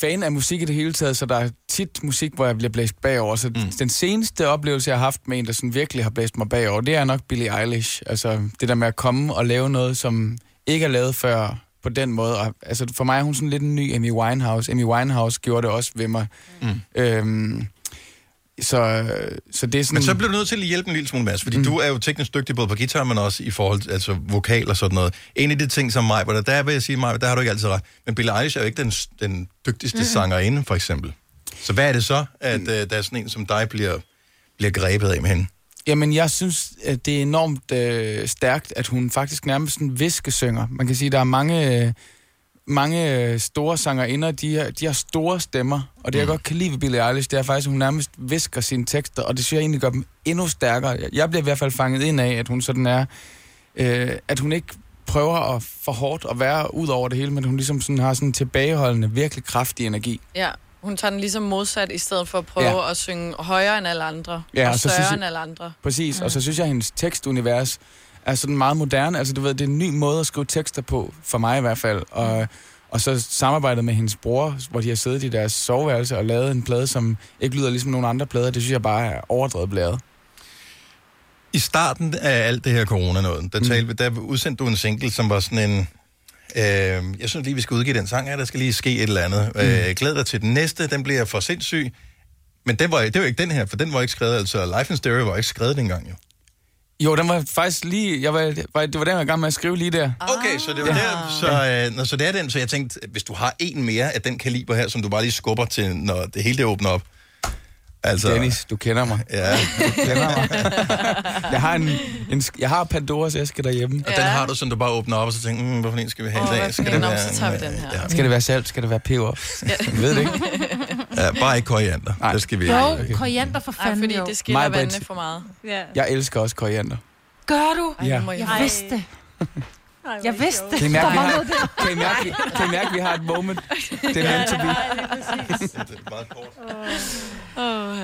[SPEAKER 13] fan af musik i det hele taget, så der er tit musik, hvor jeg bliver blæst bagover. Så mm. den seneste oplevelse, jeg har haft med en, der sådan virkelig har blæst mig bagover, det er nok Billie Eilish. Altså det der med at komme og lave noget, som ikke er lavet før på den måde. Og, altså for mig er hun sådan lidt en ny Amy Winehouse. Amy Winehouse gjorde det også ved mig. Mm. Øhm, så, så det er sådan...
[SPEAKER 1] Men så bliver du nødt til at hjælpe en lille smule, Mads, fordi mm. du er jo teknisk dygtig både på guitar, men også i forhold til altså, vokal og sådan noget. En af de ting som mig, hvor der, der vil jeg sige mig, der har du ikke altid ret. Men Billie Eilish er jo ikke den, den dygtigste
[SPEAKER 13] Mm-mm.
[SPEAKER 1] mm. sangerinde, for eksempel. Så hvad er det så, at mm. øh, der er sådan en som dig bliver, bliver grebet af med hende?
[SPEAKER 13] Jamen, jeg synes, at det er enormt øh, stærkt, at hun faktisk nærmest sådan viskesynger. Man kan sige, at der er mange, øh, mange øh, store sangerinder, de har, de har store stemmer. Og det, jeg godt kan lide ved Billie Eilish, det er faktisk, at hun nærmest visker sine tekster, og det synes jeg egentlig gør dem endnu stærkere. Jeg- Jeg bliver i hvert fald fanget ind af, at hun sådan er... Øh, at hun ikke prøver at for hårdt at være ud over det hele, men hun ligesom sådan har sådan en tilbageholdende, virkelig kraftig energi.
[SPEAKER 2] Ja, hun tager den ligesom modsat, i stedet for at prøve ja.
[SPEAKER 13] Ja.
[SPEAKER 2] at synge højere end alle andre,
[SPEAKER 13] Ja,
[SPEAKER 2] ja, og
[SPEAKER 13] og så
[SPEAKER 2] større
[SPEAKER 13] synes jeg-
[SPEAKER 2] end alle andre.
[SPEAKER 13] Præcis, og så synes jeg, at hendes tekstunivers er sådan meget moderne. Altså, du ved, det er en ny måde at skrive tekster på, for mig i hvert fald. Og, og så samarbejdet med hendes bror, hvor de har siddet i deres soveværelse og lavet en plade, som ikke lyder ligesom nogen andre plader. Det synes jeg bare er overdrevet blæret.
[SPEAKER 1] I starten af alt det her corona noget, der, talte, vi- der udsendte du en single, som var sådan en... Øh, jeg synes lige, vi skal udgive den sang her, der skal lige ske et eller andet. Mm. Øh, glæd dig til den næste, den bliver for sindssyg. Men den var, det var ikke den her, for den var ikke skrevet, altså Life in Stereo var ikke skrevet dengang jo.
[SPEAKER 13] Jo, den var faktisk lige... Jeg var, var, det var den, jeg var i gang med at skrive lige der.
[SPEAKER 1] Okay, så det var der, så, øh, nå, så det er den, så jeg tænkte, hvis du har en mere af den kaliber her, som du bare lige skubber til, når det hele det åbner op. Altså,
[SPEAKER 13] Dennis, du kender mig.
[SPEAKER 1] Ja.
[SPEAKER 13] Du kender mig. Jeg har, en, en, sk- jeg har Pandoras æske derhjemme.
[SPEAKER 1] Og den har du sådan, du bare åbner op, og så tænker, mm, hvorfor en skal vi have i dag? Skal det
[SPEAKER 2] Nå,
[SPEAKER 1] være
[SPEAKER 2] så tager vi
[SPEAKER 1] en, øh,
[SPEAKER 2] den her.
[SPEAKER 1] Ja.
[SPEAKER 13] Skal det være salt? Skal det være peber? Jeg ved det ikke.
[SPEAKER 1] Ja, bare ikke koriander. Nej. Det skal vi
[SPEAKER 3] Jo,
[SPEAKER 1] ikke.
[SPEAKER 3] okay. koriander for fanden,
[SPEAKER 2] fordi
[SPEAKER 3] jo.
[SPEAKER 2] det skiller
[SPEAKER 13] Mig, Britt.
[SPEAKER 2] vandene for meget. Ja.
[SPEAKER 13] Jeg elsker også koriander.
[SPEAKER 3] Gør du?
[SPEAKER 13] Ej, Ja. nu må
[SPEAKER 3] Jeg
[SPEAKER 13] jeg-
[SPEAKER 3] vidste det. Jeg vidste det.
[SPEAKER 13] Kan I
[SPEAKER 3] Der
[SPEAKER 13] mærke, vi
[SPEAKER 3] var
[SPEAKER 13] har,
[SPEAKER 3] noget der.
[SPEAKER 13] kan I mærke, vi- kan I mærke, vi har et moment? Det er meant to be.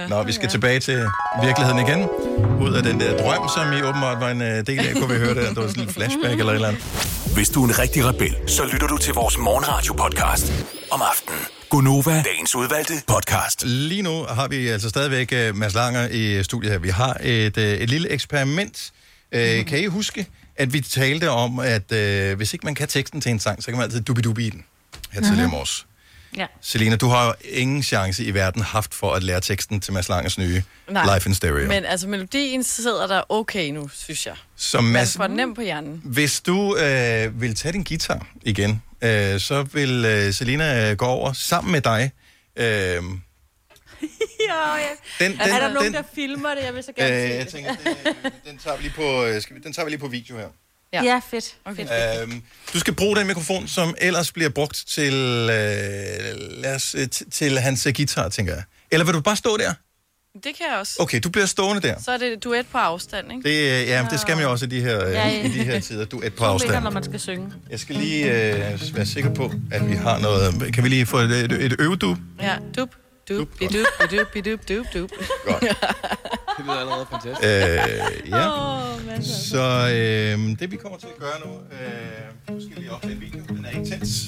[SPEAKER 1] Nå, vi skal tilbage til virkeligheden igen. Ud af den der drøm, som I åbenbart var en øh, del af, kunne vi høre det. Der var sådan en flashback eller et eller andet.
[SPEAKER 5] Hvis du er en rigtig rebel, så lytter du til vores morgenradio-podcast om aftenen. Gunova, dagens udvalgte podcast.
[SPEAKER 1] Lige nu har vi altså stadigvæk øh, Mads Langer i studiet her. Vi har et, øh, et lille eksperiment. Øh, kan I huske, at vi talte om, at øh, hvis ikke man kan teksten til en sang, så kan man altid dubidubi i den her tidligere
[SPEAKER 4] Mhm.
[SPEAKER 1] i morges.
[SPEAKER 4] Ja.
[SPEAKER 1] Selina, du har jo ingen chance i verden haft for at lære teksten til Mads Langers nye Nej. Life in Stereo. Men...
[SPEAKER 2] Men altså, melodien sidder der okay nu, synes jeg.
[SPEAKER 1] Så
[SPEAKER 2] Man
[SPEAKER 1] Mads,
[SPEAKER 2] får den nem på hjernen.
[SPEAKER 1] hvis du øh, vil tage din guitar igen, øh, så vil øh, Selina øh, gå over sammen med dig. Øh,
[SPEAKER 15] ja,
[SPEAKER 1] øh,
[SPEAKER 15] ja.
[SPEAKER 1] Den-
[SPEAKER 15] er
[SPEAKER 1] den-
[SPEAKER 15] der nogen,
[SPEAKER 1] den- Øh,
[SPEAKER 15] der filmer det? Jeg vil så gerne se
[SPEAKER 1] jeg
[SPEAKER 15] det.
[SPEAKER 1] tænker, det, den, tager vi lige på, øh, skal vi, den tager vi lige på video her.
[SPEAKER 4] Ja, ja fedt. Okay.
[SPEAKER 1] Øhm, du skal bruge den mikrofon, som ellers bliver brugt til, øh, lad os, øh, t- til hans øh, guitar, tænker jeg. Eller vil du bare stå der?
[SPEAKER 2] Det kan jeg også.
[SPEAKER 1] Okay, du bliver stående der.
[SPEAKER 2] Så er det duet på afstand, ikke?
[SPEAKER 1] Det, øh, ja, det skal man jo også i de her, øh,
[SPEAKER 2] Ja, ja.
[SPEAKER 1] i de her tider. Du er et på
[SPEAKER 4] To meter,
[SPEAKER 1] afstand.
[SPEAKER 4] når man skal synge.
[SPEAKER 1] Jeg skal lige øh, være sikker på, at vi har noget... Kan vi lige få et, et, et øvedub?
[SPEAKER 2] Ja, dup, dup, bidup, bidup, bidup, dup, dup.
[SPEAKER 1] Godt.
[SPEAKER 13] Det lyder allerede
[SPEAKER 1] Øh,
[SPEAKER 13] fantastisk.
[SPEAKER 1] ja.
[SPEAKER 2] Åh, Mads, altså.
[SPEAKER 1] Så øh, det vi kommer til at gøre nu... Øh, nu skal vi lige optage en video. Den er intens.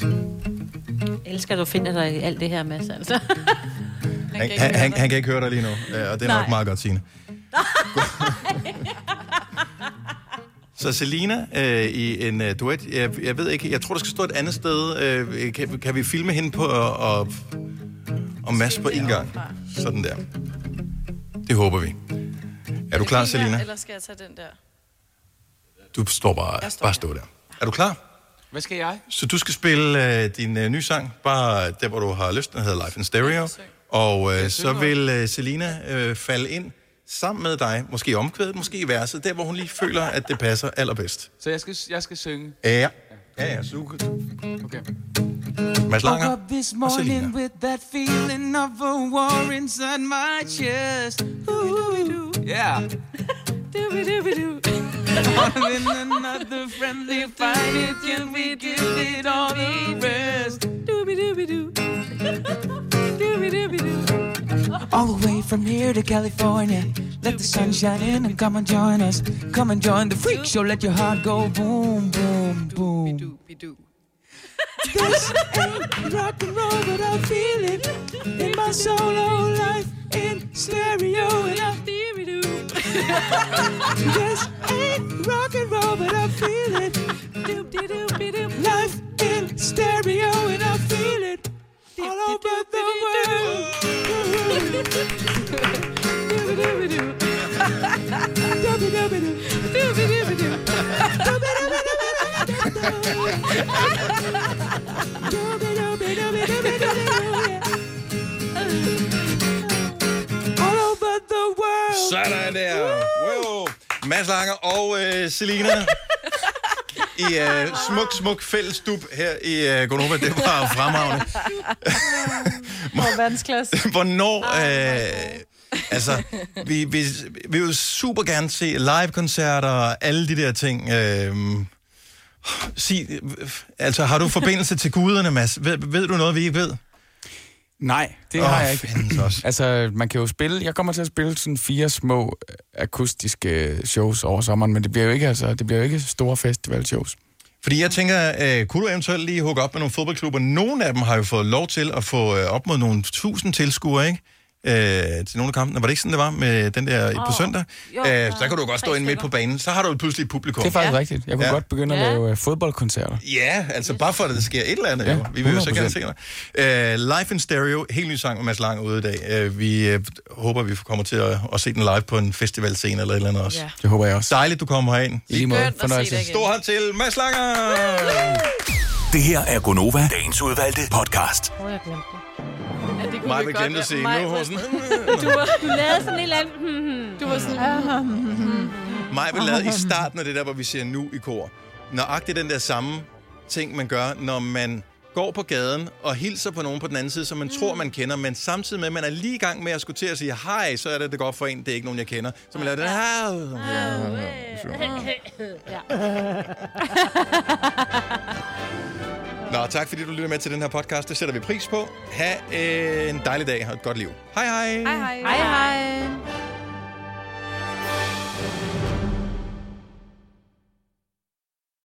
[SPEAKER 4] Jeg elsker, at du finder dig i alt det her, Mads, altså.
[SPEAKER 1] Han, han, han, han kan ikke høre dig lige nu, øh, og det er
[SPEAKER 4] Nej.
[SPEAKER 1] nok meget godt, Signe. Så Selina øh, i en øh, duet, jeg, jeg ved ikke, jeg tror, der skal stå et andet sted. Øh, kan, kan vi filme hende på og, og, og Mads på en gang? Sådan der. Det håber vi. Er du klar, Selina?
[SPEAKER 2] Eller skal jeg tage den der?
[SPEAKER 1] Du står bare, bare stå der. Er du klar?
[SPEAKER 13] Hvad skal jeg?
[SPEAKER 1] Så du skal spille øh, din øh, nye sang, bare der, hvor du har lyst. Den hedder Life in Stereo. Og øh, så vil øh, Selina øh, falde ind sammen med dig, måske i omkvædet, måske i verset, der, hvor hun lige føler, at det passer allerbedst.
[SPEAKER 13] Så jeg skal, jeg skal synge.
[SPEAKER 1] Ja, ja, ja, så du
[SPEAKER 13] Okay.
[SPEAKER 14] Woke
[SPEAKER 1] Mads Langer
[SPEAKER 14] up this
[SPEAKER 1] og Selina.
[SPEAKER 14] morning with that feeling of a war inside my chest. Ooh, yeah. One in another friendly fight, it can we give it all the rest? All the way from here to California. Let the sun shine in and come and join us. Come and join the freak show. Let your heart go boom, boom, boom. This ain't rock and roll, but I feel it in my soul. Oh, life in stereo, and I feel it. This ain't rock and roll, but I feel it. Life in stereo, and I feel it all over the All over the world.
[SPEAKER 1] Sådan der. Wow. Mads Langer og øh, Selina i øh, smuk, smuk fælles dub her i øh, Gonova. Det var fremragende.
[SPEAKER 3] Og verdensklasse.
[SPEAKER 1] Hvornår... Øh, altså, vi, vi, vi vil super gerne se live-koncerter og alle de der ting. Øh, sig, altså, har du forbindelse til guderne, Mads? Ved, ved du noget, vi ikke ved?
[SPEAKER 13] Nej, det
[SPEAKER 1] Åh,
[SPEAKER 13] har jeg ikke.
[SPEAKER 1] fandens også.
[SPEAKER 13] altså, man kan jo spille... Jeg kommer til at spille sådan fire små øh, akustiske øh, shows over sommeren, men det bliver jo ikke, altså, det bliver jo ikke store festivalshows.
[SPEAKER 1] Fordi jeg tænker, øh, kunne du eventuelt lige hugge op med nogle fodboldklubber? Nogle af dem har jo fået lov til at få øh, op mod nogle tusind tilskuere, ikke? øh, til nogle af kampene. Var det ikke sådan, det var med den der oh, på
[SPEAKER 13] Åh,
[SPEAKER 1] søndag?
[SPEAKER 13] jo,
[SPEAKER 1] øh, så kan du godt stå inde midt på banen. Så har du pludselig et publikum.
[SPEAKER 13] Det er faktisk ja. rigtigt. Jeg kunne ja. godt begynde at
[SPEAKER 1] Ja.
[SPEAKER 13] lave øh, fodboldkoncerter.
[SPEAKER 1] Ja, altså bare for, at der sker et eller andet.
[SPEAKER 13] Ja,
[SPEAKER 1] Ja, vi vil jo så
[SPEAKER 13] 100%.
[SPEAKER 1] gerne se dig. Øh, Live in Stereo, helt ny sang med Mads Lang ude i dag. Uh, vi øh, håber, vi kommer til at, at se den live på en festivalscene eller et eller andet også.
[SPEAKER 13] Ja. Det håber jeg også.
[SPEAKER 1] Dejligt, du kommer herind.
[SPEAKER 13] I lige måde. Skønt at se dig Fornøjelse. igen.
[SPEAKER 1] Stor hånd til Mads Langer!
[SPEAKER 5] Det her er Gonova, dagens udvalgte podcast.
[SPEAKER 4] Åh, jeg glemte det.
[SPEAKER 2] Ja, det
[SPEAKER 1] Maja vil glemte at sige, nu er hun sådan...
[SPEAKER 4] Du, var, du lavede sådan en eller anden...
[SPEAKER 2] Du var sådan...
[SPEAKER 1] Maja vil lade i starten af det der, hvor vi siger nu i kor. Nøjagtigt den der samme ting, man gør, når man går på gaden og hilser på nogen på den anden side, som man mm. tror, man kender, men samtidig med, at man er lige i gang med at skulle til at sige hej, så er det det godt for en, det er ikke nogen, jeg kender. Så man laver det her. Nå, tak fordi du lytter med til den her podcast. Det sætter vi pris på. Ha' en dejlig dag og et godt liv. Hej hej.
[SPEAKER 2] Hej hej.
[SPEAKER 3] Hej hej.